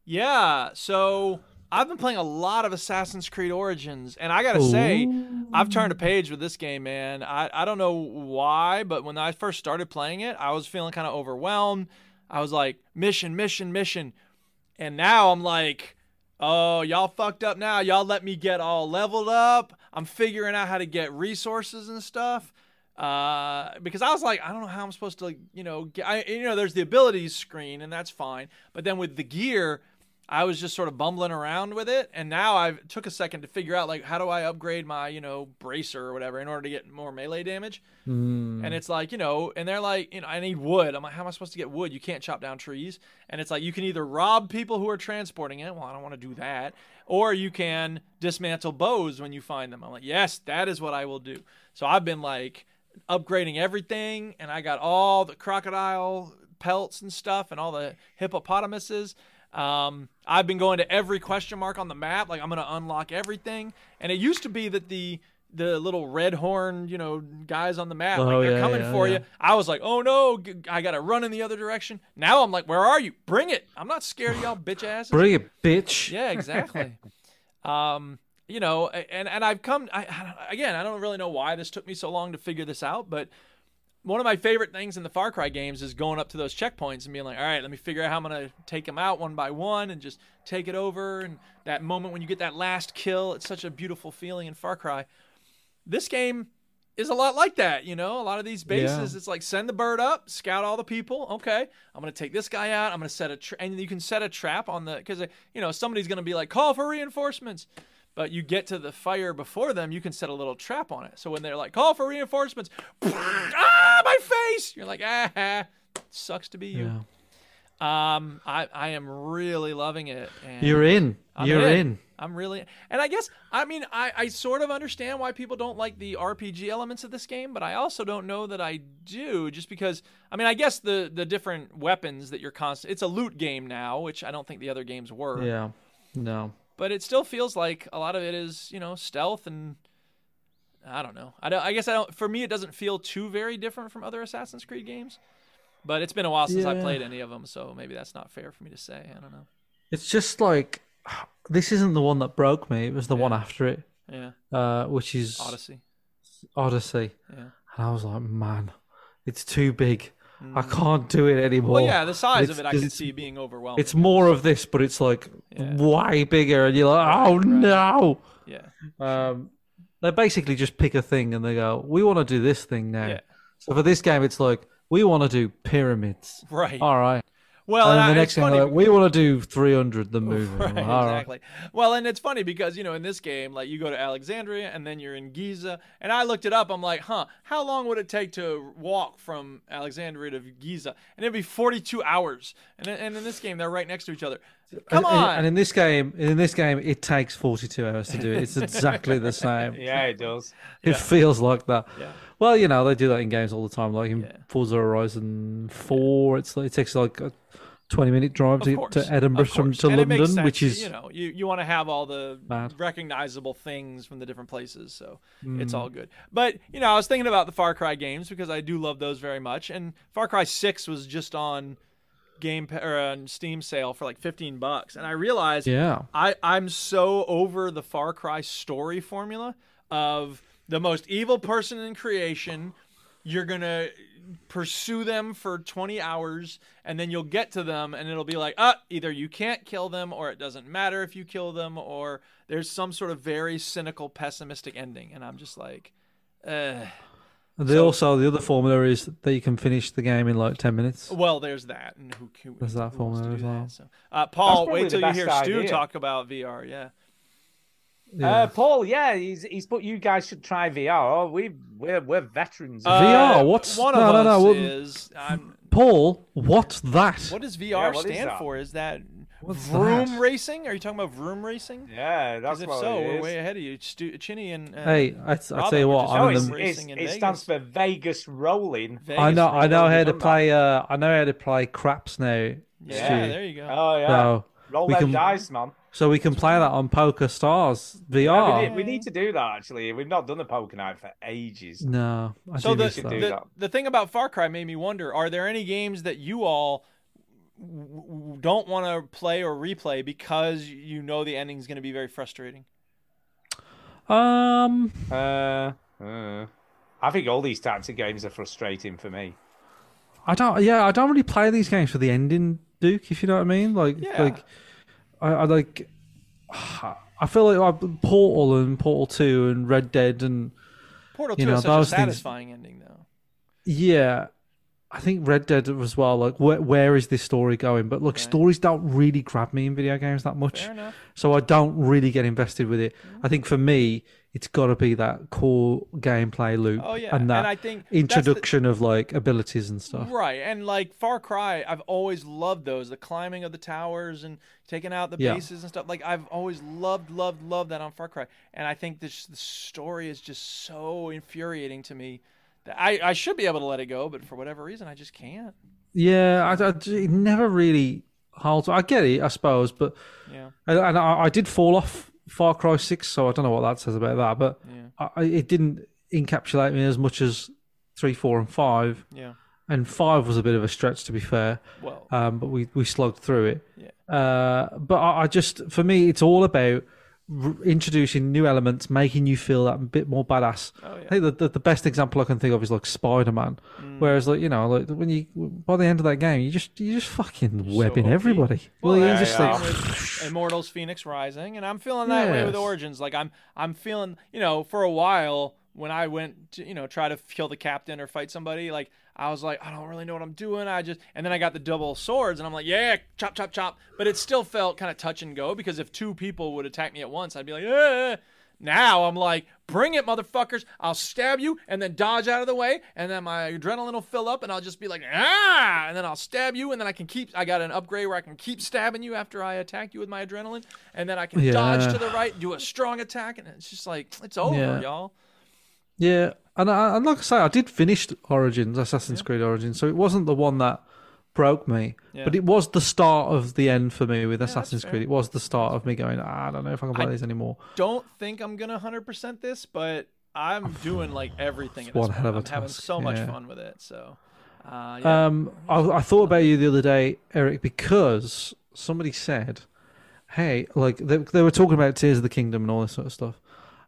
Speaker 1: yeah, so I've been playing a lot of Assassin's Creed Origins and I got to say I've turned a page with this game, man. I I don't know why, but when I first started playing it, I was feeling kind of overwhelmed. I was like, mission, mission, mission. And now I'm like, oh, y'all fucked up now. Y'all let me get all leveled up. I'm figuring out how to get resources and stuff. Uh, because I was like, I don't know how I'm supposed to, like, you know, get, I, you know, there's the abilities screen and that's fine. But then with the gear, I was just sort of bumbling around with it. And now I took a second to figure out, like, how do I upgrade my, you know, bracer or whatever in order to get more melee damage? And it's like, you know, and they're like, you know, I need wood. I'm like, how am I supposed to get wood? You can't chop down trees. And it's like, you can either rob people who are transporting it. Well, I don't want to do that. Or you can dismantle bows when you find them. I'm like, yes, that is what I will do. So I've been like upgrading everything. And I got all the crocodile pelts and stuff and all the hippopotamuses. Um, I've been going to every question mark on the map. Like I'm gonna unlock everything. And it used to be that the the little red horn, you know, guys on the map,
Speaker 3: Oh,
Speaker 1: like they're
Speaker 3: yeah,
Speaker 1: coming
Speaker 3: yeah,
Speaker 1: for
Speaker 3: yeah.
Speaker 1: you. I was like, oh no, g- I gotta run in the other direction. Now I'm like, where are you? Bring it. I'm not scared of y'all bitch asses.
Speaker 3: Bring it, bitch.
Speaker 1: Yeah, exactly. um, you know, a- and and I've come I, I don't- again. I don't really know why this took me so long to figure this out, but one of my favorite things in the Far Cry games is going up to those checkpoints and being like, "All right, let me figure out how I'm gonna take them out one by one and just take it over." And that moment when you get that last kill, it's such a beautiful feeling in Far Cry. This game is a lot like that, you know. A lot of these bases, it's like send the bird up, scout all the people. Okay, I'm gonna take this guy out. I'm gonna set a tra- and you can set a trap on the because you know somebody's gonna be like call for reinforcements, but you get to the fire before them, you can set a little trap on it. So when they're like call for reinforcements, ah, my face, you're like ah, ah, sucks to be you.
Speaker 3: Yeah.
Speaker 1: Um, I I am really loving it. And
Speaker 3: You're in.
Speaker 1: I'm
Speaker 3: You're in.
Speaker 1: I'm really, and I guess I mean I, I sort of understand why people don't like the RPG elements of this game, but I also don't know that I do, just because I mean I guess the the different weapons that you're constant. It's a loot game now, which I don't think the other games were.
Speaker 3: Yeah. No.
Speaker 1: But it still feels like a lot of it is you know stealth and I don't know. I don't. I guess I don't. For me, it doesn't feel too very different from other Assassin's Creed games. But it's been a while since I
Speaker 3: Yeah.
Speaker 1: played any of them, so maybe that's not fair for me to say. I don't know.
Speaker 3: It's just like this isn't the one that broke me. It was the one after it,
Speaker 1: Yeah,
Speaker 3: uh, which is
Speaker 1: Odyssey.
Speaker 3: Odyssey.
Speaker 1: Yeah.
Speaker 3: And I was like, man, it's too big. I can't do it anymore.
Speaker 1: Mm. Well, yeah, the size of
Speaker 3: It's-
Speaker 1: it I
Speaker 3: 'cause
Speaker 1: can
Speaker 3: it's-
Speaker 1: see being overwhelming.
Speaker 3: It's more of this, but it's like
Speaker 1: Yeah.
Speaker 3: way bigger, and you're like, oh no.
Speaker 1: yeah,
Speaker 3: Um, they basically just pick a thing and they go, we want to do this thing now.
Speaker 1: Yeah.
Speaker 3: So for this game, it's like we want to do pyramids.
Speaker 1: right.
Speaker 3: All right.
Speaker 1: well,
Speaker 3: Uh, and
Speaker 1: and I,
Speaker 3: the next
Speaker 1: it's
Speaker 3: thing,
Speaker 1: funny
Speaker 3: like, we want to do 300 the movie.
Speaker 1: Right,
Speaker 3: I'm like, "All right."
Speaker 1: exactly. Well, and it's funny because you know in this game, like you go to Alexandria and then you're in Giza, and I looked it up. I'm like, huh, how long would it take to walk from Alexandria to Giza? And it'd be 42 hours. And and in this game, they're right next to each other. Come
Speaker 3: And- and-
Speaker 1: on.
Speaker 3: And in this game, in this game, it takes 42 hours to do it. It's exactly the same.
Speaker 4: Yeah, it does.
Speaker 3: It feels like that.
Speaker 1: Yeah.
Speaker 3: Well, you know, they do that in games all the time. Like in
Speaker 1: Yeah.
Speaker 3: Forza Horizon 4, it's like, it takes like a 20 minute drive
Speaker 1: Of
Speaker 3: to get
Speaker 1: course,
Speaker 3: to Edinburgh
Speaker 1: of
Speaker 3: from
Speaker 1: course.
Speaker 3: to
Speaker 1: And it makes
Speaker 3: London,
Speaker 1: sense,
Speaker 3: which is
Speaker 1: you know you, you want to have all the
Speaker 3: Bad.
Speaker 1: recognizable things from the different places, so
Speaker 3: Mm.
Speaker 1: it's all good. But you know, I was thinking about the Far Cry games because I do love those very much, and Far Cry Six was just on game Pa- or on Steam sale for like fifteen bucks, and I realized
Speaker 3: yeah.
Speaker 1: I, I'm so over the Far Cry story formula of the most evil person in creation. You're gonna pursue them for 20 hours, and then you'll get to them, and it'll be like, ah, either you can't kill them, or it doesn't matter if you kill them, or there's some sort of very cynical, pessimistic ending. And I'm just like, Ugh.
Speaker 3: And They also the other formula is that you can finish the game in like 10 minutes.
Speaker 1: well, there's that, and who, who,
Speaker 3: There's that
Speaker 1: who wants to
Speaker 3: formula
Speaker 1: do
Speaker 3: as
Speaker 1: that?
Speaker 3: well.
Speaker 1: So, uh, Paul,
Speaker 4: That's probably
Speaker 1: wait till
Speaker 4: the
Speaker 1: you hear
Speaker 4: best
Speaker 1: Stu
Speaker 4: idea.
Speaker 1: talk about VR. Yeah.
Speaker 3: Yeah.
Speaker 4: Uh, Paul, yeah, he's he's put you guys should try VR. Oh, we we're we're veterans. of
Speaker 3: Uh,
Speaker 4: it.
Speaker 3: VR, what's-
Speaker 1: one
Speaker 3: no,
Speaker 1: of
Speaker 3: no,
Speaker 1: us
Speaker 3: no, what-
Speaker 1: is I'm,
Speaker 3: Paul, what's that?
Speaker 1: What does VR
Speaker 4: what is
Speaker 1: stand
Speaker 4: that?
Speaker 1: for? Is that
Speaker 3: What's
Speaker 1: vroom
Speaker 3: that?
Speaker 1: racing? Are you talking about vroom racing?
Speaker 4: yeah,
Speaker 1: Because
Speaker 4: that's
Speaker 1: if
Speaker 4: what
Speaker 1: so,
Speaker 4: it
Speaker 1: we're
Speaker 4: is.
Speaker 1: way ahead of you. Stu, Chinny and uh,
Speaker 3: Hey, I, I tell
Speaker 1: Robin,
Speaker 3: you
Speaker 1: we're
Speaker 3: what,
Speaker 1: just oh,
Speaker 4: No,
Speaker 3: I'm in
Speaker 4: it's,
Speaker 3: the,
Speaker 1: racing
Speaker 4: it's,
Speaker 1: in
Speaker 4: it stands for Vegas Rolling.
Speaker 1: Vegas
Speaker 3: I know, I
Speaker 1: racing.
Speaker 3: know how to
Speaker 4: Remember.
Speaker 3: play. Uh, I know how to play craps now.
Speaker 1: Yeah,
Speaker 3: Stu.
Speaker 1: there you go.
Speaker 4: Oh yeah,
Speaker 3: So
Speaker 4: roll
Speaker 3: we
Speaker 4: them
Speaker 3: can-
Speaker 4: dice, man.
Speaker 3: So we can play that on Poker Stars
Speaker 4: Yeah, we,
Speaker 3: VR.
Speaker 4: need, we need to do that actually. We've not done a poker night for ages.
Speaker 3: No, I
Speaker 1: so
Speaker 3: do
Speaker 1: the,
Speaker 3: miss that.
Speaker 1: the the thing about Far Cry made me wonder: Are there any games that you all w- w- don't want to play or replay because you know the ending's going to be very frustrating?
Speaker 3: Um,
Speaker 4: Uh, uh, I think all these types of games are frustrating for me.
Speaker 3: I don't. Yeah, I don't really play these games for the ending, Duke. If you know what I mean, like,
Speaker 1: Yeah.
Speaker 3: like, I, I like. I feel like I, Portal and Portal Two and Red Dead and
Speaker 1: Portal Two
Speaker 3: You know,
Speaker 1: has such a
Speaker 3: those things-
Speaker 1: satisfying ending, though.
Speaker 3: yeah, I think Red Dead as well. Like, where where is this story going? But like, stories don't really grab me in video games that much.
Speaker 1: Fair enough.
Speaker 3: so I don't really get invested with it. I think for me, it's got to be that core gameplay loop
Speaker 1: Oh, yeah,
Speaker 3: and
Speaker 1: and
Speaker 3: that
Speaker 1: I think that's the-
Speaker 3: introduction of like abilities and stuff.
Speaker 1: Right, and like Far Cry, I've always loved those the climbing of the towers and taking out the
Speaker 3: Yeah.
Speaker 1: bases and stuff. Like I've always loved, loved, loved that on Far Cry, and I think this the story is just so infuriating to me that I I should be able to let it go, but for whatever reason, I just can't.
Speaker 3: Yeah, I, I- it never really holds. I get it, I suppose, but
Speaker 1: Yeah.
Speaker 3: and, and I, I did fall off Far Cry Six, so I don't know what that says about that, but I I, it didn't encapsulate me as much as three, four, and five.
Speaker 1: Yeah.
Speaker 3: And five was a bit of a stretch, to be fair.
Speaker 1: Well,
Speaker 3: um, but we, we slogged through it. Uh, but I, I just, for me, it's all about r- introducing new elements, making you feel that bit more badass.
Speaker 1: Oh,
Speaker 3: I think the, the, the best example I can think of is like Spider Man.
Speaker 1: Mm.
Speaker 3: Whereas, like you know, like when you by the end of that game, you just you just fucking webbing
Speaker 1: OP.
Speaker 3: everybody.
Speaker 1: well, uh,
Speaker 3: you're
Speaker 1: that's
Speaker 3: just
Speaker 1: the
Speaker 3: like,
Speaker 1: same with Immortals: Phoenix Rising, and I'm feeling that way with
Speaker 3: Yes.
Speaker 1: Origins. Like I'm I'm feeling, you know, for a while when I went to, you know, try to kill the captain or fight somebody, like I was like, I don't really know what I'm doing. I just and then I got the double swords and I'm like, yeah, chop, chop, chop. But it still felt kind of touch and go because if two people would attack me at once, I'd be like, eh. Now I'm like, bring it, motherfuckers. I'll stab you and then dodge out of the way, and then my adrenaline will fill up, and I'll just be like, ah, and then I'll stab you, and then I can keep. I got an upgrade where I can keep stabbing you after I attack you with my adrenaline, and then I can dodge
Speaker 3: Yeah.
Speaker 1: to the right, do a strong attack, and it's just like it's over,
Speaker 3: Yeah.
Speaker 1: y'all.
Speaker 3: Yeah, and I, and like I say, I did finish Origins, Assassin's Creed Origins, so it wasn't the one that broke me, but
Speaker 1: Yeah.
Speaker 3: it was the start of the end for me with Assassin's
Speaker 1: fair.
Speaker 3: Creed. It was the start of me going, "Ah, I don't know if I can play these anymore.
Speaker 1: don't think I'm gonna hundred percent this, but I'm doing like everything. at
Speaker 3: It's one
Speaker 1: this
Speaker 3: hell
Speaker 1: point.
Speaker 3: of a
Speaker 1: I'm having
Speaker 3: task,
Speaker 1: so much
Speaker 3: yeah.
Speaker 1: fun with it. So, uh, yeah.
Speaker 3: Um, I, I thought about you the other day, Eric, because somebody said, "Hey, like they, they were talking about Tears of the Kingdom and all this sort of stuff,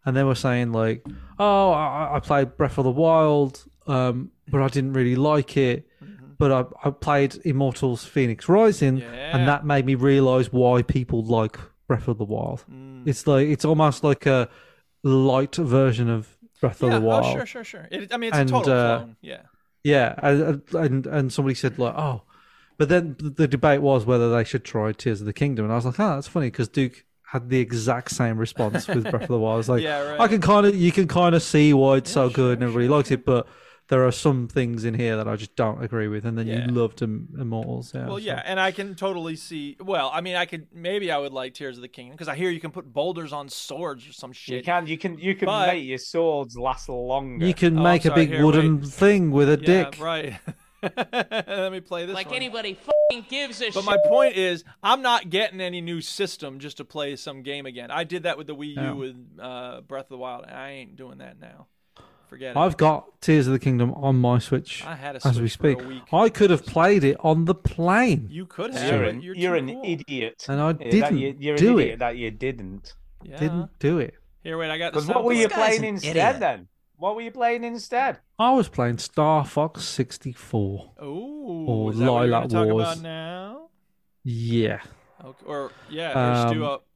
Speaker 3: and they were saying like, oh, I, I played Breath of the Wild, um, but I didn't really like it."
Speaker 1: Mm-hmm.
Speaker 3: But I, I played Immortals Phoenix Rising,
Speaker 1: Yeah.
Speaker 3: and that made me realize why people like Breath of the Wild.
Speaker 1: Mm.
Speaker 3: It's like it's almost like a light version of Breath
Speaker 1: yeah.
Speaker 3: of the Wild.
Speaker 1: Oh, sure, sure, sure. It, I mean, it's
Speaker 3: And,
Speaker 1: a total
Speaker 3: uh,
Speaker 1: clone. Yeah.
Speaker 3: Yeah, and and, and somebody said like, oh, but then the debate was whether they should try Tears of the Kingdom, and I was like, oh, that's funny because Duke had the exact same response with Breath of the Wild. I was like,
Speaker 1: Yeah, right.
Speaker 3: I can kind of you can kind of see why it's so good and everybody likes it, but there are some things in here that I just don't agree with, and then
Speaker 1: Yeah.
Speaker 3: you loved Im- Immortals. Yeah,
Speaker 1: Well,
Speaker 3: so-
Speaker 1: yeah, and I can totally see. Well, I mean, I could maybe I would like Tears of the Kingdom because I hear you can put boulders on swords or some
Speaker 4: You
Speaker 1: shit.
Speaker 4: can you can you can
Speaker 1: But-
Speaker 4: make your swords last longer.
Speaker 3: You can
Speaker 1: Oh, I'm
Speaker 3: make a
Speaker 1: sorry,
Speaker 3: big
Speaker 1: here,
Speaker 3: wooden
Speaker 1: wait.
Speaker 3: thing with a
Speaker 1: yeah,
Speaker 3: dick.
Speaker 1: right. Let me play this.
Speaker 10: Like
Speaker 1: one.
Speaker 10: anybody fucking gives a
Speaker 1: But
Speaker 10: shit.
Speaker 1: my point is, I'm not getting any new system just to play some game again. I did that with the Wii U
Speaker 3: Yeah.
Speaker 1: with uh, Breath of the Wild. and I ain't doing that now. Forget it.
Speaker 3: I've got Tears of the Kingdom on my Switch
Speaker 1: I had a
Speaker 3: as we
Speaker 1: Switch for a
Speaker 3: speak.
Speaker 1: week.
Speaker 3: I could have played it on the plane.
Speaker 1: You could have.
Speaker 4: You're
Speaker 1: but
Speaker 4: an,
Speaker 1: you're
Speaker 4: you're
Speaker 1: too
Speaker 4: an
Speaker 1: cool.
Speaker 4: idiot.
Speaker 3: And I
Speaker 4: Yeah, that
Speaker 3: didn't
Speaker 4: you, you're
Speaker 3: do
Speaker 4: an
Speaker 3: it.
Speaker 4: idiot that you didn't.
Speaker 1: Yeah.
Speaker 3: Didn't do it.
Speaker 1: Here, wait. I got the.
Speaker 4: Because what were
Speaker 1: soundboard.
Speaker 4: you
Speaker 1: Guys,
Speaker 4: playing instead then? What were you playing instead?
Speaker 3: I was playing Star Fox 64.
Speaker 1: Ooh.
Speaker 3: Oh,
Speaker 1: is that what you're
Speaker 3: Lilac
Speaker 1: gonna
Speaker 3: Wars.
Speaker 1: Talk about now.
Speaker 3: Yeah.
Speaker 1: Okay, or yeah, or Stu
Speaker 3: Um,
Speaker 1: up.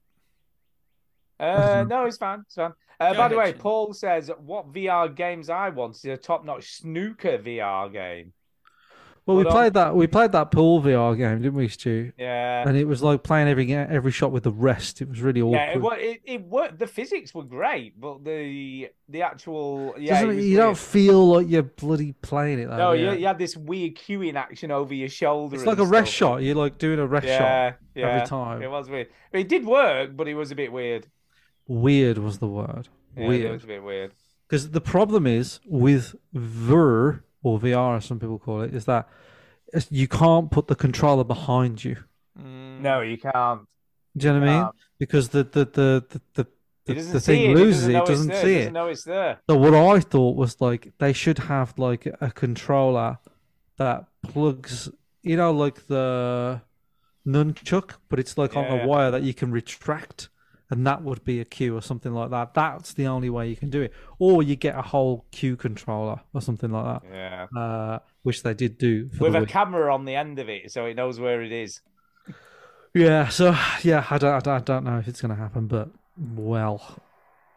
Speaker 3: Mm-hmm.
Speaker 4: Uh, no, it's fine. It's fine. Uh,
Speaker 1: Go
Speaker 4: by the
Speaker 1: ahead,
Speaker 4: way,
Speaker 1: Shane.
Speaker 4: Paul says what VR games I want is a top-notch snooker VR game.
Speaker 3: Well, we
Speaker 4: Hold on.
Speaker 3: played that.
Speaker 4: um,
Speaker 3: We played that pool VR game, didn't we, Stu?
Speaker 4: Yeah,
Speaker 3: And it was like playing every ga- every shot with the rest. It was really awkward.
Speaker 4: yeah. It, wa- it, it worked. The physics were great, but the the actual yeah. it
Speaker 3: Doesn't-
Speaker 4: was
Speaker 3: you don't
Speaker 4: weird.
Speaker 3: feel like you're bloody playing it. Though,
Speaker 4: No,
Speaker 3: yeah.
Speaker 4: you, you had this weird queuing action over your shoulder.
Speaker 3: It's like a
Speaker 4: and
Speaker 3: rest
Speaker 4: stuff.
Speaker 3: shot. You're like doing a rest
Speaker 4: Yeah,
Speaker 3: shot
Speaker 4: yeah.
Speaker 3: every time.
Speaker 4: It was weird. It did work, but it was a bit weird.
Speaker 3: Weird was the word.
Speaker 4: Yeah, It was
Speaker 3: Weird.
Speaker 4: a bit weird.
Speaker 3: Because the problem is with VR or VR, as some people call it, is that it's- you can't put the controller behind you.
Speaker 1: Mm.
Speaker 4: No, you can't.
Speaker 3: Do you know what I mean?
Speaker 4: Um,
Speaker 3: Because the the the the, the,
Speaker 4: It
Speaker 3: the,
Speaker 4: doesn't
Speaker 3: the
Speaker 4: see
Speaker 3: thing
Speaker 4: it.
Speaker 3: loses it,
Speaker 4: it.
Speaker 3: it doesn't
Speaker 4: know it's there.
Speaker 3: see
Speaker 4: Doesn't
Speaker 3: it.
Speaker 4: know it's there.
Speaker 3: So what I thought was like they should have like a controller that plugs, you know, like the nunchuck, but it's like on
Speaker 4: Yeah.
Speaker 3: a wire that you can retract, and that would be a cue or something like that. That's the only way you can do it, or you get a whole cue controller or something like that,
Speaker 4: Yeah.
Speaker 3: uh, which they did do for
Speaker 4: With
Speaker 3: the
Speaker 4: a
Speaker 3: Wii.
Speaker 4: camera on the end of it, so it knows where it is.
Speaker 3: Yeah, so yeah, I don't, I don't, I don't know if it's going to happen, but well,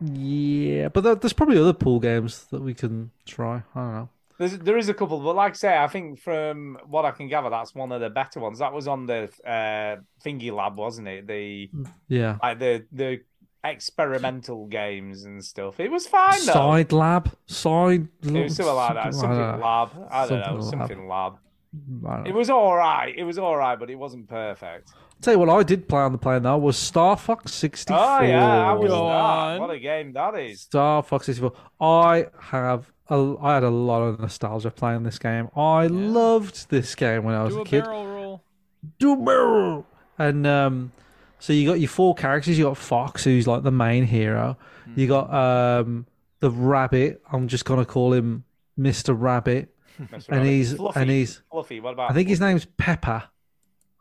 Speaker 3: yeah. But there, there's probably other pool games that we can try. I don't know.
Speaker 4: There's, there is a couple, but like I say, I think from what I can gather, that's one of the better ones. That was on the uh, Thingy Lab, wasn't it? The
Speaker 3: Mm. Yeah,
Speaker 4: like the the experimental games and stuff. It was fine though.
Speaker 3: side lab, side.
Speaker 4: It was something like that. Something lab. I don't know.
Speaker 3: Something Uh, lab.
Speaker 4: Something lab.
Speaker 3: I don't
Speaker 4: It
Speaker 3: know.
Speaker 4: was all right. It was all right, but it wasn't perfect.
Speaker 3: Tell you what, I did play on the plane though was Star Fox sixty four.
Speaker 4: Oh yeah, I was
Speaker 1: Go
Speaker 4: that.
Speaker 1: on.
Speaker 4: What a game that is.
Speaker 3: Star Fox 64. I have a, I had a lot of nostalgia playing this game. I loved this game when I was
Speaker 1: Do
Speaker 3: a
Speaker 1: a
Speaker 3: kid.
Speaker 1: barrel roll.
Speaker 3: do barrel. And um, so you got your four characters. You got Fox, who's like the main hero.
Speaker 4: Hmm.
Speaker 3: You got um, the rabbit. I'm just gonna call him Mister Rabbit,
Speaker 4: Mr.
Speaker 3: and
Speaker 4: Rabbit.
Speaker 3: he's
Speaker 4: Fluffy.
Speaker 3: and he's.
Speaker 4: Fluffy. What about?
Speaker 3: I think his name's Pepper.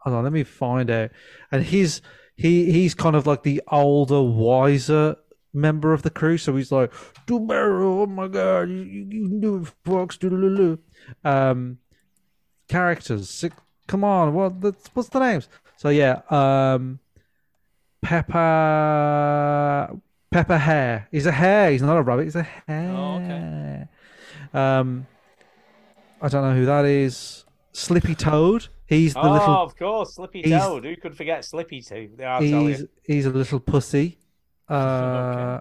Speaker 3: Hold on, let me find out. And he's he he's kind of like the older, wiser member of the crew. So he's like, do barrel. Oh my god, you, you you can do it, Fox. Doodaloo. Um, characters. Six, come on, what that's, what's the names? So yeah, um, Pepper. Pepper Hare. He's a hare. He's not a rabbit. He's a hare.
Speaker 1: Oh, okay.
Speaker 3: Um, I don't know who that is. Slippy Toad. He's the
Speaker 4: oh,
Speaker 3: little.
Speaker 4: of course, Slippy
Speaker 3: he's-
Speaker 4: Toad. Who could forget Slippy Toad? I'll tell
Speaker 3: He's
Speaker 4: you.
Speaker 3: he's a little pussy. Uh,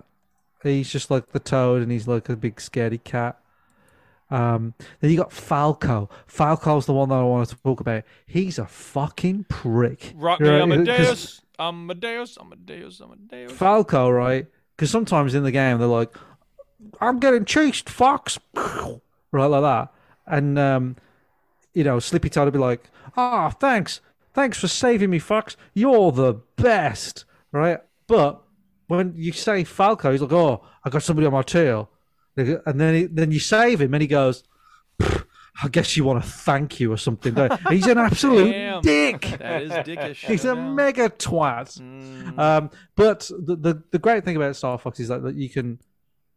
Speaker 3: He's just like the toad, and he's like a big scaredy cat. Um, then you got Falco. Falco's the one that I wanted to talk about. He's a fucking prick.
Speaker 1: Rock me,
Speaker 3: Right, 'cause-
Speaker 1: Amadeus. Amadeus. Amadeus. Amadeus.
Speaker 3: Falco, right? Because sometimes in the game they're like, "I'm getting chased, Fox," right like that, and um, you know, Slippy Toad would be like, "Ah, thanks, thanks for saving me, Fox. You're the best," right? But when you say Falco, he's like, "Oh, I got somebody on my tail," and then he, then you save him, and he goes. "Pff, I guess you want to thank you or something. don't you?" He's an absolute
Speaker 1: Damn.
Speaker 3: dick.
Speaker 1: That is dickish.
Speaker 3: He's a mega twat.
Speaker 1: Mm,
Speaker 4: Mm.
Speaker 3: Um, but the, the the great thing about Star Fox is that, that you can.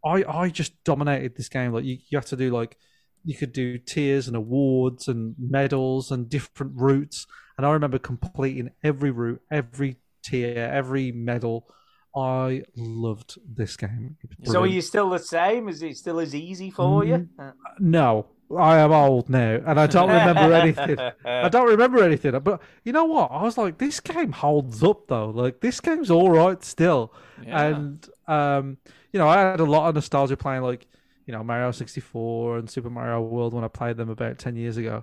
Speaker 3: I I just dominated this game. Like you, you have to do like you could do tiers and awards and medals and different routes. And I remember completing every route, every tier, every medal. I loved this game. It was
Speaker 4: So are
Speaker 3: brilliant.
Speaker 4: you still the same? Is it still as easy for you?
Speaker 3: no, I am old now, and Mm, I don't remember anything. I don't remember anything. But you know what? I was like, this game holds up though. Like this game's all right still. And um, you know, I had a lot of nostalgia playing like, you know, Mario sixty four and Super Mario World when I played them about ten years ago.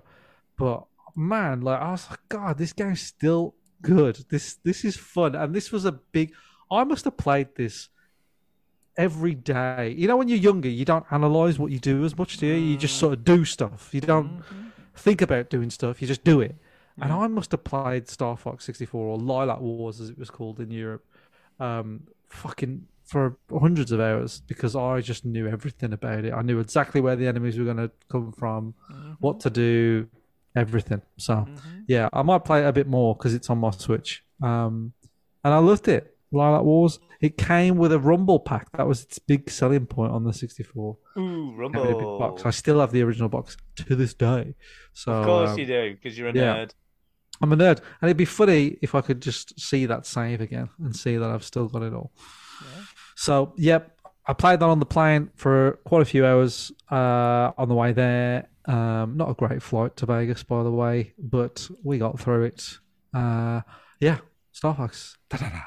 Speaker 3: But man, like I was like, God, this game's still good. This this is fun, and this was a big. I must have played this every day. You know, when you're younger, you don't analyze what you do as much, do you? You just sort of do stuff. You don't think about doing stuff. You just do it. And I must have played Star Fox 64 or Lilac Wars, as it was called in Europe, um, fucking for hundreds of hours because I just knew everything about it. I knew exactly where the enemies were going to come from,
Speaker 4: Mm-hmm.
Speaker 3: what to do, everything. So, yeah, I might play it a bit more because it's on my Switch. Um, and I loved it. Lilac Wars. It came with a Rumble pack. That was its big selling point on the 64.
Speaker 4: Ooh,
Speaker 3: Came in a big
Speaker 4: Rumble.
Speaker 3: box. I still have the original box to this day. So
Speaker 4: Of course
Speaker 3: um,
Speaker 4: you do, because you're a
Speaker 3: yeah.
Speaker 4: nerd.
Speaker 3: I'm a nerd, and it'd be funny if I could just see that save again and see that I've still got it all. So, yep, I played that on the plane for quite a few hours uh, on the way there. Um, not a great flight to Vegas, by the way, but we got through it. Uh, yeah, Star Fox. Da-da-da.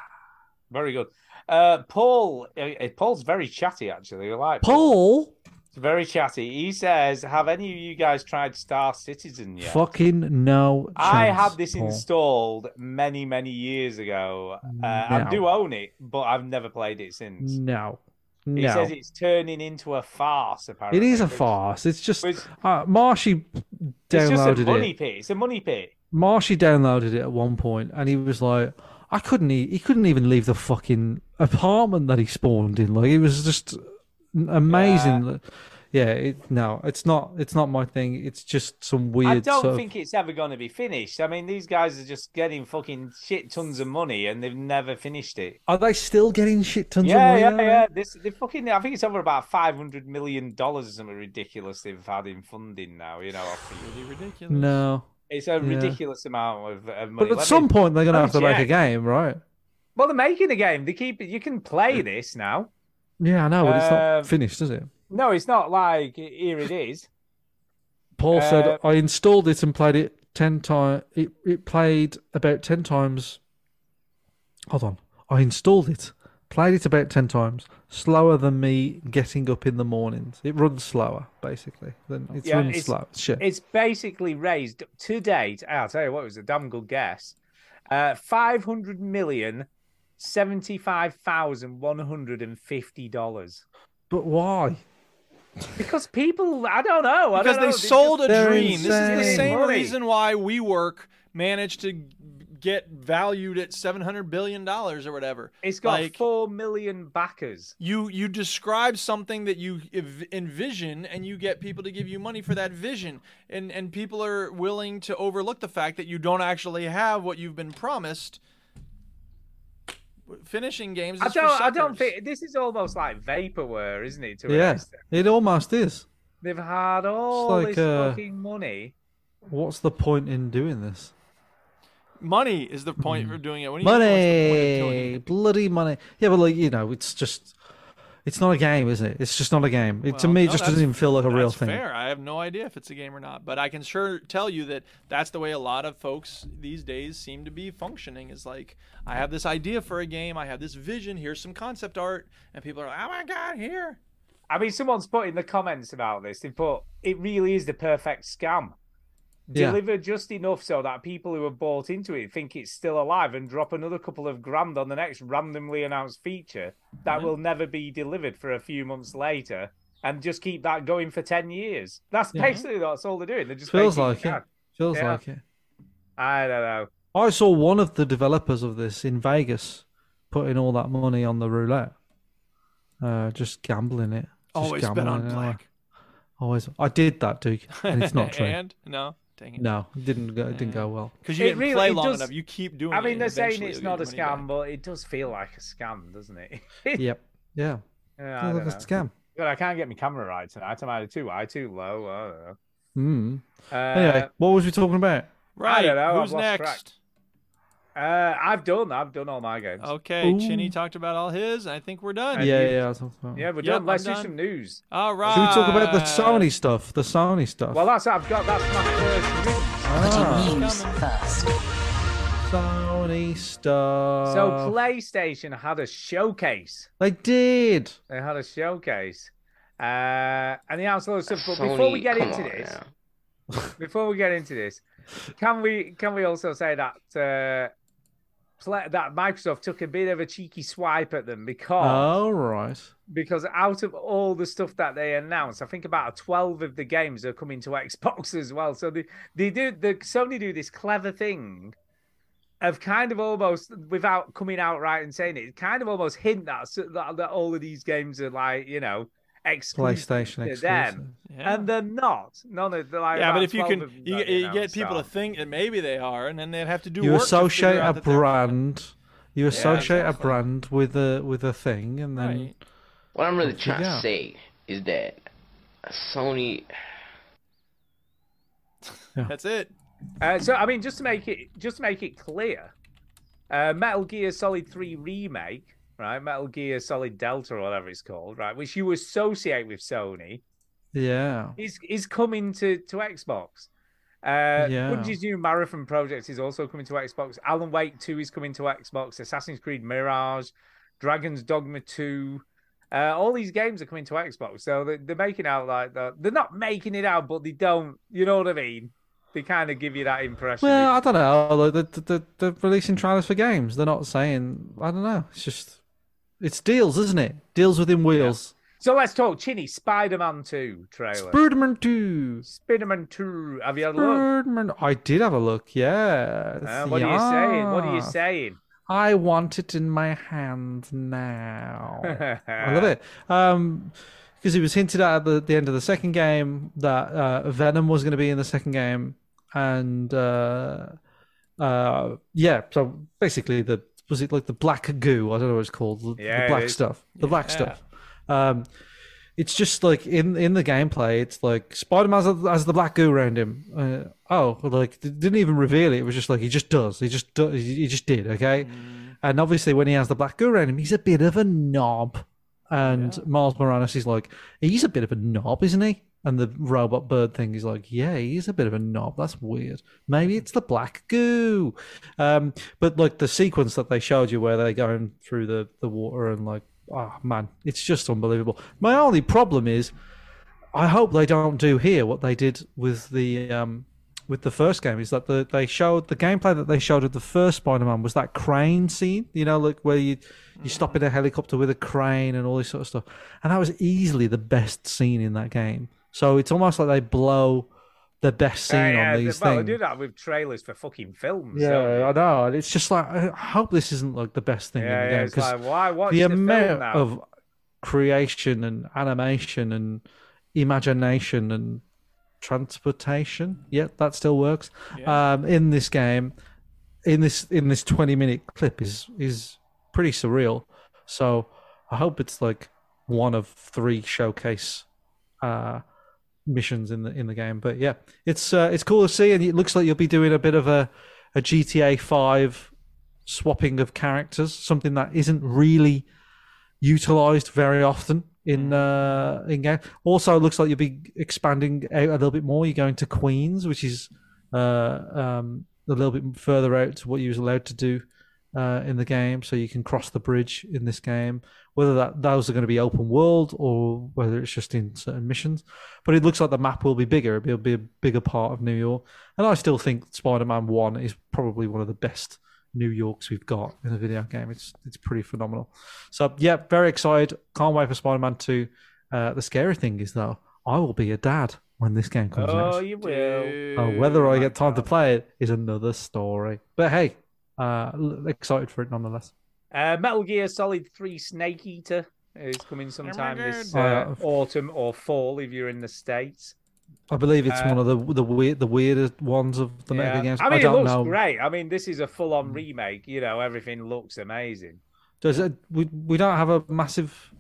Speaker 4: Very good. Uh, Paul, uh, uh, Paul's very chatty actually. I like
Speaker 3: Paul,
Speaker 4: He's very chatty. He says, "Have any of you guys tried Star Citizen yet?"
Speaker 3: fucking no.
Speaker 4: I
Speaker 3: chance,
Speaker 4: had this
Speaker 3: Paul. Mm,
Speaker 4: installed many, many years ago. Uh, I
Speaker 3: No.
Speaker 4: do own it, but I've never played it since.
Speaker 3: No, no.
Speaker 4: He says it's turning into a farce. Apparently,
Speaker 3: it is a
Speaker 4: which-
Speaker 3: farce. It's just
Speaker 4: which-
Speaker 3: uh, Marshy
Speaker 4: It's just a
Speaker 3: downloaded
Speaker 4: money
Speaker 3: it.
Speaker 4: pit. It's a money pit.
Speaker 3: Marshy downloaded it at one point, and he was like, "I couldn't. E- he couldn't even leave the fucking apartment that he spawned in. Like it was just amazing. Yeah, it, no, it's not. It's not my thing. It's just some weird.
Speaker 4: I don't
Speaker 3: sort of-
Speaker 4: think it's ever going to be finished. I mean, these guys are just getting fucking shit tons of money, and they've never finished it.
Speaker 3: Are they still getting shit tons of
Speaker 4: Yeah,
Speaker 3: money? out
Speaker 4: yeah,
Speaker 3: of
Speaker 4: yeah.
Speaker 3: it?
Speaker 4: This they fucking. I think it's over about five hundred million dollars or something ridiculous they've had in funding now. You know, off the-
Speaker 1: Pretty ridiculous.
Speaker 3: No,
Speaker 4: it's a ridiculous amount of, of money.
Speaker 3: but at
Speaker 4: Let
Speaker 3: some
Speaker 4: me-
Speaker 3: point they're gonna
Speaker 4: let me
Speaker 3: have to make a
Speaker 4: check.
Speaker 3: game, right?
Speaker 4: well, they're making a game. They keep it. You can play this now.
Speaker 3: Yeah, I know, but it's
Speaker 4: Uh,
Speaker 3: not finished, is it?
Speaker 4: No, it's not like here it is.
Speaker 3: Paul
Speaker 4: Uh,
Speaker 3: said, "I installed it and played it ten times. It it played about ten times. Hold on, I installed it, played it about ten times. Slower than me getting up in the mornings. It runs slower, basically. Then it's
Speaker 4: Yeah,
Speaker 3: runs
Speaker 4: it's-
Speaker 3: slow. Shit.
Speaker 4: It's basically raised to date. I'll tell you what, it was a damn good guess. Uh, five hundred million seventy-five thousand one hundred and fifty dollars.
Speaker 3: but why?
Speaker 4: Because people, I don't know. I
Speaker 1: Because
Speaker 4: don't
Speaker 1: they
Speaker 4: know,
Speaker 1: sold a
Speaker 3: They're
Speaker 1: dream. This is the
Speaker 3: insane.
Speaker 1: same
Speaker 4: Money.
Speaker 1: reason why WeWork managed to get valued at seven hundred billion dollars or whatever.
Speaker 4: It's got
Speaker 1: Like,
Speaker 4: four million backers.
Speaker 1: you you describe something that you ev- envision and you get people to give you money for that vision and and people are willing to overlook the fact that you don't actually have what you've been promised finishing games
Speaker 4: I
Speaker 1: is for
Speaker 4: don't. I don't
Speaker 1: suckers.
Speaker 4: think this is almost like vaporware, isn't it? To an
Speaker 3: Yeah,
Speaker 4: extent?
Speaker 3: it almost is.
Speaker 4: they've had all
Speaker 3: like,
Speaker 4: this
Speaker 3: uh,
Speaker 4: fucking money.
Speaker 3: What's the point in doing this?
Speaker 1: money is the point for doing it. What do you mean, what's the point of killing
Speaker 3: Money,
Speaker 1: it?
Speaker 3: bloody money. Yeah, but like you know, it's just, it's not a game, is it? It's just not a game. It, to
Speaker 1: Well,
Speaker 3: me, it
Speaker 1: no,
Speaker 3: just doesn't
Speaker 1: that's-
Speaker 3: even feel like a real
Speaker 1: that's
Speaker 3: thing.
Speaker 1: Fair. I have no idea if it's a game or not, but I can sure tell you that that's the way a lot of folks these days seem to be functioning. Is like I have this idea for a game, I have this vision. Here's some concept art, and people are like, "Oh my god, here!"
Speaker 4: I mean, someone's put in the comments about this. They put it really is the perfect scam.
Speaker 3: Yeah.
Speaker 4: Deliver just enough so that people who have bought into it think it's still alive and drop another couple of grand on the next randomly announced feature that will never be delivered for a few months later and just keep that going for 10 years. That's basically that's all they're doing. They're just
Speaker 3: Feels
Speaker 4: making
Speaker 3: like it.
Speaker 4: scam.
Speaker 3: Feels
Speaker 4: Yeah.
Speaker 3: like it.
Speaker 4: I don't know.
Speaker 3: I saw one of the developers of this in Vegas putting all that money on the roulette, uh, just gambling it. Just
Speaker 1: Always bet on
Speaker 3: gambling it.
Speaker 1: black.
Speaker 3: Always, I did that, Duke, and it's not true.
Speaker 1: and no, dang it.
Speaker 3: No, it didn't go. It didn't go well.
Speaker 1: Because you
Speaker 4: It
Speaker 1: didn't
Speaker 4: really-
Speaker 1: play
Speaker 4: it
Speaker 1: long
Speaker 4: does-
Speaker 1: enough, you keep doing.
Speaker 4: I
Speaker 1: it,
Speaker 4: mean,
Speaker 1: and
Speaker 4: they're saying
Speaker 1: eventually
Speaker 4: it's
Speaker 1: you'll
Speaker 4: not a
Speaker 1: get your money back.
Speaker 4: scam, but it does feel like a scam, doesn't it?
Speaker 3: Yep.
Speaker 4: Yeah,
Speaker 3: Yeah.
Speaker 4: I
Speaker 3: Sounds
Speaker 4: don't
Speaker 3: like a
Speaker 4: know.
Speaker 3: scam.
Speaker 4: God, I can't get my camera right tonight. I'm either too high, too low. I don't know.
Speaker 3: Mm.
Speaker 4: Uh,
Speaker 3: Anyway, what was we talking about?
Speaker 1: Right.
Speaker 4: don't know, I've
Speaker 1: Who's
Speaker 4: lost
Speaker 1: next?
Speaker 4: track. uh, I've done. I've done all my games.
Speaker 1: Okay,
Speaker 3: Ooh.
Speaker 1: Chinny talked about all his. I think we're done.
Speaker 3: yeah,
Speaker 4: you-
Speaker 3: yeah. I was talking about-
Speaker 4: Yeah, we're
Speaker 1: Yep,
Speaker 4: done. Let's
Speaker 1: I'm
Speaker 4: do
Speaker 1: done.
Speaker 4: some news.
Speaker 1: All right.
Speaker 3: Should we talk about the Sony stuff? The Sony stuff.
Speaker 4: Well, that's I've got. That's my first news.
Speaker 10: News first.
Speaker 3: Sony stuff.
Speaker 4: So
Speaker 1: Oh.
Speaker 4: PlayStation had a showcase.
Speaker 3: they did.
Speaker 4: They had a showcase, uh, and the answer was. But before we get into this, before we get into this, can we can we also say that uh, pla that Microsoft took a bit of a cheeky swipe at them
Speaker 1: Oh.
Speaker 4: because
Speaker 3: All right.
Speaker 4: because out of all the stuff that they announced, I think about 12 of the games are coming to Xbox as well. So they, they do the Sony do this clever thing of kind of almost without coming out right and saying it, kind of almost hint that that, that all of these games are like you know exclusive
Speaker 3: PlayStation
Speaker 4: to
Speaker 3: exclusive.
Speaker 4: them,
Speaker 1: Yeah.
Speaker 4: and they're not. None of the like
Speaker 1: Yeah, but
Speaker 4: about
Speaker 1: if you
Speaker 4: 12
Speaker 1: can,
Speaker 4: of them
Speaker 1: you,
Speaker 4: that
Speaker 1: you
Speaker 4: they
Speaker 1: get people to
Speaker 4: announced
Speaker 1: think that maybe they are, and then they'd have to do.
Speaker 3: You
Speaker 1: work to figure
Speaker 3: associate
Speaker 1: out
Speaker 3: a
Speaker 1: that they're not.
Speaker 3: brand. You associate a
Speaker 1: exactly.
Speaker 3: brand with a with a thing, and then
Speaker 1: Right.
Speaker 11: What I'm really
Speaker 3: Don't forget.
Speaker 11: trying to say is that Sony.
Speaker 1: That's it.
Speaker 4: Uh, so I mean, just to make it just to make it clear, uh, Metal Gear Solid Three remake, right? Metal Gear Solid Delta or whatever it's called, right? Which you associate with Sony
Speaker 3: yeah,
Speaker 4: is is coming to to Xbox. Uh,
Speaker 3: Yeah.
Speaker 4: Bungie's new Marathon project is also coming to Xbox. Alan Wake Two is coming to Xbox. Assassin's Creed Mirage, Dragon's Dogma Two. Uh, all these games are coming to Xbox, so they're, they're making out like that. They're not making it out, but they don't. You know what I mean? They kind of give you that impression.
Speaker 3: Well,
Speaker 4: They-
Speaker 3: I don't know. Like, they're, they're, they're releasing trailers for games. They're not saying. I don't know. It's just, it's deals, isn't it? Deals within wheels.
Speaker 4: So let's talk Chinny Spider Man 2 trailer.
Speaker 3: Spiderman Two.
Speaker 4: Spider Man 2. Have you had a look?
Speaker 3: Birdman. I did have a look. Yes.
Speaker 4: Uh, what are you saying? What are you
Speaker 3: yes.
Speaker 4: saying?
Speaker 3: I want it in my hand now. I love it. Um, because it was hinted at at the, the end of the second game that uh, Venom was going to be in the second game, and uh, uh, yeah, so basically the was it like the black goo? I don't know what it's called. The, the
Speaker 4: Yeah, it
Speaker 3: black
Speaker 4: is.
Speaker 3: stuff. The black stuff. Um, it's just like in in the gameplay, it's like Spider Man has, has the black goo around him. Uh, oh, like they didn't even reveal it. It was just like he just does. He just do, he he just did. Okay,
Speaker 4: Mm.
Speaker 3: and obviously when he has the black goo around him, he's a bit of a knob. And Miles Morales is like, he's a bit of a knob, isn't he? And the robot bird thing is like, yeah, he is a bit of a knob. That's weird. Maybe it's the black goo. Um, but like the sequence that they showed you where they're going through the, the water and like, oh man, it's just unbelievable. My only problem is I hope they don't do here what they did with the um, with the first game is that the, they showed the gameplay that they showed of the first Spider-Man was that crane scene, you know, like where you you stop in
Speaker 4: Mm.
Speaker 3: a helicopter with a crane and all this sort of stuff, and that was easily the best scene in that game. So it's almost like they blow the best scene
Speaker 4: Yeah, yeah,
Speaker 3: on these
Speaker 4: well, they
Speaker 3: things.
Speaker 4: do that with trailers for fucking films. don't
Speaker 3: yeah, I know. and It's just like I hope this isn't like the best
Speaker 4: they?
Speaker 3: thing
Speaker 4: yeah,
Speaker 3: in the
Speaker 4: yeah.
Speaker 3: game
Speaker 4: It's like, why watch
Speaker 3: the
Speaker 4: the, film
Speaker 3: amount
Speaker 4: now?
Speaker 3: of creation and animation and imagination and transportation yeah that still works um in this game in this in this 20 minute clip is is pretty surreal so i hope it's like one of three showcase uh missions in the in the game but yeah it's uh, it's cool to see and it looks like you'll be doing a bit of a a GTA 5 swapping of characters, something that isn't really utilized very often in uh, in game. Also, it looks like you'll be expanding out a little bit more. You're going to Queens, which is uh, um, a little bit further out to what you was allowed to do uh, in the game, so you can cross the bridge in this game. Whether that those are going to be open world or whether it's just in certain missions, but it looks like the map will be bigger. It'll be a bigger part of New York, and I still think Spider-Man One is probably one of the best New Yorks we've got in a video game. It's it's pretty phenomenal. So yeah, very excited. Can't wait for Spider Man Two. Uh, the scary thing is though, I will be a dad when this game comes
Speaker 4: Oh,
Speaker 3: out.
Speaker 4: you will.
Speaker 3: Uh, whether I get time to play it is another story. But hey, uh, l- excited for it nonetheless.
Speaker 4: Uh, Metal Gear Solid 3 Snake Eater is coming sometime this uh,
Speaker 3: God.
Speaker 4: autumn or fall if you're in the States.
Speaker 3: I believe it's
Speaker 4: Uh,
Speaker 3: one of the the weird the weirdest ones of the mega games.
Speaker 4: I mean, it
Speaker 3: don't
Speaker 4: looks
Speaker 3: know. Mm.
Speaker 4: great. I mean, this is a full on remake. You know, everything looks amazing.
Speaker 3: Does it, we we don't have a massive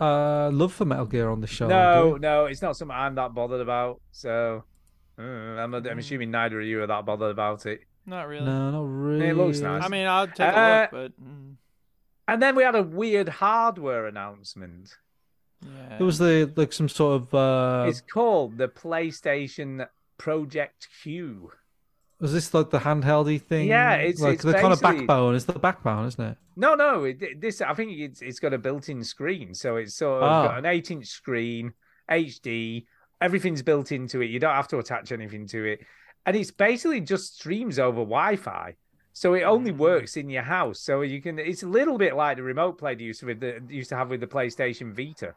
Speaker 3: uh, love for Metal Gear on the show? do
Speaker 4: no,
Speaker 3: we?
Speaker 4: no, it's not something I'm that bothered about. So mm, I'm, I'm assuming neither of you are that bothered about it.
Speaker 1: Not really.
Speaker 3: no, not really.
Speaker 4: It looks nice.
Speaker 1: I mean, I'll take
Speaker 4: Uh,
Speaker 1: a look, but mm,
Speaker 4: And then we had a weird hardware announcement.
Speaker 1: yeah.
Speaker 3: It was the like some sort of uh,
Speaker 4: it's called the PlayStation Project Q.
Speaker 3: Was this like the handheldy thing?
Speaker 4: Yeah, it's-
Speaker 3: like
Speaker 4: it's
Speaker 3: the kind of
Speaker 4: basically-
Speaker 3: backbone. It's the backbone, isn't it?
Speaker 4: No, no, it, this I think it's it's got a built-in screen, so it's sort of
Speaker 3: Ah.
Speaker 4: got an eight-inch screen, HD. Everything's built into it. You don't have to attach anything to it, and it's basically just streams over Wi-Fi. So it only
Speaker 3: Mm.
Speaker 4: works in your house. So you can. It's a little bit like the remote play they used to with the used to have with the PlayStation Vita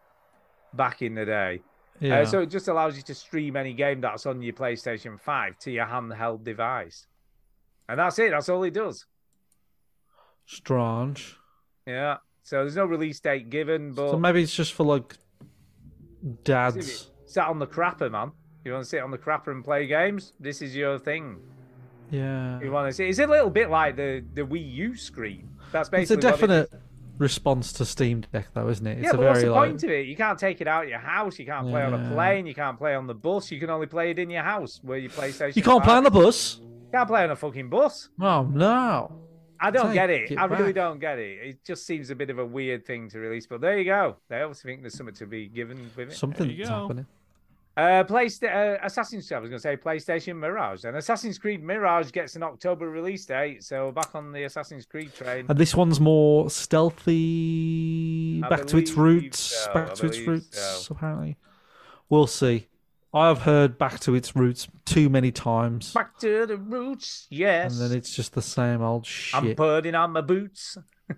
Speaker 4: back in the day. Uh,
Speaker 3: Yeah.
Speaker 4: so it just allows you to stream any game that's on your PlayStation Five to your handheld device, and that's it. That's all it does.
Speaker 3: Strange.
Speaker 4: Yeah. So there's no release date given, but
Speaker 3: So maybe it's just for like dads.
Speaker 4: sat on the crapper, man. You want to sit on the crapper and play games? This is your thing.
Speaker 3: Yeah.
Speaker 4: You want to see? It's a little bit like the the Wii U screen. That's
Speaker 3: It's
Speaker 4: basically.
Speaker 3: a
Speaker 4: what it is.
Speaker 3: definite response to Steam Deck, though, isn't it? It's
Speaker 4: yeah,
Speaker 3: a
Speaker 4: but
Speaker 3: very
Speaker 4: what's the
Speaker 3: like.
Speaker 4: point of it? You can't take it out of your house. You can't play on
Speaker 3: Yeah.
Speaker 4: a plane. You can't play on the bus. You can only play it in your house where your PlayStation.
Speaker 3: You can't play on the bus.
Speaker 4: Can't play on a fucking bus.
Speaker 3: Oh no.
Speaker 4: I don't
Speaker 3: Take
Speaker 4: get it.
Speaker 3: it
Speaker 4: I really
Speaker 3: back.
Speaker 4: don't get it. It just seems a bit of a weird thing to release. But there you go. They obviously think there's something to be given with it.
Speaker 1: go.
Speaker 3: Something's happening.
Speaker 4: Uh, PlayStation uh, Assassin's Creed. I was going to say PlayStation Mirage, and Assassin's Creed Mirage gets an October release date, so we're back on the Assassin's Creed train.
Speaker 3: And this one's more stealthy,
Speaker 4: I
Speaker 3: back to its
Speaker 4: believe
Speaker 3: roots.
Speaker 4: so, I
Speaker 3: Back to its
Speaker 4: believe
Speaker 3: roots,
Speaker 4: so.
Speaker 3: apparently. We'll see. I have heard back to its roots too many times.
Speaker 4: Back to the roots, yes.
Speaker 3: And then it's just the same old
Speaker 4: I'm
Speaker 3: shit.
Speaker 4: putting on my boots.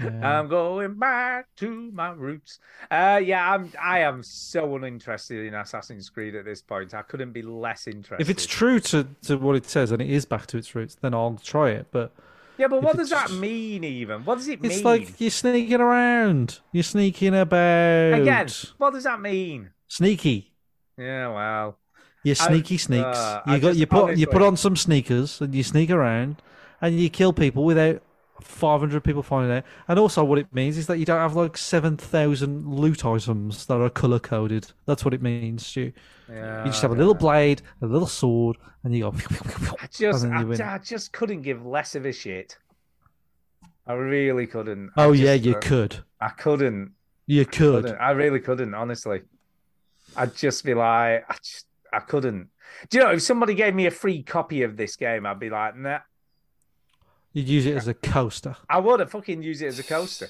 Speaker 3: Yeah.
Speaker 4: I'm going back to my roots. Uh, yeah, I'm. I am so uninterested in Assassin's Creed at this point. I couldn't be less interested.
Speaker 3: if it's true to, to what it says and it is back to its roots, then I'll try it. But
Speaker 4: yeah, but
Speaker 3: if
Speaker 4: what does
Speaker 3: it's-
Speaker 4: that mean? Even what does it
Speaker 3: it's
Speaker 4: mean?
Speaker 3: like you're sneaking around. You're sneaking about.
Speaker 4: Again, what does that mean?
Speaker 3: Sneaky.
Speaker 4: Yeah, well.
Speaker 3: You
Speaker 4: I-
Speaker 3: sneaky sneaks.
Speaker 4: uh, I
Speaker 3: you got
Speaker 4: just-
Speaker 3: you put you put
Speaker 4: honestly-
Speaker 3: on some sneakers and you sneak around and you kill people without 500 people finding out. And also what it means is that you don't have like 7,000 loot items that are color coded. That's what it means, Stu.
Speaker 4: Yeah,
Speaker 3: You just have a little blade, a little sword, and you go.
Speaker 4: Uh, I just,
Speaker 3: and then
Speaker 4: I,
Speaker 3: you win.
Speaker 4: I just couldn't give less of a shit. I really couldn't. I
Speaker 3: Oh yeah,
Speaker 4: just,
Speaker 3: you
Speaker 4: uh,
Speaker 3: could.
Speaker 4: I couldn't.
Speaker 3: You could.
Speaker 4: couldn't. I really couldn't. Honestly, I'd just be like, I just, I couldn't. Do you know if somebody gave me a free copy of this game, I'd be like, nah.
Speaker 3: You'd use it as a coaster.
Speaker 4: I would have fucking use it as a coaster.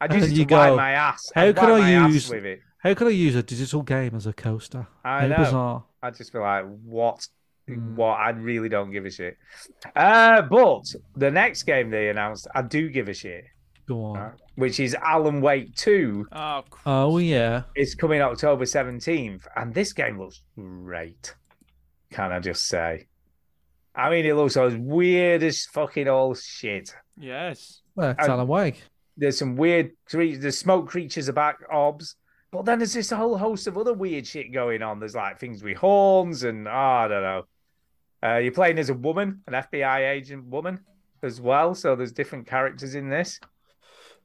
Speaker 4: I'd
Speaker 3: And
Speaker 4: use
Speaker 3: then
Speaker 4: it to
Speaker 3: you
Speaker 4: wipe
Speaker 3: go,
Speaker 4: my ass.
Speaker 3: "How
Speaker 4: I'd
Speaker 3: could
Speaker 4: wipe my
Speaker 3: I
Speaker 4: ass
Speaker 3: use-
Speaker 4: with it?
Speaker 3: How could I use a digital game as a coaster?
Speaker 4: I
Speaker 3: How Mm.
Speaker 4: know.
Speaker 3: bizarre.
Speaker 4: I'd just be like, what? What? I really don't give a shit. Uh, but the next game they announced, I do give a shit.
Speaker 3: Go on.
Speaker 4: which is Alan Wake 2,
Speaker 1: Oh, cr-
Speaker 4: Uh,
Speaker 3: Oh yeah.
Speaker 4: is coming October 17th. And this game looks great, can I just say? I mean, it looks as weird as fucking all shit.
Speaker 1: yes.
Speaker 3: Well, it's
Speaker 4: I-
Speaker 3: Alan Wake.
Speaker 4: There's some weird creatures, there's smoke creatures about obs. But then there's this whole host of other weird shit going on. There's like things with horns and oh, I don't know. Uh, you're playing as a woman, an FBI agent woman as well. So there's different characters in this.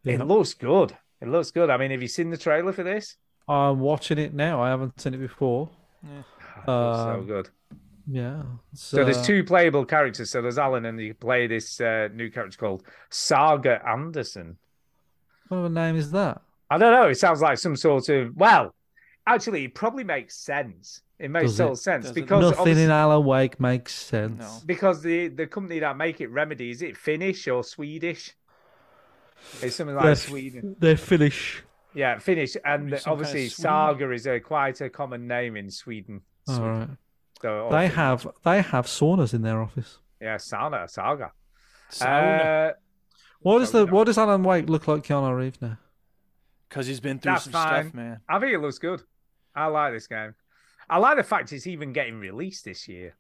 Speaker 3: Yeah.
Speaker 4: It looks good. It looks good. I mean, have you seen the trailer for this?
Speaker 3: I'm watching it now. I haven't seen it before.
Speaker 4: It looks so
Speaker 3: Um,
Speaker 4: good.
Speaker 3: Yeah.
Speaker 4: So there's two playable characters. So there's Alan, and you play this uh, new character called Saga Anderson.
Speaker 3: What other name is that?
Speaker 4: I don't know. It sounds like some sort of well. Actually, it probably makes sense. It makes
Speaker 3: Does
Speaker 4: total
Speaker 3: it?
Speaker 4: sense
Speaker 1: Does it?
Speaker 4: because
Speaker 3: Nothing
Speaker 4: obviously-
Speaker 3: in Alan Wake makes sense.
Speaker 1: No.
Speaker 4: because the the company that make it Remedy is it Finnish or Swedish? It's something like
Speaker 3: They're,
Speaker 4: Sweden.
Speaker 3: they're Finnish.
Speaker 4: Yeah, Finnish,
Speaker 1: Maybe
Speaker 4: and
Speaker 1: some kind of
Speaker 4: obviously
Speaker 1: Swede.
Speaker 4: Saga is a quite a common name in Sweden. Oh,
Speaker 3: All right.
Speaker 4: So
Speaker 3: They
Speaker 4: obviously-
Speaker 3: have they have saunas in their office.
Speaker 4: yeah, sauna, Saga.
Speaker 1: Sauna.
Speaker 4: Uh,
Speaker 3: What does the
Speaker 4: Sauna.
Speaker 3: what does Alan Wake look like Keanu Reeves now?
Speaker 1: Because he's been through
Speaker 4: that's
Speaker 1: some
Speaker 4: fine.
Speaker 1: stuff, man.
Speaker 4: I think it looks good. I like this game. I like the fact it's even getting released this year.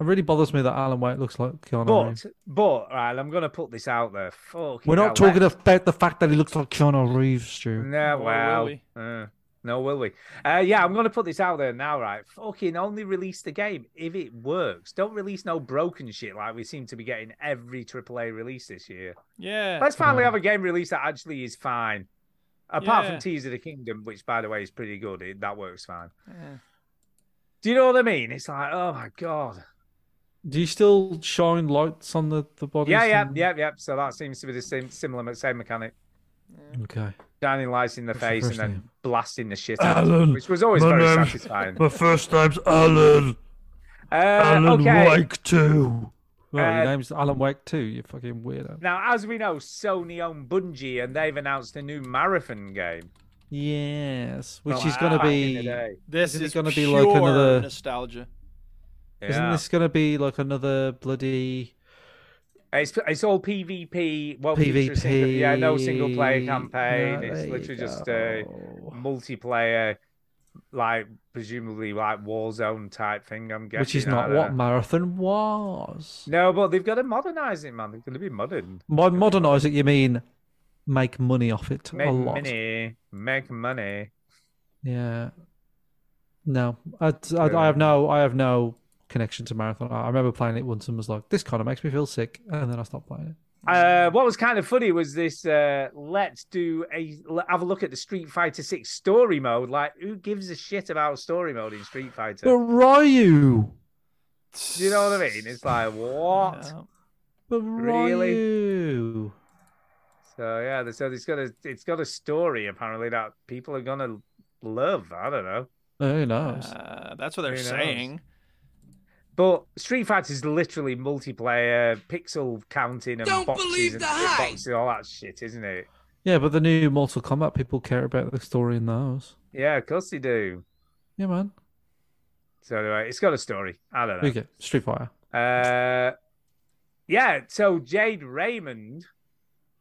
Speaker 3: It really bothers me that Alan Wake looks like Keanu Reeves.
Speaker 4: But but right, I'm gonna put this out there. Fuck.
Speaker 3: We're not talking about the fact that he looks like Keanu Reeves, Stu.
Speaker 4: No,
Speaker 1: will
Speaker 4: well,
Speaker 1: we?
Speaker 4: uh, no, will we? Uh, yeah, I'm going to put this out there now, right? Fucking only release the game if it works. Don't release no broken shit like we seem to be getting every AAA release this year.
Speaker 1: Yeah.
Speaker 4: Let's finally have a game release that actually is fine. Apart
Speaker 1: Yeah.
Speaker 4: from Tears of the Kingdom, which, by the way, is pretty good. It, that works fine.
Speaker 1: Yeah.
Speaker 4: Do you know what I mean? It's like, oh my God.
Speaker 3: Do you still shine lights on the the body?
Speaker 4: Yeah, yeah, yeah, yeah. So that seems to be the same, similar, same mechanic.
Speaker 3: Okay.
Speaker 4: Shining lights in the
Speaker 3: the
Speaker 4: face and
Speaker 3: first
Speaker 4: then
Speaker 3: name?
Speaker 4: blasting the shit out, of them,
Speaker 7: Alan,
Speaker 4: which was always
Speaker 7: my
Speaker 4: very
Speaker 7: name's-
Speaker 4: satisfying.
Speaker 7: My first name's Alan.
Speaker 4: Uh,
Speaker 7: Alan
Speaker 4: okay.
Speaker 7: Wake too.
Speaker 3: Well,
Speaker 4: Uh,
Speaker 3: your name's Alan Wake too. You fucking weirdo.
Speaker 4: Now, as we know, Sony own Bungie, and they've announced a new marathon game,
Speaker 3: Yes, which
Speaker 4: From
Speaker 3: is going to
Speaker 4: back in the
Speaker 3: be.
Speaker 4: day.
Speaker 1: This
Speaker 3: Isn't it
Speaker 1: is
Speaker 3: gonna
Speaker 1: going to
Speaker 3: be like another-
Speaker 1: nostalgia.
Speaker 3: Isn't
Speaker 4: Yeah.
Speaker 3: this going to be like another bloody?
Speaker 4: It's it's all PvP. Well, feature single- yeah, no single player
Speaker 3: PvP.
Speaker 4: campaign.
Speaker 3: Yeah,
Speaker 4: it's
Speaker 3: there you
Speaker 4: literally just a
Speaker 3: go.
Speaker 4: multiplayer, like presumably like Warzone type thing. I'm guessing,
Speaker 3: which is
Speaker 4: I
Speaker 3: not
Speaker 4: don't
Speaker 3: what
Speaker 4: know.
Speaker 3: marathon was.
Speaker 4: No, but they've got to modernize it, man. They're going to be modern.
Speaker 3: By modernise it, you mean make money off it
Speaker 4: Make
Speaker 3: a lot.
Speaker 4: money, make money.
Speaker 3: Yeah. No, I, I, I have no, I have no connection to marathon. I remember playing it once and was like, "This kind of makes me feel sick," and then I stopped playing it.
Speaker 4: Uh, what was kind of funny was this. Uh, let's do a l- have a look at the Street Fighter Six story mode. Like, who gives a shit about story mode in Street Fighter?
Speaker 3: But Ryu,
Speaker 4: Do you know what I mean? It's like what?
Speaker 1: Yeah.
Speaker 3: but
Speaker 4: Really?
Speaker 3: Ryu.
Speaker 4: So yeah, so it's got a it's got a story apparently that people are gonna love. I don't know,
Speaker 3: Who knows?
Speaker 1: Uh, that's what they're
Speaker 4: Oh. Who knows?
Speaker 1: saying.
Speaker 4: but Street Fighter is literally multiplayer, pixel counting, and
Speaker 10: Don't
Speaker 4: boxes
Speaker 10: believe
Speaker 4: and
Speaker 10: the
Speaker 4: shit,
Speaker 10: hype!
Speaker 4: boxes, all that shit, isn't it?
Speaker 3: yeah, but the new Mortal Kombat people care about the story in those.
Speaker 4: Yeah, of course they do.
Speaker 3: Yeah, man.
Speaker 4: So anyway, it's got a story. I don't know.
Speaker 3: We get Street Fighter.
Speaker 4: Uh, yeah, so Jade Raymond,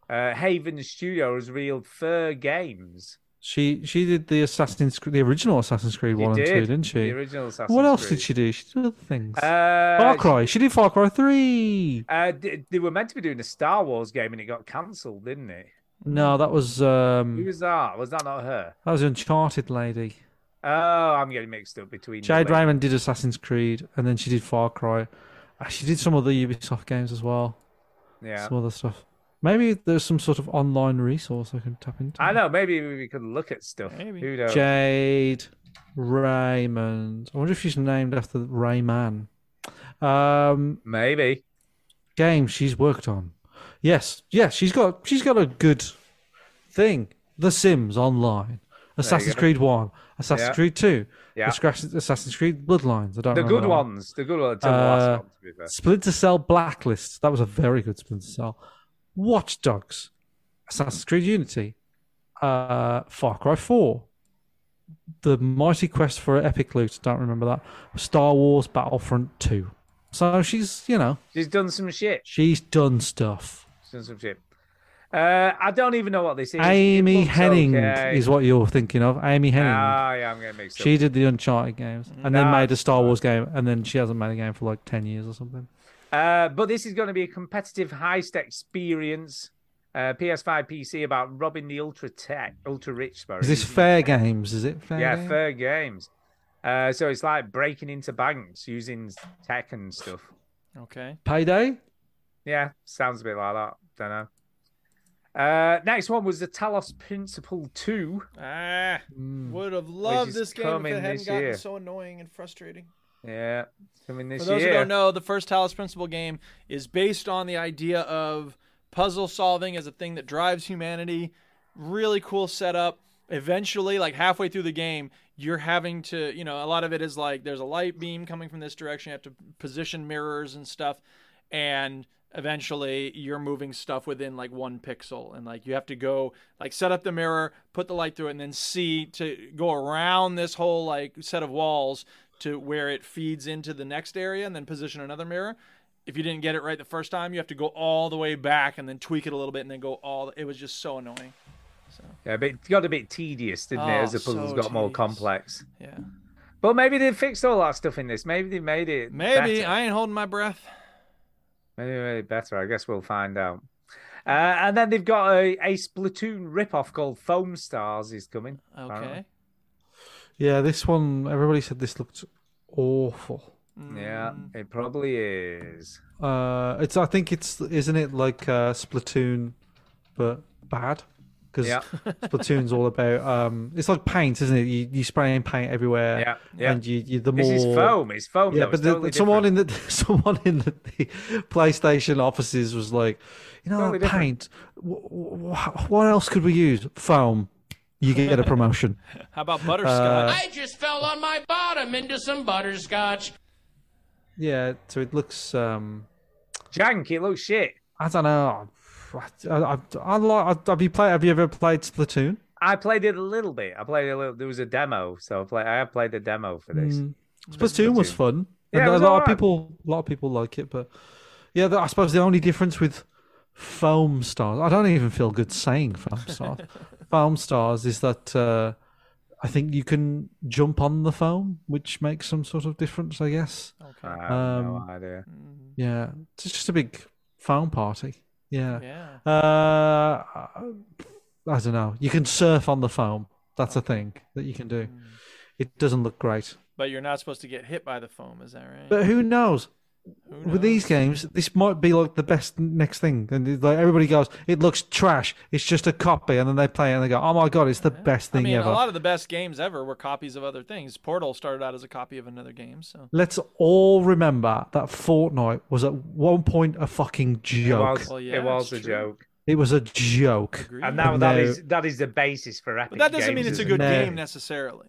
Speaker 4: uh, Haven Studio has revealed Fur Games.
Speaker 3: She she did the Assassin's Creed, the original Assassin's Creed
Speaker 4: She
Speaker 3: one
Speaker 4: did.
Speaker 3: and two, didn't she?
Speaker 4: The original Assassin's
Speaker 3: What else
Speaker 4: Creed.
Speaker 3: did she do? She did other things.
Speaker 4: Uh,
Speaker 3: Far Cry. She did Far Cry three.
Speaker 4: Uh, they, they were meant to be doing a Star Wars game and it got cancelled, didn't it?
Speaker 3: No, that was
Speaker 4: Who
Speaker 3: um
Speaker 4: Mm. was that? Was that not her?
Speaker 3: that was Uncharted lady.
Speaker 4: Oh, I'm getting mixed up between the
Speaker 3: Jade
Speaker 4: ladies.
Speaker 3: Raymond did Assassin's Creed, and then she did Far Cry. Uh, She did some other Ubisoft games as well.
Speaker 4: Yeah.
Speaker 3: Some other stuff. Maybe there's some sort of online resource I can tap into.
Speaker 4: I know. Maybe we could look at stuff.
Speaker 1: Maybe.
Speaker 4: Who knows?
Speaker 3: Jade Raymond. I wonder if she's named after Rayman. Um,
Speaker 4: Maybe.
Speaker 3: game she's worked on. Yes, yes, she's got she's got a good thing. The Sims Online, Assassin's
Speaker 4: go.
Speaker 3: Creed One, Assassin's
Speaker 4: Yeah.
Speaker 3: Creed Two,
Speaker 4: Yeah.
Speaker 3: Assassin's Assassin's Creed Bloodlines. I don't
Speaker 4: The
Speaker 3: know
Speaker 4: good
Speaker 3: that one.
Speaker 4: ones. The good ones. Till the last
Speaker 3: Uh,
Speaker 4: one, to be fair.
Speaker 3: Splinter Cell Blacklist. That was a very good Splinter Cell. Watch Dogs, Assassin's Creed Unity, uh, Far Cry Four, The Mighty Quest for Epic Loot. Don't remember that. Star Wars Battlefront Two. So she's you know
Speaker 4: She's done some shit.
Speaker 3: she's done stuff.
Speaker 4: She's done some shit. Uh, I don't even know what this is. It
Speaker 3: Amy
Speaker 4: looks
Speaker 3: Henning
Speaker 4: okay.
Speaker 3: is what you're thinking of. Amy Henning.
Speaker 4: Ah, yeah, I'm getting mixed
Speaker 3: she
Speaker 4: up.
Speaker 3: did the Uncharted games and then made a
Speaker 4: That's
Speaker 3: Star Wars game, and then she hasn't made a game for like 10 years or something.
Speaker 4: Uh, but this is going to be a competitive heist experience. Uh, PS5 PC about robbing the ultra tech, ultra rich. Sorry.
Speaker 3: Is this Fair Games? Is it Fair
Speaker 4: yeah,
Speaker 3: Games?
Speaker 4: fair games. Uh, so it's like breaking into banks using tech and stuff.
Speaker 1: Okay.
Speaker 3: Payday?
Speaker 4: Yeah, sounds a bit like that. Don't know. Uh, next one was the Talos Principle 2.
Speaker 1: Ah, would have loved
Speaker 4: is
Speaker 1: this game if
Speaker 4: coming
Speaker 1: it hadn't
Speaker 4: this
Speaker 1: gotten
Speaker 4: year.
Speaker 1: so annoying and frustrating.
Speaker 4: Yeah, it's coming this
Speaker 1: For those
Speaker 4: year.
Speaker 1: who don't know, the first Talos Principle game is based on the idea of puzzle solving as a thing that drives humanity. Really cool setup. Eventually, like halfway through the game, you're having to, you know, a lot of it is like there's a light beam coming from this direction. You have to position mirrors and stuff. And eventually you're moving stuff within like one pixel and like you have to go like set up the mirror put the light through it and then see to go around this whole like set of walls to where it feeds into the next area and then position another mirror if you didn't get it right the first time you have to go all the way back and then tweak it a little bit and then go all it was just so annoying
Speaker 4: Yeah, but it got a bit tedious, didn't it?
Speaker 1: Oh,
Speaker 4: As the puzzles
Speaker 1: so
Speaker 4: got more
Speaker 1: tedious.
Speaker 4: complex.
Speaker 1: yeah
Speaker 4: But maybe they fixed all that stuff in this. Maybe they made it.
Speaker 1: maybe
Speaker 4: better.
Speaker 1: i ain't holding my breath
Speaker 4: Maybe they made it better. I guess we'll find out. Uh, and then they've got a, a Splatoon ripoff called Foam Stars is coming.
Speaker 1: okay
Speaker 4: apparently.
Speaker 3: Yeah, this one. Everybody said this looked awful.
Speaker 4: Yeah,
Speaker 1: Mm.
Speaker 4: it probably is.
Speaker 3: Uh, it's. I think it's. Isn't it like uh, Splatoon, but bad? Because
Speaker 4: Yeah.
Speaker 3: Splatoon's all about. Um, it's like paint, isn't it? You you spray in paint everywhere.
Speaker 4: Yeah, yeah.
Speaker 3: And you, you the more.
Speaker 4: This is foam. It's foam. though.
Speaker 3: Yeah, but
Speaker 4: It's
Speaker 3: the,
Speaker 4: totally
Speaker 3: someone in the someone in the, the PlayStation offices was like, you know,
Speaker 4: Totally
Speaker 3: that
Speaker 4: different.
Speaker 3: paint. W- w- wh- what else could we use? Foam. You get a promotion.
Speaker 1: how
Speaker 3: Uh,
Speaker 1: about butterscotch
Speaker 10: I just fell on my bottom into some butterscotch.
Speaker 3: yeah, so it looks. Um,
Speaker 4: different. jank. It looks shit.
Speaker 3: I don't know. I, I, I, I like. Have you played? Have you ever played Splatoon?
Speaker 4: I played it a little bit. I played a little. There was a demo, so I played. I have played the demo for this.
Speaker 3: Mm. Splatoon was
Speaker 4: Splatoon.
Speaker 3: fun.
Speaker 4: Yeah, it
Speaker 3: and
Speaker 4: was
Speaker 3: a lot
Speaker 4: alright.
Speaker 3: of people, a lot of people like it, but yeah, the- I suppose the only difference with foam stars, I don't even feel good saying foam stars. foam stars is that uh, I think you can jump on the foam, which makes some sort of difference, I guess.
Speaker 1: okay
Speaker 4: I have
Speaker 3: Um,
Speaker 4: no idea.
Speaker 3: Yeah, it's just a big foam party. Yeah.
Speaker 1: yeah
Speaker 3: Uh, I don't know. You can surf on the foam. That's a thing that you can do. It doesn't look great.
Speaker 1: but you're not supposed to get hit by the foam is that right
Speaker 3: But who knows?
Speaker 1: Who
Speaker 3: With these games, this might be like the best next thing. And it's like everybody goes, it looks trash. It's just a copy. And then they play it and they go, oh my God, it's the best
Speaker 1: I
Speaker 3: thing
Speaker 1: mean,
Speaker 3: ever.
Speaker 1: a lot of the best games ever were copies of other things. Portal started out as a copy of another game, so
Speaker 3: Let's all remember that Fortnite was at one point a fucking
Speaker 4: It
Speaker 3: joke.
Speaker 4: was,
Speaker 1: Well, yeah,
Speaker 4: it was a
Speaker 1: that's true.
Speaker 4: joke,
Speaker 3: It was a joke.
Speaker 1: agree.
Speaker 4: and now
Speaker 3: And
Speaker 4: that
Speaker 3: now-
Speaker 4: is that is the basis for Epic.
Speaker 1: but that doesn't mean
Speaker 4: Games,
Speaker 1: it's a
Speaker 4: isn't
Speaker 1: good
Speaker 4: it?
Speaker 3: No.
Speaker 1: game necessarily.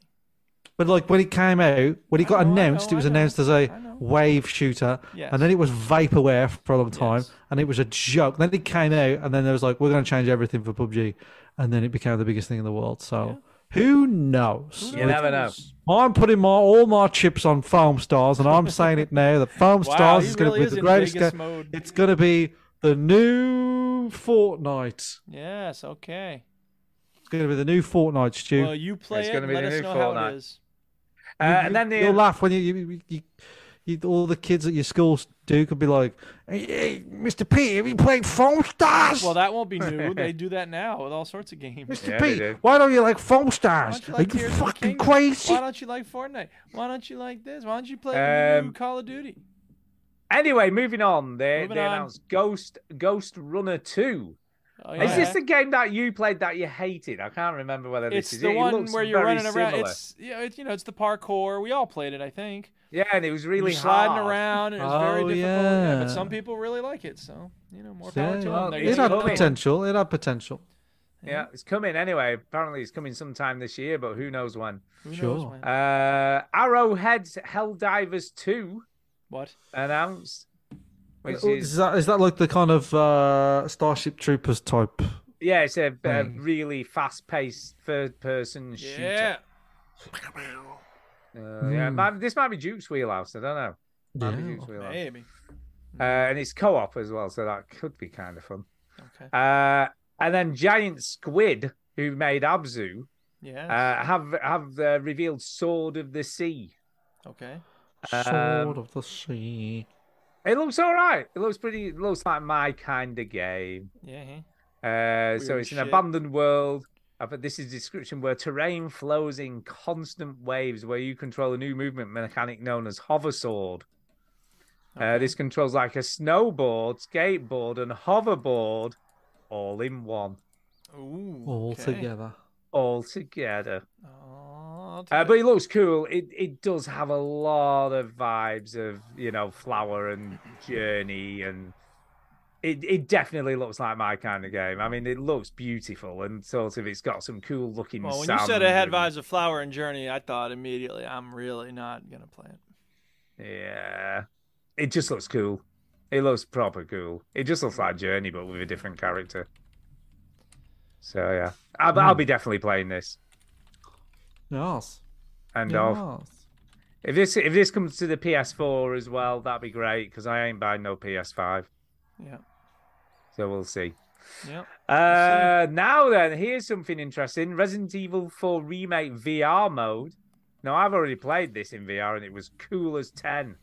Speaker 3: But like when it came out, when it
Speaker 1: I
Speaker 3: got
Speaker 1: know, I
Speaker 3: announced,
Speaker 1: know,
Speaker 3: it was
Speaker 1: I know,
Speaker 3: announced as
Speaker 1: I
Speaker 3: a
Speaker 1: know.
Speaker 3: wave shooter,
Speaker 1: Yes.
Speaker 3: and then it was vaporware for a long time,
Speaker 1: Yes.
Speaker 3: and it was a joke. Then it came out, and then there was like, we're going to change everything for PUBG, and then it became the biggest thing in the world. So who knows?
Speaker 4: You never know.
Speaker 3: I'm putting my all my chips on Foam Stars, and I'm saying it now that Foam
Speaker 1: Wow,
Speaker 3: Stars
Speaker 1: he
Speaker 3: is going
Speaker 1: really
Speaker 3: to be
Speaker 1: is
Speaker 3: the
Speaker 1: in
Speaker 3: greatest
Speaker 1: Vegas
Speaker 3: game.
Speaker 1: mode.
Speaker 3: It's going to be the new Fortnite.
Speaker 1: Yes, okay.
Speaker 3: It's going to be the new Fortnite, Stu.
Speaker 1: Well, you play
Speaker 4: It's
Speaker 1: it
Speaker 4: gonna
Speaker 1: and
Speaker 4: be
Speaker 1: let
Speaker 4: the
Speaker 1: us
Speaker 4: new
Speaker 1: know how
Speaker 4: Fortnite.
Speaker 1: it is.
Speaker 4: Uh, and then
Speaker 3: You'll
Speaker 4: the,
Speaker 3: laugh when you, you, you, you all the kids at your school do could be like, hey, hey, Mr. P, have you played Foam Stars?
Speaker 1: Well, that won't be new. they do that now with all sorts of games.
Speaker 3: Mr.
Speaker 4: Yeah, they
Speaker 3: P,
Speaker 4: do.
Speaker 3: why don't you like Foam
Speaker 1: Why
Speaker 3: Stars?
Speaker 1: don't you like
Speaker 3: Are you
Speaker 1: Tears of the
Speaker 3: fucking
Speaker 1: Kingdom?
Speaker 3: crazy?
Speaker 1: Why don't you like Fortnite? Why don't you like this? Why don't you play the new
Speaker 4: Um,
Speaker 1: Call of Duty?
Speaker 4: anyway, moving on. They
Speaker 1: Moving
Speaker 4: they
Speaker 1: on.
Speaker 4: announced Ghost Ghost Runner Two.
Speaker 1: Oh,
Speaker 4: Is
Speaker 1: yeah.
Speaker 4: this the game that you played that you hated? I can't remember whether this
Speaker 1: It's
Speaker 4: is
Speaker 1: the
Speaker 4: it. It
Speaker 1: one
Speaker 4: looks
Speaker 1: where you're
Speaker 4: very
Speaker 1: running around.
Speaker 4: similar.
Speaker 1: It's yeah, it's you know, it's the parkour. We all played it, I think.
Speaker 4: Yeah, and it was really
Speaker 1: You're sliding
Speaker 4: hard.
Speaker 1: around. And it was
Speaker 3: Oh,
Speaker 1: very difficult. Yeah.
Speaker 3: yeah.
Speaker 1: but some people really like it, so you know, more power
Speaker 3: Yeah,
Speaker 1: to
Speaker 3: well,
Speaker 1: them.
Speaker 4: it's
Speaker 3: it
Speaker 1: They're
Speaker 3: had
Speaker 1: gonna
Speaker 4: coming.
Speaker 3: potential. It had potential.
Speaker 4: Yeah, it's coming anyway. Apparently, it's coming sometime this year, but who knows when.
Speaker 1: Who knows
Speaker 3: Sure.
Speaker 1: when?
Speaker 4: Uh, Arrowhead's Helldivers 2
Speaker 1: What?
Speaker 4: announced, which
Speaker 3: Oh,
Speaker 4: is,
Speaker 3: Is that is that like the kind of uh, Starship Troopers type?
Speaker 4: yeah, it's a, a
Speaker 3: Hmm.
Speaker 4: really fast paced third person
Speaker 1: Yeah.
Speaker 4: shooter. Uh, yeah,
Speaker 3: Hmm.
Speaker 4: might- this might be Duke's Wheelhouse. I don't know. Might be Duke's
Speaker 1: Oh,
Speaker 4: Wheelhouse.
Speaker 1: Maybe.
Speaker 4: Uh, and it's co op as well, so that could be kind of fun.
Speaker 1: Okay.
Speaker 4: Uh, and then Giant Squid, who made Abzu,
Speaker 1: Yeah.
Speaker 4: uh, have have uh, revealed Sword of the Sea.
Speaker 1: okay.
Speaker 4: Um,
Speaker 3: Sword of the Sea.
Speaker 4: It looks all right. It looks pretty. It looks like my kind of game.
Speaker 1: Yeah. huh?
Speaker 4: Uh, so
Speaker 1: Weird
Speaker 4: it's
Speaker 1: shit.
Speaker 4: an abandoned world. Uh, But this is a description where terrain flows in constant waves, where you control a new movement mechanic known as hover sword. Uh, this controls like a snowboard, skateboard, and hoverboard, all in one,
Speaker 1: Ooh.
Speaker 3: All
Speaker 1: okay.
Speaker 3: together.
Speaker 4: all together.
Speaker 1: Oh, I'll take
Speaker 4: Uh, but
Speaker 1: it.
Speaker 4: it looks cool. It it does have a lot of vibes of you know flower and journey, and it it definitely looks like my kind of game. I mean, it looks beautiful and sort of it's got some cool looking.
Speaker 1: Well, when
Speaker 4: sand
Speaker 1: you said it had
Speaker 4: and-
Speaker 1: vibes of Flower and Journey, I thought immediately, I'm really not gonna play it.
Speaker 4: yeah, it just looks cool. It looks proper cool. It just looks like Journey, but with a different character. So yeah, I'll, I'll
Speaker 1: Hmm.
Speaker 4: be definitely playing this.
Speaker 3: Yes.
Speaker 4: And I'll If this if this comes to the PS4 as well, that'd be great because I ain't buying no PS5,
Speaker 1: Yeah.
Speaker 4: so we'll see.
Speaker 1: Yeah.
Speaker 4: Uh, now then, here's something interesting: Resident Evil 4 remake VR mode. Now I've already played this in VR and it was cool as ten.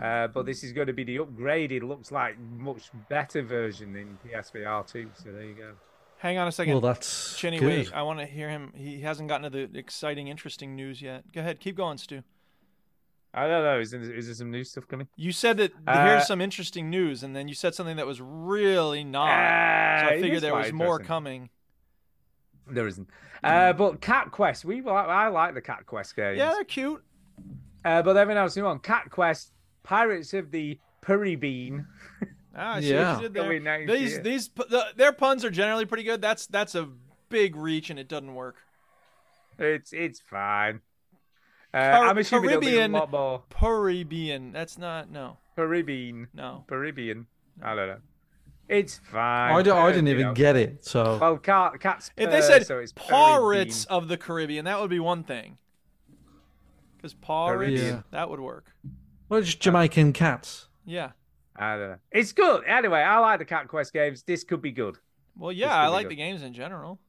Speaker 4: Uh, but this is going to be the upgraded, looks like much better version in PSVR 2. So there you go.
Speaker 1: Hang on a second.
Speaker 3: Well, that's
Speaker 1: Chinny,
Speaker 3: good.
Speaker 1: wait. I want to hear him. He hasn't gotten to the exciting, interesting news yet. Go ahead. Keep going, Stu.
Speaker 4: I don't know. Is there, is there some new stuff coming?
Speaker 1: You said that th-
Speaker 4: Uh,
Speaker 1: here's some interesting news, and then you said something that was really not. Ah, so
Speaker 4: Uh,
Speaker 1: I
Speaker 4: it
Speaker 1: figured
Speaker 4: is
Speaker 1: there
Speaker 4: quite
Speaker 1: was more
Speaker 4: interesting.
Speaker 1: coming.
Speaker 4: There isn't. Uh, but Cat Quest, we li- I like the Cat Quest games.
Speaker 1: Yeah, they're cute.
Speaker 4: Uh, but everyone else new on Cat Quest, Pirates of the Purrybean.
Speaker 1: Ah, I see
Speaker 3: Yeah.
Speaker 1: what you did
Speaker 4: Going
Speaker 1: there.
Speaker 4: next
Speaker 1: These
Speaker 4: year.
Speaker 1: these pu- the, their puns are generally pretty good. That's that's a big reach, and it doesn't work.
Speaker 4: It's it's fine. Uh, I'm assuming
Speaker 1: Caribbean-
Speaker 4: Caribbean. a lot more
Speaker 1: Paribian. That's not no
Speaker 4: Purrybean.
Speaker 1: no.
Speaker 4: Purrybean. I don't know. It's fine.
Speaker 3: I, don't, I
Speaker 4: Uh,
Speaker 3: didn't
Speaker 4: you
Speaker 3: even
Speaker 4: know.
Speaker 3: get it. So
Speaker 4: Well, cat, cat's.
Speaker 1: If they
Speaker 4: purr,
Speaker 1: said
Speaker 4: Uh, so it's
Speaker 1: Pirates
Speaker 4: Purrybean.
Speaker 1: of the Caribbean, that would be one thing. Because Pirates,
Speaker 3: Caribbean.
Speaker 1: that would work.
Speaker 3: well, just Jamaican cats.
Speaker 1: Yeah.
Speaker 4: I don't know. It's good. Anyway, I like the Cat Quest games. This could be good.
Speaker 1: Well,
Speaker 4: This
Speaker 1: yeah,
Speaker 4: could
Speaker 1: I
Speaker 4: be
Speaker 1: like
Speaker 4: good.
Speaker 1: the games in general.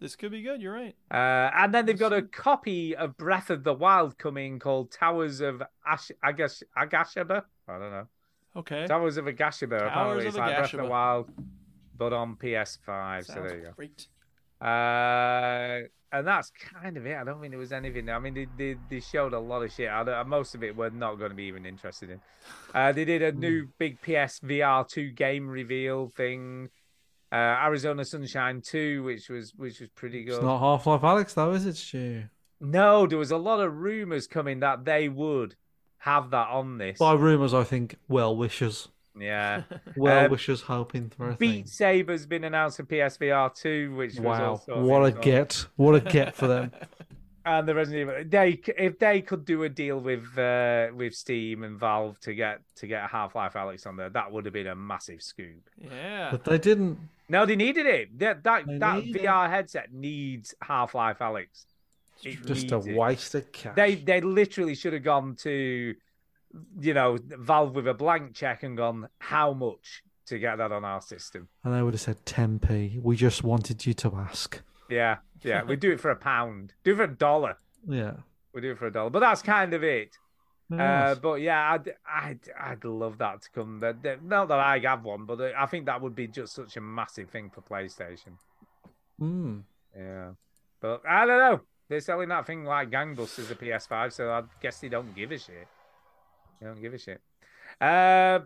Speaker 1: This could be good. You're right.
Speaker 4: Uh, and then they've got a copy of Breath of the Wild coming called Towers of Ash- Agash- Agashaba. I don't know.
Speaker 1: Okay.
Speaker 4: Towers of Agashaba. Apparently,
Speaker 1: of
Speaker 4: it's like Breath of the
Speaker 1: Agashaba.
Speaker 4: Wild, but on PS5. so
Speaker 1: Sounds
Speaker 4: there you go.
Speaker 1: great.
Speaker 4: Uh, and that's kind of it. I don't think there was anything. I mean, they they, they showed a lot of shit. I don't, most of it we're not going to be even interested in. Uh, they did a
Speaker 3: Hmm.
Speaker 4: new big PSVR two game reveal thing. Uh, Arizona Sunshine two, which was which was pretty good.
Speaker 3: It's not Half Life Alex, though, is it, Stu?
Speaker 4: No, there was a lot of rumors coming that they would have that on this.
Speaker 3: By rumours, I think well wishers.
Speaker 4: Yeah.
Speaker 3: Well
Speaker 4: Um,
Speaker 3: wishers hoping for a thing.
Speaker 4: Beat Saber's been announced for PSVR 2, which was
Speaker 3: Wow.
Speaker 4: also
Speaker 3: What a
Speaker 4: thing.
Speaker 3: get. What a get for them.
Speaker 4: And the Resident Evil, they c- if they could do a deal with uh, with Steam and Valve to get to get Half Life Alex on there, that would have been a massive scoop.
Speaker 1: Yeah.
Speaker 3: But they didn't.
Speaker 4: No, they needed it. That that,
Speaker 3: They
Speaker 4: that
Speaker 3: need it.
Speaker 4: VR headset needs Half Life Alex. It
Speaker 3: Just a
Speaker 4: needs it.
Speaker 3: waste of cash.
Speaker 4: They they literally should have gone to, you know, Valve with a blank check and gone how much to get that on our system.
Speaker 3: And they would have said 10p. We just wanted you to ask.
Speaker 4: Yeah, yeah, we do it for a pound, do it for a dollar,
Speaker 3: Yeah.
Speaker 4: we do it for a dollar. But that's kind of it. Uh,
Speaker 3: Yes.
Speaker 4: but yeah, I'd, I'd I'd love that to come. That- that- Not that I have one, but uh, I think that would be just such a massive thing for PlayStation.
Speaker 3: Hmm.
Speaker 4: Yeah, but I don't know. They're selling that thing like gangbusters a PS5, so I guess they don't give a shit. They don't give a shit. Uh,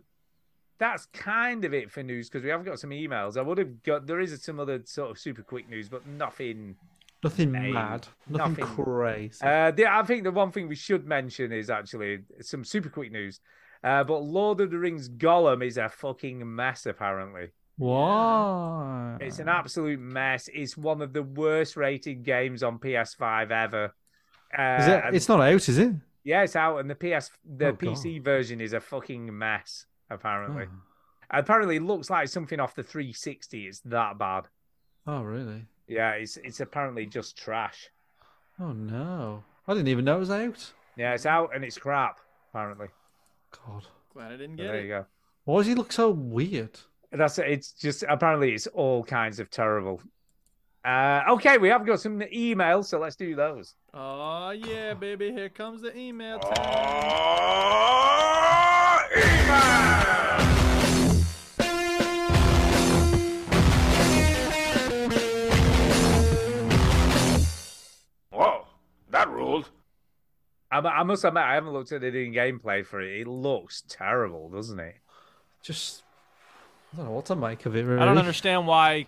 Speaker 4: that's kind of it for news because we have got some emails. I would have got there is some other sort of super quick news, but nothing.
Speaker 3: Nothing
Speaker 4: Mate,
Speaker 3: mad. Nothing,
Speaker 4: nothing.
Speaker 3: crazy.
Speaker 4: Uh, the, I think the one thing we should mention is actually some super quick news. Uh, but Lord of the Rings Gollum is a fucking mess, apparently.
Speaker 3: Why?
Speaker 4: It's an absolute mess. It's one of the worst rated games on PS5 ever. Uh,
Speaker 3: Is it,
Speaker 4: and-
Speaker 3: it's not out, is it?
Speaker 4: Yeah, it's out, and the PS, the
Speaker 3: Oh, God.
Speaker 4: PC version is a fucking mess. Apparently,
Speaker 3: Oh.
Speaker 4: apparently, it looks like something off the 360. It's that bad.
Speaker 3: Oh, really?
Speaker 4: Yeah, it's it's apparently just trash.
Speaker 3: Oh, no. I didn't even know it was out.
Speaker 4: Yeah, it's out and it's crap. Apparently,
Speaker 3: God.
Speaker 1: Glad I didn't
Speaker 4: So
Speaker 1: get
Speaker 4: there you
Speaker 1: it.
Speaker 4: go.
Speaker 3: Why does he look so weird?
Speaker 4: That's it's just apparently it's all kinds of terrible. Uh, okay, we have got some emails, so let's do those.
Speaker 1: Oh yeah, baby. Here comes the email.
Speaker 8: Whoa, that ruled.
Speaker 4: I, I must admit, I haven't looked at it in gameplay for it. It looks terrible, doesn't it?
Speaker 3: Just. I don't know what to make of it, really.
Speaker 1: I don't understand why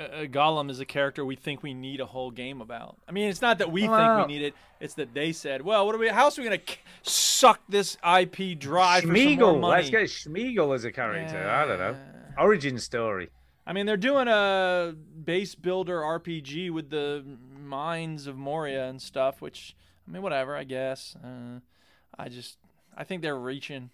Speaker 1: uh, uh, Gollum is a character we think we need a whole game about. I mean, it's not that we
Speaker 4: Wow.
Speaker 1: think we need it; it's that they said, "Well, what are we? How else are we gonna k- suck this IP dry for some more
Speaker 4: Schmeagle.
Speaker 1: money?"
Speaker 4: Let's get Schmeagle as a character. I don't know. Origin story.
Speaker 1: I mean, they're doing a base builder RPG with the mines of Moria and stuff, which I mean, whatever, I guess. Uh, I just, I think they're reaching.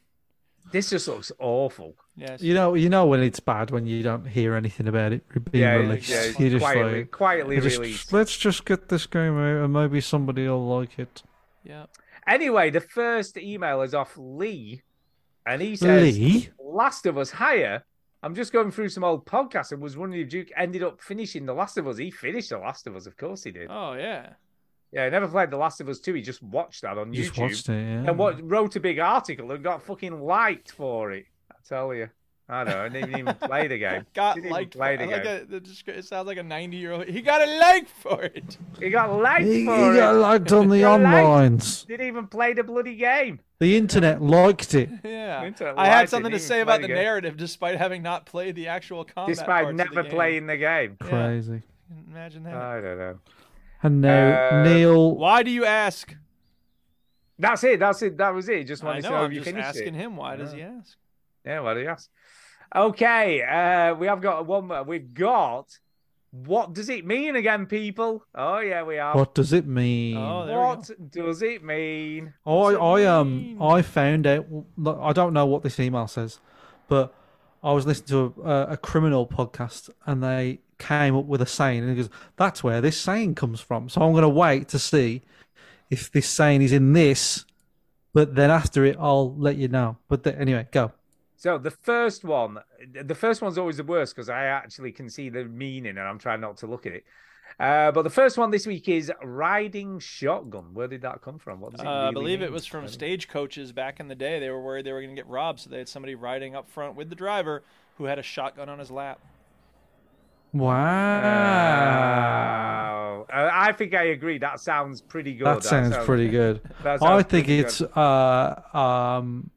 Speaker 4: This just looks awful.
Speaker 1: Yes.
Speaker 3: You know, you know when it's bad when you don't hear anything about it being
Speaker 4: Yeah,
Speaker 3: released.
Speaker 4: yeah, it's
Speaker 3: You're just
Speaker 4: quietly-
Speaker 3: like,
Speaker 4: quietly
Speaker 3: "Let's just-
Speaker 4: released."
Speaker 3: Let's just get this game out, and maybe somebody will like it.
Speaker 1: Yep.
Speaker 4: Anyway, the first email is off Lee, and he says,
Speaker 3: Lee?
Speaker 4: "Last of Us higher." I'm just going through some old podcasts and was wondering if Duke ended up finishing The Last of Us. He finished The Last of Us, of course he did.
Speaker 1: Oh yeah.
Speaker 4: Yeah, he never played The Last of Us 2. He just watched that on
Speaker 3: Just
Speaker 4: YouTube.
Speaker 3: watched it, yeah.
Speaker 4: And what wrote a big article and got fucking liked for it. I tell you. I don't know. I didn't even play the game.
Speaker 1: Got
Speaker 4: Didn't even
Speaker 1: liked. For,
Speaker 4: play the
Speaker 1: I like
Speaker 4: game.
Speaker 1: a, the descri- it sounds like a ninety-year-old. He got a like for it.
Speaker 4: He got liked
Speaker 3: He, he
Speaker 4: for
Speaker 3: got
Speaker 4: it.
Speaker 3: liked on the
Speaker 4: Got liked.
Speaker 3: onlines.
Speaker 4: Didn't even play the bloody game.
Speaker 3: The internet liked it.
Speaker 1: Yeah.
Speaker 4: Internet
Speaker 1: I had
Speaker 4: liked it,
Speaker 1: something to
Speaker 4: didn't
Speaker 1: say
Speaker 4: even
Speaker 1: about
Speaker 4: play
Speaker 1: the
Speaker 4: the game.
Speaker 1: narrative, despite having not played the actual combat.
Speaker 4: Despite
Speaker 1: parts of the
Speaker 4: never uh,
Speaker 1: game.
Speaker 4: playing the game.
Speaker 3: Crazy.
Speaker 1: Imagine that.
Speaker 4: I don't know.
Speaker 3: And now
Speaker 4: Uh,
Speaker 3: Neil.
Speaker 1: Why do you ask?
Speaker 4: That's it. That's it. That was it. Just
Speaker 1: I
Speaker 4: wanted to
Speaker 1: know.
Speaker 4: know if
Speaker 1: I'm
Speaker 4: you
Speaker 1: just
Speaker 4: finished
Speaker 1: asking
Speaker 4: it.
Speaker 1: him. Why does he ask?
Speaker 4: Yeah, well, yes. Okay, uh, we have got one. more. We've got. What does it mean again, people? Oh yeah, we are.
Speaker 3: What does it mean?
Speaker 1: Oh, there we go.
Speaker 4: What does it mean?
Speaker 3: I,
Speaker 1: does it
Speaker 3: I um
Speaker 1: mean?
Speaker 3: I found out. look, I don't know what this email says, but I was listening to a, a criminal podcast and they came up with a saying, and it goes, "That's where this saying comes from." So I'm going to wait to see if this saying is in this, but then after it, I'll let you know. But the, anyway, go.
Speaker 4: So the first one, the first one's always the worst because I actually can see the meaning and I'm trying not to look at it. Uh, but the first one this week is riding shotgun. Where did that come from? What does it
Speaker 1: Uh, I
Speaker 4: really
Speaker 1: believe it
Speaker 4: mean?
Speaker 1: was from
Speaker 4: Riding-
Speaker 1: stagecoaches back in the day. They were worried they were going to get robbed, so they had somebody riding up front with the driver who had a shotgun on his lap.
Speaker 3: Wow,
Speaker 4: Wow. Uh, I think I agree. That sounds pretty good.
Speaker 3: Ah, that sounds pretty good.
Speaker 4: that
Speaker 3: I
Speaker 4: sounds
Speaker 3: think
Speaker 4: pretty good.
Speaker 3: it's uh um.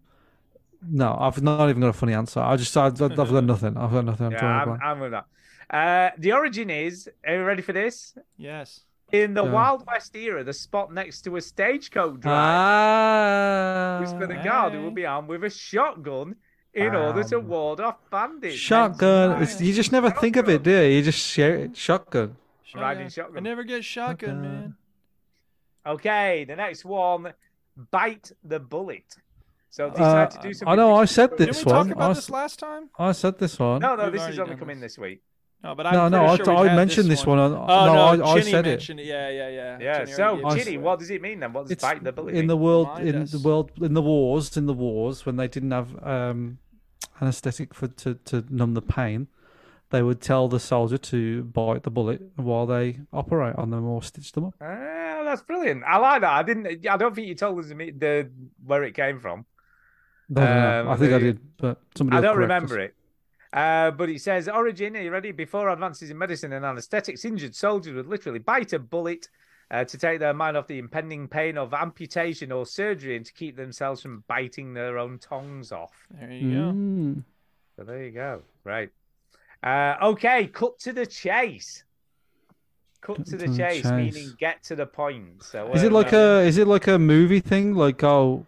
Speaker 3: No, I've not even got a funny answer. I just, I, I've got nothing. I've got nothing. I'm
Speaker 4: Yeah,
Speaker 3: drawing a
Speaker 4: I'm,
Speaker 3: blank.
Speaker 4: I'm with that. Uh, the origin is. Are you ready for this?
Speaker 1: Yes.
Speaker 4: In the
Speaker 3: Yeah.
Speaker 4: Wild West era, the spot next to a stagecoach drive
Speaker 3: Ah,
Speaker 4: was for the guard who will be armed with a shotgun in order to
Speaker 3: Um,
Speaker 4: ward off bandits. Hence
Speaker 3: shotgun.
Speaker 4: why
Speaker 3: It's, you just never think of it, do you? You just shout it, shotgun.
Speaker 1: Shotgun.
Speaker 4: Riding shotgun.
Speaker 1: I never get shotgun,
Speaker 3: Shotgun.
Speaker 1: man.
Speaker 4: Okay, the next one, bite the bullet. So decide
Speaker 3: Uh,
Speaker 4: to do something.
Speaker 3: I know. I
Speaker 4: which-
Speaker 3: said
Speaker 1: Didn't
Speaker 3: this
Speaker 1: we talk
Speaker 3: one.
Speaker 1: about
Speaker 3: I,
Speaker 1: this
Speaker 3: s-
Speaker 1: last time?
Speaker 3: I said this one.
Speaker 4: No, no,
Speaker 1: We've
Speaker 4: this
Speaker 1: already
Speaker 4: is only
Speaker 1: done
Speaker 4: coming
Speaker 1: this.
Speaker 4: this week.
Speaker 1: No, but
Speaker 3: No,
Speaker 1: I'm
Speaker 3: no,
Speaker 1: pretty
Speaker 3: I-
Speaker 1: sure we've
Speaker 3: I
Speaker 1: had
Speaker 3: mentioned
Speaker 1: this
Speaker 3: this
Speaker 1: one.
Speaker 3: one on-
Speaker 1: Oh,
Speaker 3: no, I- I
Speaker 1: Ginny
Speaker 3: said it.
Speaker 1: mentioned it. Yeah, yeah, yeah.
Speaker 4: Yeah.
Speaker 1: Ginny
Speaker 4: so,
Speaker 1: already gave us
Speaker 4: Ginny,
Speaker 1: one.
Speaker 4: what does it mean then? What does
Speaker 3: It's
Speaker 4: bite the bullet
Speaker 3: in
Speaker 4: mean?
Speaker 3: the world,
Speaker 1: Remind
Speaker 3: in the
Speaker 1: us.
Speaker 3: world, in the wars, in the wars when they didn't have um, anesthetic for to, to numb the pain. They would tell the soldier to bite the bullet while they operate on them or stitch them up.
Speaker 4: Ah, that's brilliant. I like that. I didn't. I don't think you told us the, me- the where it came from.
Speaker 3: I, don't know.
Speaker 4: Um,
Speaker 3: I think I
Speaker 4: the-
Speaker 3: did, but somebody.
Speaker 4: I don't
Speaker 3: will correct us.
Speaker 4: remember it. Uh, but it says origin. Are you ready? Before advances in medicine and anaesthetics, injured soldiers would literally bite a bullet uh, to take their mind off the impending pain of amputation or surgery and to keep themselves from biting their own tongues off.
Speaker 1: There you go.
Speaker 3: Mm.
Speaker 4: So there you go. Right. Uh, okay. Cut to the chase. Cut, to the chase, meaning
Speaker 3: chase.
Speaker 4: get to the point. So
Speaker 3: Is
Speaker 4: uh,
Speaker 3: it like a is it like a movie thing? Like oh,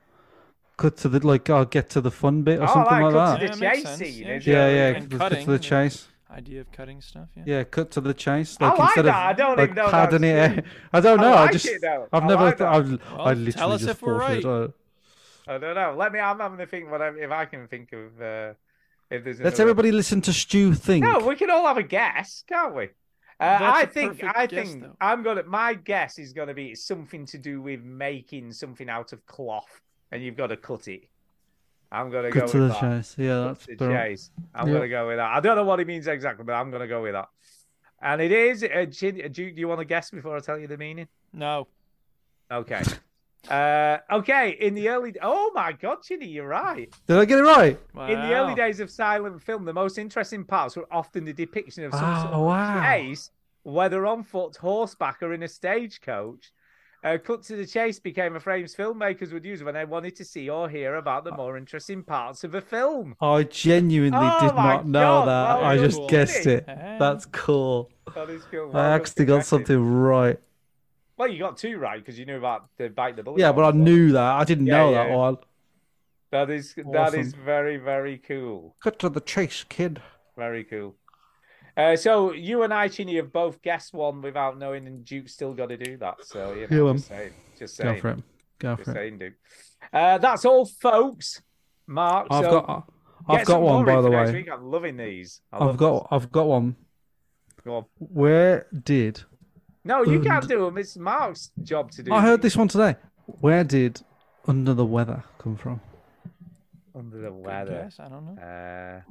Speaker 3: cut to the like I'll get to the fun bit or
Speaker 4: Oh,
Speaker 3: something
Speaker 4: like
Speaker 3: like
Speaker 4: cut
Speaker 3: that.
Speaker 4: to
Speaker 1: Yeah,
Speaker 4: the
Speaker 1: it makes
Speaker 4: chase
Speaker 1: sense.
Speaker 4: scene.
Speaker 1: Yeah,
Speaker 4: is
Speaker 1: the-
Speaker 3: yeah,
Speaker 4: it?
Speaker 3: yeah,
Speaker 1: and
Speaker 3: cut to
Speaker 1: cutting,
Speaker 3: the
Speaker 1: you know.
Speaker 3: chase.
Speaker 1: Idea of cutting stuff. Yeah.
Speaker 3: Yeah, cut to the chase.
Speaker 4: Oh, I
Speaker 3: Like
Speaker 4: like
Speaker 3: instead
Speaker 4: that. I
Speaker 3: of
Speaker 4: don't
Speaker 3: like
Speaker 4: even know
Speaker 3: padding
Speaker 4: that's
Speaker 3: it. I don't
Speaker 4: I
Speaker 3: know.
Speaker 4: like
Speaker 3: just
Speaker 4: it, though.
Speaker 3: I've
Speaker 4: I
Speaker 3: never.
Speaker 4: like
Speaker 3: th-
Speaker 4: that.
Speaker 3: I've,
Speaker 1: Well,
Speaker 3: I
Speaker 1: tell
Speaker 3: literally
Speaker 1: us
Speaker 3: just
Speaker 1: if we're
Speaker 3: thought of it. Uh,
Speaker 4: I don't know. Let me. I'm having to think. What I, if I can think of uh, if there's.
Speaker 3: Let's
Speaker 4: another-
Speaker 3: everybody listen to Stu think.
Speaker 4: No, we can all have a guess, can't we? Uh,
Speaker 1: That's
Speaker 4: I
Speaker 1: a
Speaker 4: think.
Speaker 1: perfect
Speaker 4: I
Speaker 1: guess,
Speaker 4: think.
Speaker 1: though.
Speaker 4: I'm gonna. My guess is gonna be it's something to do with making something out of cloth, and you've got to cut it. I'm gonna go
Speaker 3: cut to
Speaker 4: with
Speaker 3: the
Speaker 4: that.
Speaker 3: chase. Yeah,
Speaker 4: Cut
Speaker 3: that's
Speaker 4: to the
Speaker 3: brilliant.
Speaker 4: chase. I'm
Speaker 3: Yeah.
Speaker 4: gonna go with that. I don't know what it means exactly, but I'm gonna go with that. And it is. Uh, Chin, uh, Duke, do you want to guess before I tell you the meaning?
Speaker 1: No.
Speaker 4: Okay. uh, okay. In the early. Oh my God, Chinny, you're right.
Speaker 3: Did I get it right?
Speaker 4: In the early
Speaker 1: Wow.
Speaker 4: days of silent film, the most interesting parts were often the depiction of some
Speaker 3: Oh,
Speaker 4: sort of
Speaker 3: wow.
Speaker 4: chase, whether on foot, horseback, or in a stagecoach. Uh, Cut to the Chase became a phrase filmmakers would use when they wanted to see or hear about
Speaker 3: Uh,
Speaker 4: the more interesting parts of a film.
Speaker 3: I genuinely
Speaker 4: Oh
Speaker 3: did
Speaker 4: my
Speaker 3: not know
Speaker 4: God,
Speaker 3: that.
Speaker 4: that
Speaker 3: I
Speaker 4: is
Speaker 3: just
Speaker 4: cool.
Speaker 3: guessed it.
Speaker 4: Hey.
Speaker 3: That's cool.
Speaker 4: That is cool. Well
Speaker 3: I
Speaker 4: done,
Speaker 3: actually got
Speaker 4: Detective.
Speaker 3: something right.
Speaker 4: Well, you got two right because you knew about the bite the bullet.
Speaker 3: Yeah, but I
Speaker 4: one.
Speaker 3: knew that. I didn't
Speaker 4: Yeah,
Speaker 3: know
Speaker 4: yeah,
Speaker 3: that
Speaker 4: yeah.
Speaker 3: one.
Speaker 4: that is that is
Speaker 3: Awesome.
Speaker 4: very very cool.
Speaker 3: Cut to the chase, kid.
Speaker 4: Very cool. Uh, so you and I, Chini, have both guessed one without knowing, and Duke's still got to do that. So you
Speaker 3: Yeah,
Speaker 4: know,
Speaker 3: man.
Speaker 4: just saying, just
Speaker 3: Go
Speaker 4: saying,
Speaker 3: for it. Go
Speaker 4: just
Speaker 3: for it.
Speaker 4: saying, Duke. Uh, that's all, folks. Mark,
Speaker 3: I've
Speaker 4: so
Speaker 3: got. I've
Speaker 4: get
Speaker 3: got
Speaker 4: some
Speaker 3: one
Speaker 4: more in
Speaker 3: by the
Speaker 4: for next
Speaker 3: way.
Speaker 4: week. I'm loving these. I
Speaker 3: I've
Speaker 4: love
Speaker 3: got. I've got one.
Speaker 4: this. Go on.
Speaker 3: Where did
Speaker 4: No, you
Speaker 3: Und-
Speaker 4: can't do them. It's Mark's job to do.
Speaker 3: Um, I heard
Speaker 4: these.
Speaker 3: this one today? Where did under the weather come from?
Speaker 4: under the weather.
Speaker 1: guess, I don't know.
Speaker 4: Uh,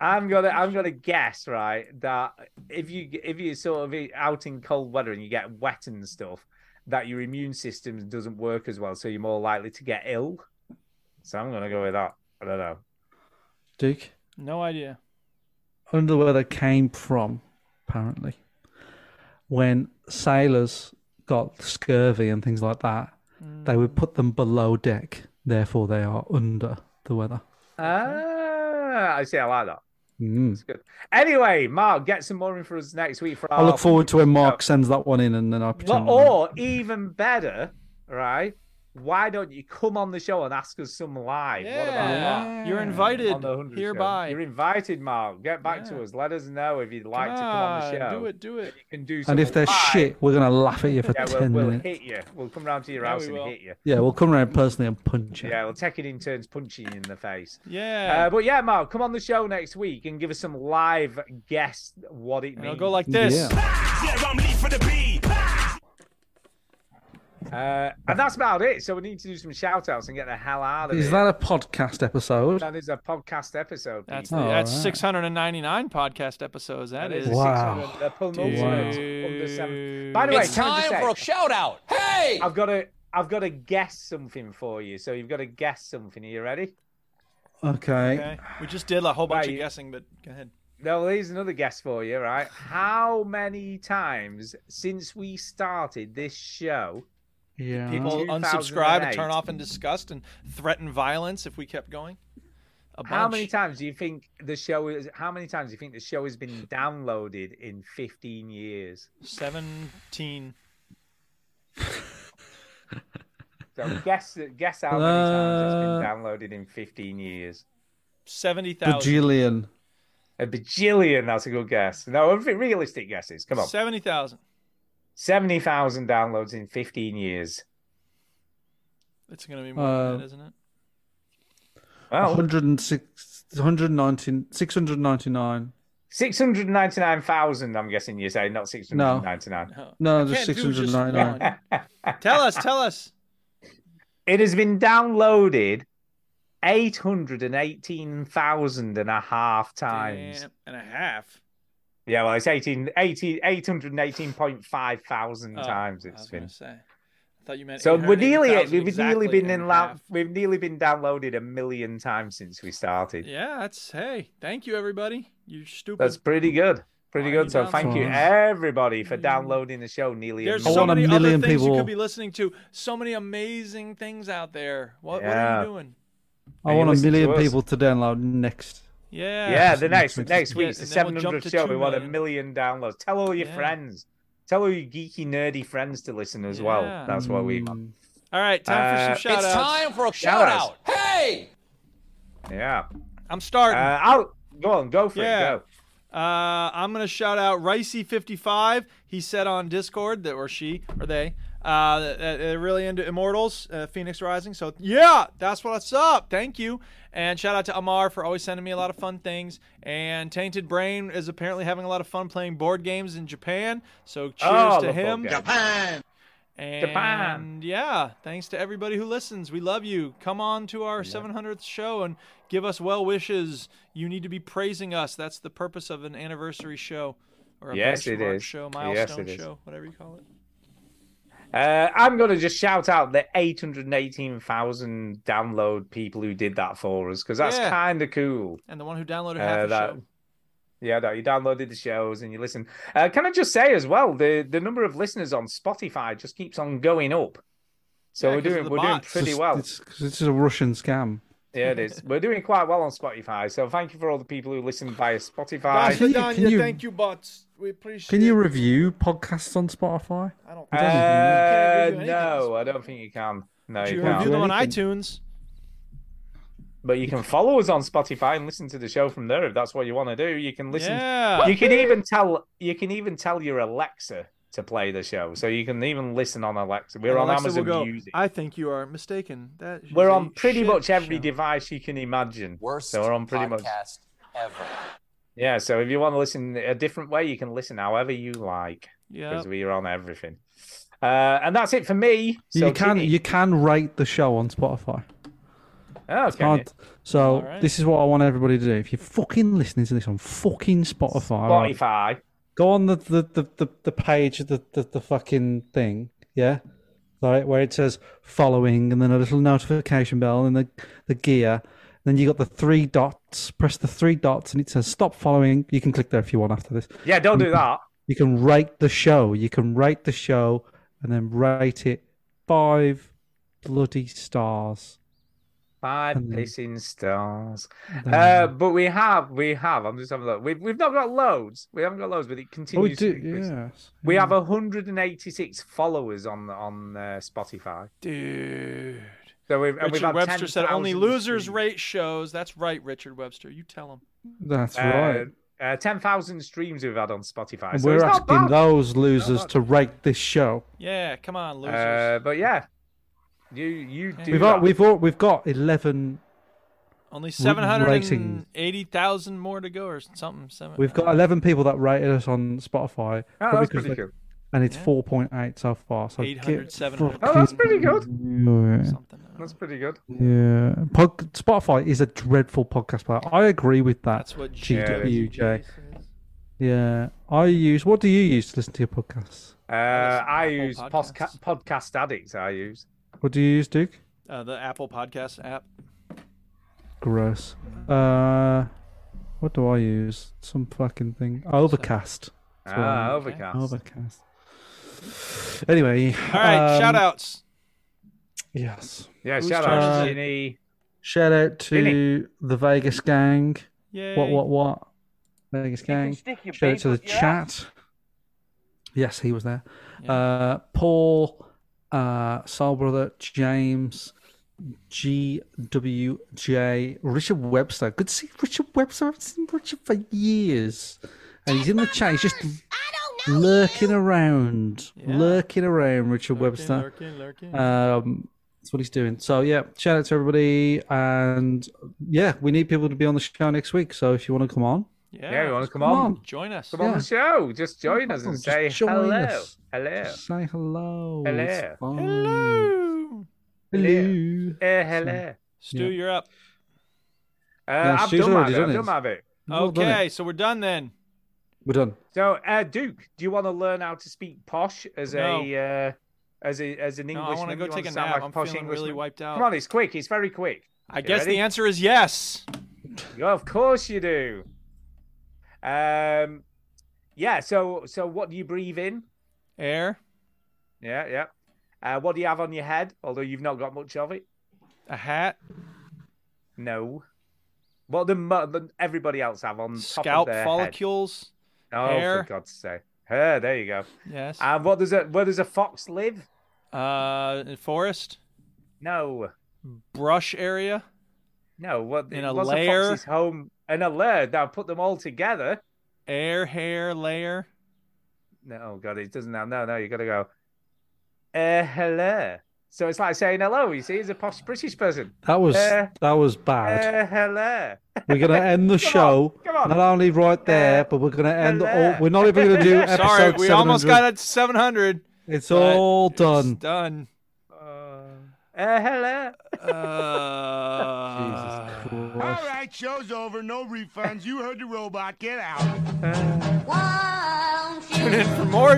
Speaker 4: I'm gonna I'm gonna guess right that if you if you sort of out in cold weather and you get wet and stuff, that your immune system doesn't work as well, so you're more likely to get ill. So I'm gonna go with that. I don't know.
Speaker 3: Duke.
Speaker 1: No idea.
Speaker 3: Under the weather came from, apparently, when sailors got scurvy and things like that. They would put them below deck, therefore they are under the weather.
Speaker 4: Ah, I see. I like that.
Speaker 3: Mm.
Speaker 4: It's good. Anyway, Mark, get some more in for us next week for our
Speaker 3: I look forward to when Mark sends that one in, and then I
Speaker 4: Well,
Speaker 3: pretend.
Speaker 4: or even better, right? Why don't you come on the show and ask us some live? What about that?
Speaker 1: Yeah. You're invited
Speaker 4: on the 100 show.
Speaker 1: hereby.
Speaker 4: You're invited, Mark. Get back to
Speaker 1: Yeah.
Speaker 4: us. Let us know if you'd like
Speaker 1: Come
Speaker 4: to come on the
Speaker 1: on,
Speaker 4: show.
Speaker 1: Ah, Do it, do it.
Speaker 4: You can do
Speaker 3: and if
Speaker 4: something
Speaker 3: they're
Speaker 4: live.
Speaker 3: shit, we're gonna laugh at you for
Speaker 4: yeah, we'll,
Speaker 3: ten
Speaker 4: we'll
Speaker 3: minutes.
Speaker 4: hit you. We'll come round to your
Speaker 1: Yeah,
Speaker 4: house
Speaker 1: we
Speaker 4: and
Speaker 1: will.
Speaker 4: hit you.
Speaker 3: Yeah, we'll come around personally and punch you.
Speaker 4: Yeah, we'll take it in turns punching you in the face.
Speaker 1: Yeah.
Speaker 4: Uh, but yeah, Mark, come on the show next week and give us some live guess what it
Speaker 1: and
Speaker 4: means.
Speaker 1: it'll go like this.
Speaker 3: Yeah.
Speaker 4: uh, and that's about it. So we need to do some shout outs and get the hell out of
Speaker 3: Is
Speaker 4: it.
Speaker 3: that a podcast episode?
Speaker 4: that is a podcast episode.
Speaker 1: That's
Speaker 4: people.
Speaker 3: All
Speaker 1: that's
Speaker 3: right.
Speaker 1: 699 podcast episodes.
Speaker 4: That is
Speaker 1: is.
Speaker 4: a
Speaker 3: Wow.
Speaker 4: 600 the penultimate under seven. By the way,
Speaker 2: It's
Speaker 4: can I just
Speaker 2: time
Speaker 4: say-
Speaker 2: for a shout out. Hey!
Speaker 4: I've got to I've got to guess something for you. So you've got to guess something. Are you ready?
Speaker 3: Okay.
Speaker 1: Okay. We just did a whole bunch
Speaker 4: Right.
Speaker 1: of guessing, but go ahead.
Speaker 4: No, here's another guess for you, right? How many times since we started this show?
Speaker 3: Yeah.
Speaker 1: People
Speaker 4: 2008.
Speaker 1: unsubscribe and turn off in disgust and threaten violence if we kept going. A bunch.
Speaker 4: How many times do you think the show is how many times do you think the show has been downloaded in 15 years?
Speaker 1: 17.
Speaker 4: So guess guess how many times it's been downloaded in 15 years.
Speaker 1: 70,000.
Speaker 3: Bajillion.
Speaker 4: A bajillion, that's a good guess. No, realistic guesses. Come on.
Speaker 1: 70,000.
Speaker 4: 70,000 downloads in 15 years.
Speaker 1: It's going to be more
Speaker 3: Uh,
Speaker 1: than that, isn't it?
Speaker 4: Well,
Speaker 3: 106, 119, 699.
Speaker 4: 699,000, I'm guessing you're saying, not 699.
Speaker 1: No.
Speaker 3: No,
Speaker 1: I
Speaker 3: just
Speaker 1: can't do just
Speaker 3: 699.
Speaker 1: one. tell us, tell us.
Speaker 4: It has been downloaded 818,000 and a half times.
Speaker 1: Damn, and a half.
Speaker 4: Yeah, well, it's 18, 18 818.5 thousand
Speaker 1: Oh,
Speaker 4: times
Speaker 1: I
Speaker 4: it's
Speaker 1: was going
Speaker 4: been.
Speaker 1: to say. I thought you meant
Speaker 4: So we're nearly,
Speaker 1: 880,000
Speaker 4: we've
Speaker 1: exactly
Speaker 4: nearly been
Speaker 1: and
Speaker 4: in,
Speaker 1: a
Speaker 4: la-
Speaker 1: half.
Speaker 4: we've nearly been downloaded a million times since we started.
Speaker 1: Yeah, that's hey. Thank you, everybody. You stupid.
Speaker 4: That's pretty good. Pretty
Speaker 1: Why are
Speaker 4: good.
Speaker 1: you
Speaker 4: So thank you
Speaker 3: downloading?
Speaker 4: everybody for downloading the show nearly
Speaker 1: There's
Speaker 4: a
Speaker 1: so
Speaker 3: want
Speaker 4: million.
Speaker 1: many other
Speaker 3: million
Speaker 1: things you
Speaker 3: people-
Speaker 1: could be listening to. So many amazing things out there. What, what
Speaker 4: Yeah.
Speaker 1: are you doing?
Speaker 3: I
Speaker 4: Hey,
Speaker 3: want a
Speaker 4: listen to
Speaker 3: million
Speaker 4: us.
Speaker 3: people to download next.
Speaker 1: Yeah.
Speaker 4: Yeah, the next
Speaker 3: Next
Speaker 4: next
Speaker 1: week.
Speaker 4: week's the
Speaker 1: Yeah, and then we'll jump
Speaker 4: 700th
Speaker 1: to
Speaker 4: show.
Speaker 1: two
Speaker 4: We want a
Speaker 1: million.
Speaker 4: million downloads. Tell all your
Speaker 1: Yeah.
Speaker 4: friends. Tell all your geeky, nerdy friends to listen as well.
Speaker 1: Yeah.
Speaker 4: That's what we want.
Speaker 3: Mm.
Speaker 1: All right, time
Speaker 4: Uh,
Speaker 1: for some shout
Speaker 2: it's
Speaker 1: outs.
Speaker 2: time for a shout
Speaker 4: Shout-outs.
Speaker 2: out. Hey!
Speaker 4: Yeah.
Speaker 1: I'm
Speaker 4: Uh,
Speaker 1: starting. Uh,
Speaker 4: out. Go on. Go for
Speaker 1: Yeah.
Speaker 4: it. Go.
Speaker 1: Uh, I'm going to shout out Ricey55. He said on Discord that, or she, or they, uh, that- that they're really into Immortals, uh, Phoenix Rising. So, yeah, that's what's up. Thank you. And shout out to Amar for always sending me a lot of fun things. And Tainted Brain is apparently having a lot of fun playing board games in Japan. So, cheers
Speaker 4: Oh, I love
Speaker 1: to
Speaker 4: board
Speaker 1: him.
Speaker 4: games.
Speaker 1: And
Speaker 4: Japan.
Speaker 1: yeah, thanks to everybody who listens. We love you. Come on to our 700th show and give us well wishes. You need to be praising us. That's the purpose of an anniversary show or a
Speaker 4: Yes, it
Speaker 1: benchmark
Speaker 4: is.
Speaker 1: show,
Speaker 4: Yes,
Speaker 1: milestone
Speaker 4: it is.
Speaker 1: show, whatever you call it.
Speaker 4: Uh, I'm going to just shout out the 818,000 download people who did that for us because that's
Speaker 1: Yeah.
Speaker 4: kind of cool.
Speaker 1: And the one who downloaded
Speaker 4: Uh,
Speaker 1: half the
Speaker 4: that-
Speaker 1: show.
Speaker 4: Yeah, no, you downloaded the shows and you listen. Uh, can I just say as well, the the number of listeners on Spotify just keeps on going up. So
Speaker 3: Yeah,
Speaker 4: we're
Speaker 3: 'cause of
Speaker 4: doing
Speaker 3: the
Speaker 4: we're doing
Speaker 3: bots.
Speaker 4: pretty
Speaker 3: It's-
Speaker 4: well.
Speaker 3: It's, 'cause this is a Russian scam.
Speaker 4: Yeah, it is. We're doing quite well on Spotify. So thank you for all the people who listen via Spotify.
Speaker 3: That's Can you- done, can yeah, you-
Speaker 12: thank you, bots. We appreciate.
Speaker 3: Can you review podcasts on Spotify?
Speaker 12: I don't.
Speaker 4: Uh,
Speaker 12: You can't review anything
Speaker 4: no, I don't think you can. No,
Speaker 12: But
Speaker 4: you,
Speaker 12: you
Speaker 4: can't.
Speaker 12: review them on iTunes.
Speaker 4: But you can follow us on Spotify and listen to the show from there if that's what you want to do. You can listen.
Speaker 12: Yeah.
Speaker 4: You can even tell. You can even tell your Alexa to play the show, so you can even listen on Alexa. We're on
Speaker 1: Alexa will
Speaker 4: Amazon
Speaker 1: go,
Speaker 4: Music.
Speaker 1: I think you are mistaken. That is
Speaker 4: We're
Speaker 1: a
Speaker 4: on pretty
Speaker 1: shit
Speaker 4: much every
Speaker 1: show.
Speaker 4: device you can imagine. so we're on pretty much.
Speaker 2: podcast ever.
Speaker 4: Yeah. So if you want to listen a different way, you can listen however you like.
Speaker 2: Yep.
Speaker 4: Because we're on everything. Uh, and that's it for me. So
Speaker 3: you can you can rate the show on Spotify.
Speaker 4: Oh,
Speaker 3: It's
Speaker 4: can you?
Speaker 3: hard. So
Speaker 4: All right.
Speaker 3: this is what I want everybody to do. If you're fucking listening to this on fucking Spotify, right,
Speaker 4: Spotify.
Speaker 3: go on the the, the, the, the page of the, the, the fucking thing, yeah, right, where it says following, and then a little notification bell, and the the gear. Then you got the three dots. Press the three dots, and it says stop following. You can click there if you want after this.
Speaker 4: Yeah, don't
Speaker 3: You
Speaker 4: do
Speaker 3: can-
Speaker 4: that.
Speaker 3: You can rate the show. You can rate the show, and then rate it five bloody stars.
Speaker 4: Five
Speaker 3: And then-
Speaker 4: pissing stars.
Speaker 3: Mm. then-
Speaker 4: Uh, but we have, we have. I'm just having a look. We've, we've not got loads. We haven't got loads, but it continues.
Speaker 3: Oh, do,
Speaker 4: to increase.
Speaker 3: yes,
Speaker 4: We have 186 followers on on uh, Spotify.
Speaker 1: Dude.
Speaker 4: So we've, and we've
Speaker 1: Richard
Speaker 4: had
Speaker 1: Webster said only
Speaker 4: 10,000
Speaker 1: losers rate shows. That's right, Richard Webster. You tell him.
Speaker 3: That's
Speaker 4: uh,
Speaker 3: right.
Speaker 4: Uh, 10,000 streams we've had on Spotify.
Speaker 3: And
Speaker 4: so
Speaker 3: we're
Speaker 4: it's not
Speaker 3: asking
Speaker 4: bad.
Speaker 3: those losers to rate this show.
Speaker 1: Yeah, come on, losers.
Speaker 4: Uh, but yeah, you you do. that.
Speaker 3: We've got, we've all, we've got eleven.
Speaker 1: Only
Speaker 3: r-
Speaker 1: seven hundred and
Speaker 3: ratings.
Speaker 1: eighty thousand more to go, or something. Seven.
Speaker 3: We've got eleven people that rated us on Spotify. probably
Speaker 1: that's
Speaker 3: 'cause
Speaker 1: pretty
Speaker 3: they-
Speaker 1: good.
Speaker 3: And it's four point eight so far. So
Speaker 1: 800,
Speaker 3: get
Speaker 1: 700.
Speaker 4: Oh, that's pretty good.
Speaker 1: uh,
Speaker 3: good.
Speaker 4: That's pretty good.
Speaker 3: Yeah, Pod, Spotify is a dreadful podcast player. I agree with that.
Speaker 4: That's what
Speaker 3: GWJ. Yeah, I use. What do you use to listen to your podcasts?
Speaker 4: Uh, I use podcast podcast addicts. I use.
Speaker 3: What do you use, Duke?
Speaker 1: Uh, the Apple Podcast app.
Speaker 3: Gross. Uh, what do I use? Some fucking thing. Overcast. That's what I
Speaker 4: Ah,
Speaker 3: use.
Speaker 4: Overcast.
Speaker 3: Overcast. Anyway.
Speaker 1: All right,
Speaker 3: um,
Speaker 1: shout outs.
Speaker 3: Yes.
Speaker 4: Yeah,
Speaker 1: Who's
Speaker 4: shout out
Speaker 3: first?
Speaker 4: to Ginny.
Speaker 3: Shout out to the Vegas gang. What?
Speaker 4: Yay.
Speaker 3: What? What? Vegas gang.
Speaker 4: stick your
Speaker 3: Shout out to
Speaker 4: babe
Speaker 3: the
Speaker 4: up your
Speaker 3: chat. Yes, he was there. Uh, Paul, uh, Soul Brother, James, GWJ, Richard Webster. Good to see Richard Webster. I haven't seen Richard for years. And he's in the chat. He's just lurking around. Lurking around, Richard Webster.
Speaker 1: lurking, lurking.
Speaker 3: Um, that's what he's doing. So, yeah, shout out to everybody. And yeah, we need people to be on the show next week. So, if you want to come on,
Speaker 1: Yeah,
Speaker 4: you want to come,
Speaker 3: come
Speaker 4: on?
Speaker 3: on.
Speaker 1: Join us.
Speaker 4: Come on the show. Just join us and
Speaker 3: Just
Speaker 4: say
Speaker 3: join
Speaker 4: hello.
Speaker 3: us.
Speaker 4: Hello.
Speaker 3: Just say hello.
Speaker 4: Hello.
Speaker 3: It's fine.
Speaker 1: Hello.
Speaker 3: Hello.
Speaker 4: Eh, hello.
Speaker 1: Stu, you're up.
Speaker 4: Uh,
Speaker 3: No,
Speaker 4: I've
Speaker 3: Stu's
Speaker 4: done my
Speaker 3: already
Speaker 4: bit.
Speaker 3: done
Speaker 4: I've done
Speaker 3: his.
Speaker 4: my bit.
Speaker 3: Well done,
Speaker 1: Okay, so we're done then.
Speaker 3: We're done.
Speaker 4: So, uh, Duke, do you want to learn how to speak posh as a uh, as a as an
Speaker 1: No,
Speaker 4: Englishman?
Speaker 1: I want to go
Speaker 4: You wanna
Speaker 1: take a
Speaker 4: sound
Speaker 1: nap.
Speaker 4: like
Speaker 1: I'm
Speaker 4: posh
Speaker 1: feeling really
Speaker 4: Englishman?
Speaker 1: wiped out.
Speaker 4: Come on, it's quick. It's very quick.
Speaker 1: I guess the
Speaker 4: answer.
Speaker 1: answer is yes.
Speaker 4: Yeah, of course you do. Um, yeah. So, so what do you breathe in?
Speaker 1: Air.
Speaker 4: Yeah, yeah. Uh, what do you have on your head? Although you've not got much of it.
Speaker 1: A hat.
Speaker 4: No. What the, mo- the everybody else have on top of
Speaker 1: Scalp
Speaker 4: their head?
Speaker 1: follicles.
Speaker 4: Oh,
Speaker 1: hair.
Speaker 4: for God's sake! Hair. There you go.
Speaker 1: Yes.
Speaker 4: And what does a where does a fox live?
Speaker 1: Uh, forest.
Speaker 4: No.
Speaker 1: Brush area.
Speaker 4: No. What
Speaker 1: In a
Speaker 4: what's
Speaker 1: lair?
Speaker 4: A fox's home in a lair. Now put them all together.
Speaker 1: Air, hair, layer.
Speaker 4: No, oh God, it doesn't. No, no, no. You got to go. Uh, hello. So it's like saying hello. You see, he's a posh British person.
Speaker 3: That was
Speaker 4: Uh,
Speaker 3: that was bad.
Speaker 4: uh, hello.
Speaker 3: we're gonna end the show
Speaker 4: come on.
Speaker 3: not only right there, but we're gonna end. All, we're not even gonna do episode
Speaker 1: Sorry, we almost
Speaker 3: 700.
Speaker 1: got at 700.
Speaker 3: It's
Speaker 1: but
Speaker 3: all done.
Speaker 1: It's done.
Speaker 4: Uh, hello.
Speaker 1: Uh,
Speaker 5: All right, show's over. No refunds. You heard the robot. Get out.
Speaker 1: Tune in for more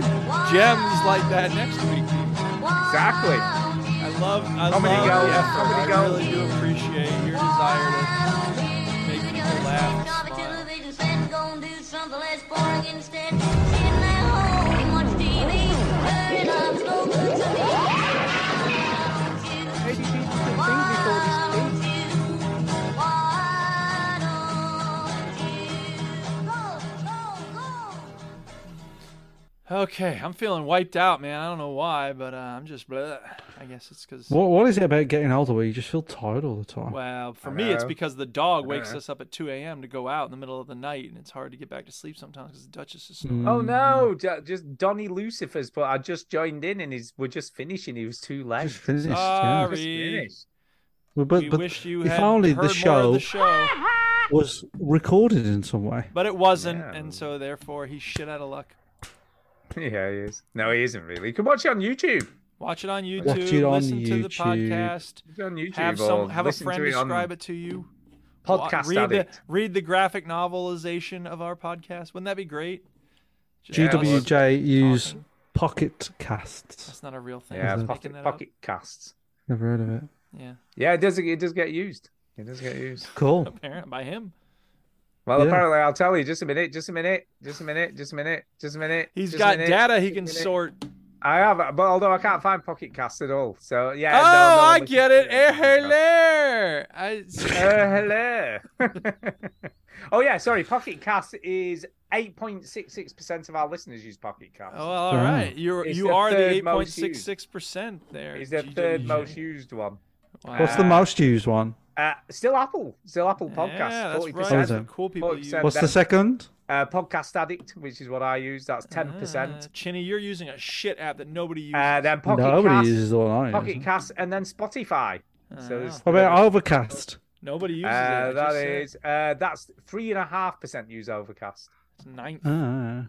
Speaker 1: gems like that next week.
Speaker 4: Exactly.
Speaker 1: I love, I
Speaker 4: Comedy
Speaker 1: love
Speaker 4: gold,
Speaker 1: the effort.
Speaker 4: comedy
Speaker 1: I
Speaker 4: gold.
Speaker 1: really do appreciate your desire to make people laugh. and smile.
Speaker 13: Gonna do some something less boring instead. Sitting at home and watch TV. Turning up, no good to me.
Speaker 1: Okay, I'm feeling wiped out, man. I don't know why, but uh, I'm just. Bleh. I guess it's because.
Speaker 3: What What is it about getting older where you just feel tired all the time?
Speaker 1: Well, for
Speaker 3: I
Speaker 1: me, it's
Speaker 3: know.
Speaker 1: because the dog
Speaker 3: I
Speaker 1: wakes
Speaker 3: know.
Speaker 1: us up at 2 a.m. to go out in the middle of the night, and it's hard to get back to sleep sometimes because the Duchess is
Speaker 3: Mm,
Speaker 1: snoring.
Speaker 4: Oh no! ju- Just Donny Lucifer's, but I just joined in and he's we're just finishing. He was too late.
Speaker 3: Just Mm. finished, yeah.
Speaker 4: Just
Speaker 1: Sorry.
Speaker 4: finished.
Speaker 3: Well, but
Speaker 1: we
Speaker 3: but
Speaker 1: wish you
Speaker 3: if
Speaker 1: had
Speaker 3: only the
Speaker 1: heard more of
Speaker 3: show,
Speaker 1: the show.
Speaker 3: was recorded in some way.
Speaker 1: But it wasn't, and so therefore he's shit out of luck.
Speaker 4: Yeah, he is. No, he isn't really. You can watch it on YouTube.
Speaker 1: Watch it on YouTube.
Speaker 4: Watch it on
Speaker 1: listen to the
Speaker 4: YouTube.
Speaker 1: podcast.
Speaker 4: Watch it on YouTube
Speaker 1: have
Speaker 4: or
Speaker 1: have a
Speaker 4: listen to
Speaker 1: friend
Speaker 4: it on
Speaker 1: describe it to you.
Speaker 4: Podcast
Speaker 1: Wa- read
Speaker 4: Addict.
Speaker 1: The, read the graphic novelization of our podcast. Wouldn't that be great? Just us-
Speaker 3: GWJ use pocket casts.
Speaker 1: That's not a real thing.
Speaker 4: Yeah,
Speaker 1: I'm
Speaker 4: pocket,
Speaker 1: making that up.
Speaker 4: pocket casts.
Speaker 3: Never heard of it.
Speaker 1: Yeah.
Speaker 4: Yeah, it does. It does get used. It does get used.
Speaker 3: Cool.
Speaker 1: Apparent by him.
Speaker 4: Well,
Speaker 3: Yeah.
Speaker 4: apparently, I'll tell you. Just a minute. Just a minute. Just a minute. Just a minute. Just a minute.
Speaker 1: He's
Speaker 4: just a
Speaker 1: got
Speaker 4: minute,
Speaker 1: data he
Speaker 4: just a
Speaker 1: can
Speaker 4: minute.
Speaker 1: sort.
Speaker 4: I have, but although I can't find Pocket Cast at all. So yeah. no,
Speaker 1: oh,
Speaker 4: no,
Speaker 1: I
Speaker 4: listen-
Speaker 1: get it. Eh, hello. I,
Speaker 4: Uh, hello. oh yeah, sorry. Pocket Cast is eight point six six percent of our listeners use Pocket Cast.
Speaker 1: Oh, well, all right. You're,
Speaker 4: It's
Speaker 1: you are the
Speaker 4: third most used.
Speaker 1: 8.66% there.
Speaker 4: It's the
Speaker 1: GWJ.
Speaker 4: third most used one.
Speaker 3: What's
Speaker 1: Ah.
Speaker 3: the most used one?
Speaker 4: Uh, still Apple, still Apple Podcast.
Speaker 1: Yeah, that's
Speaker 4: 40%.
Speaker 1: right.
Speaker 3: What is it?
Speaker 1: Cool people use.
Speaker 4: 40%.
Speaker 3: What's the
Speaker 4: That's,
Speaker 3: second?
Speaker 4: Uh, Podcast Addict, which is what I use. That's ten
Speaker 1: Uh,
Speaker 4: percent.
Speaker 1: Chinny, you're using a shit app that nobody uses.
Speaker 4: Uh, then Pocket
Speaker 3: Nobody
Speaker 4: Cast,
Speaker 3: uses the one I use.
Speaker 4: Pocket Cast, and then Spotify. So there's-
Speaker 3: What about Overcast?
Speaker 1: Nobody Ah, uses it.
Speaker 4: uh,
Speaker 1: I
Speaker 4: that
Speaker 1: just said.
Speaker 4: is uh, that's three and a half percent use Overcast.
Speaker 1: It's ninth.
Speaker 3: Ah.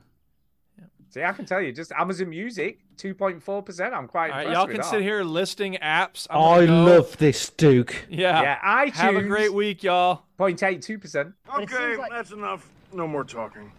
Speaker 4: See, I can tell you, just Amazon Music, two point four percent. I'm quite.
Speaker 1: All right,
Speaker 4: impressed
Speaker 1: y'all
Speaker 4: with
Speaker 1: can
Speaker 4: that.
Speaker 1: sit here listing apps. I'm
Speaker 3: I
Speaker 1: gonna go.
Speaker 3: love this Duke.
Speaker 1: Yeah.
Speaker 4: Yeah, iTunes.
Speaker 1: Have a great week, y'all.
Speaker 4: Point eight two percent.
Speaker 7: Okay, that's enough. No more talking.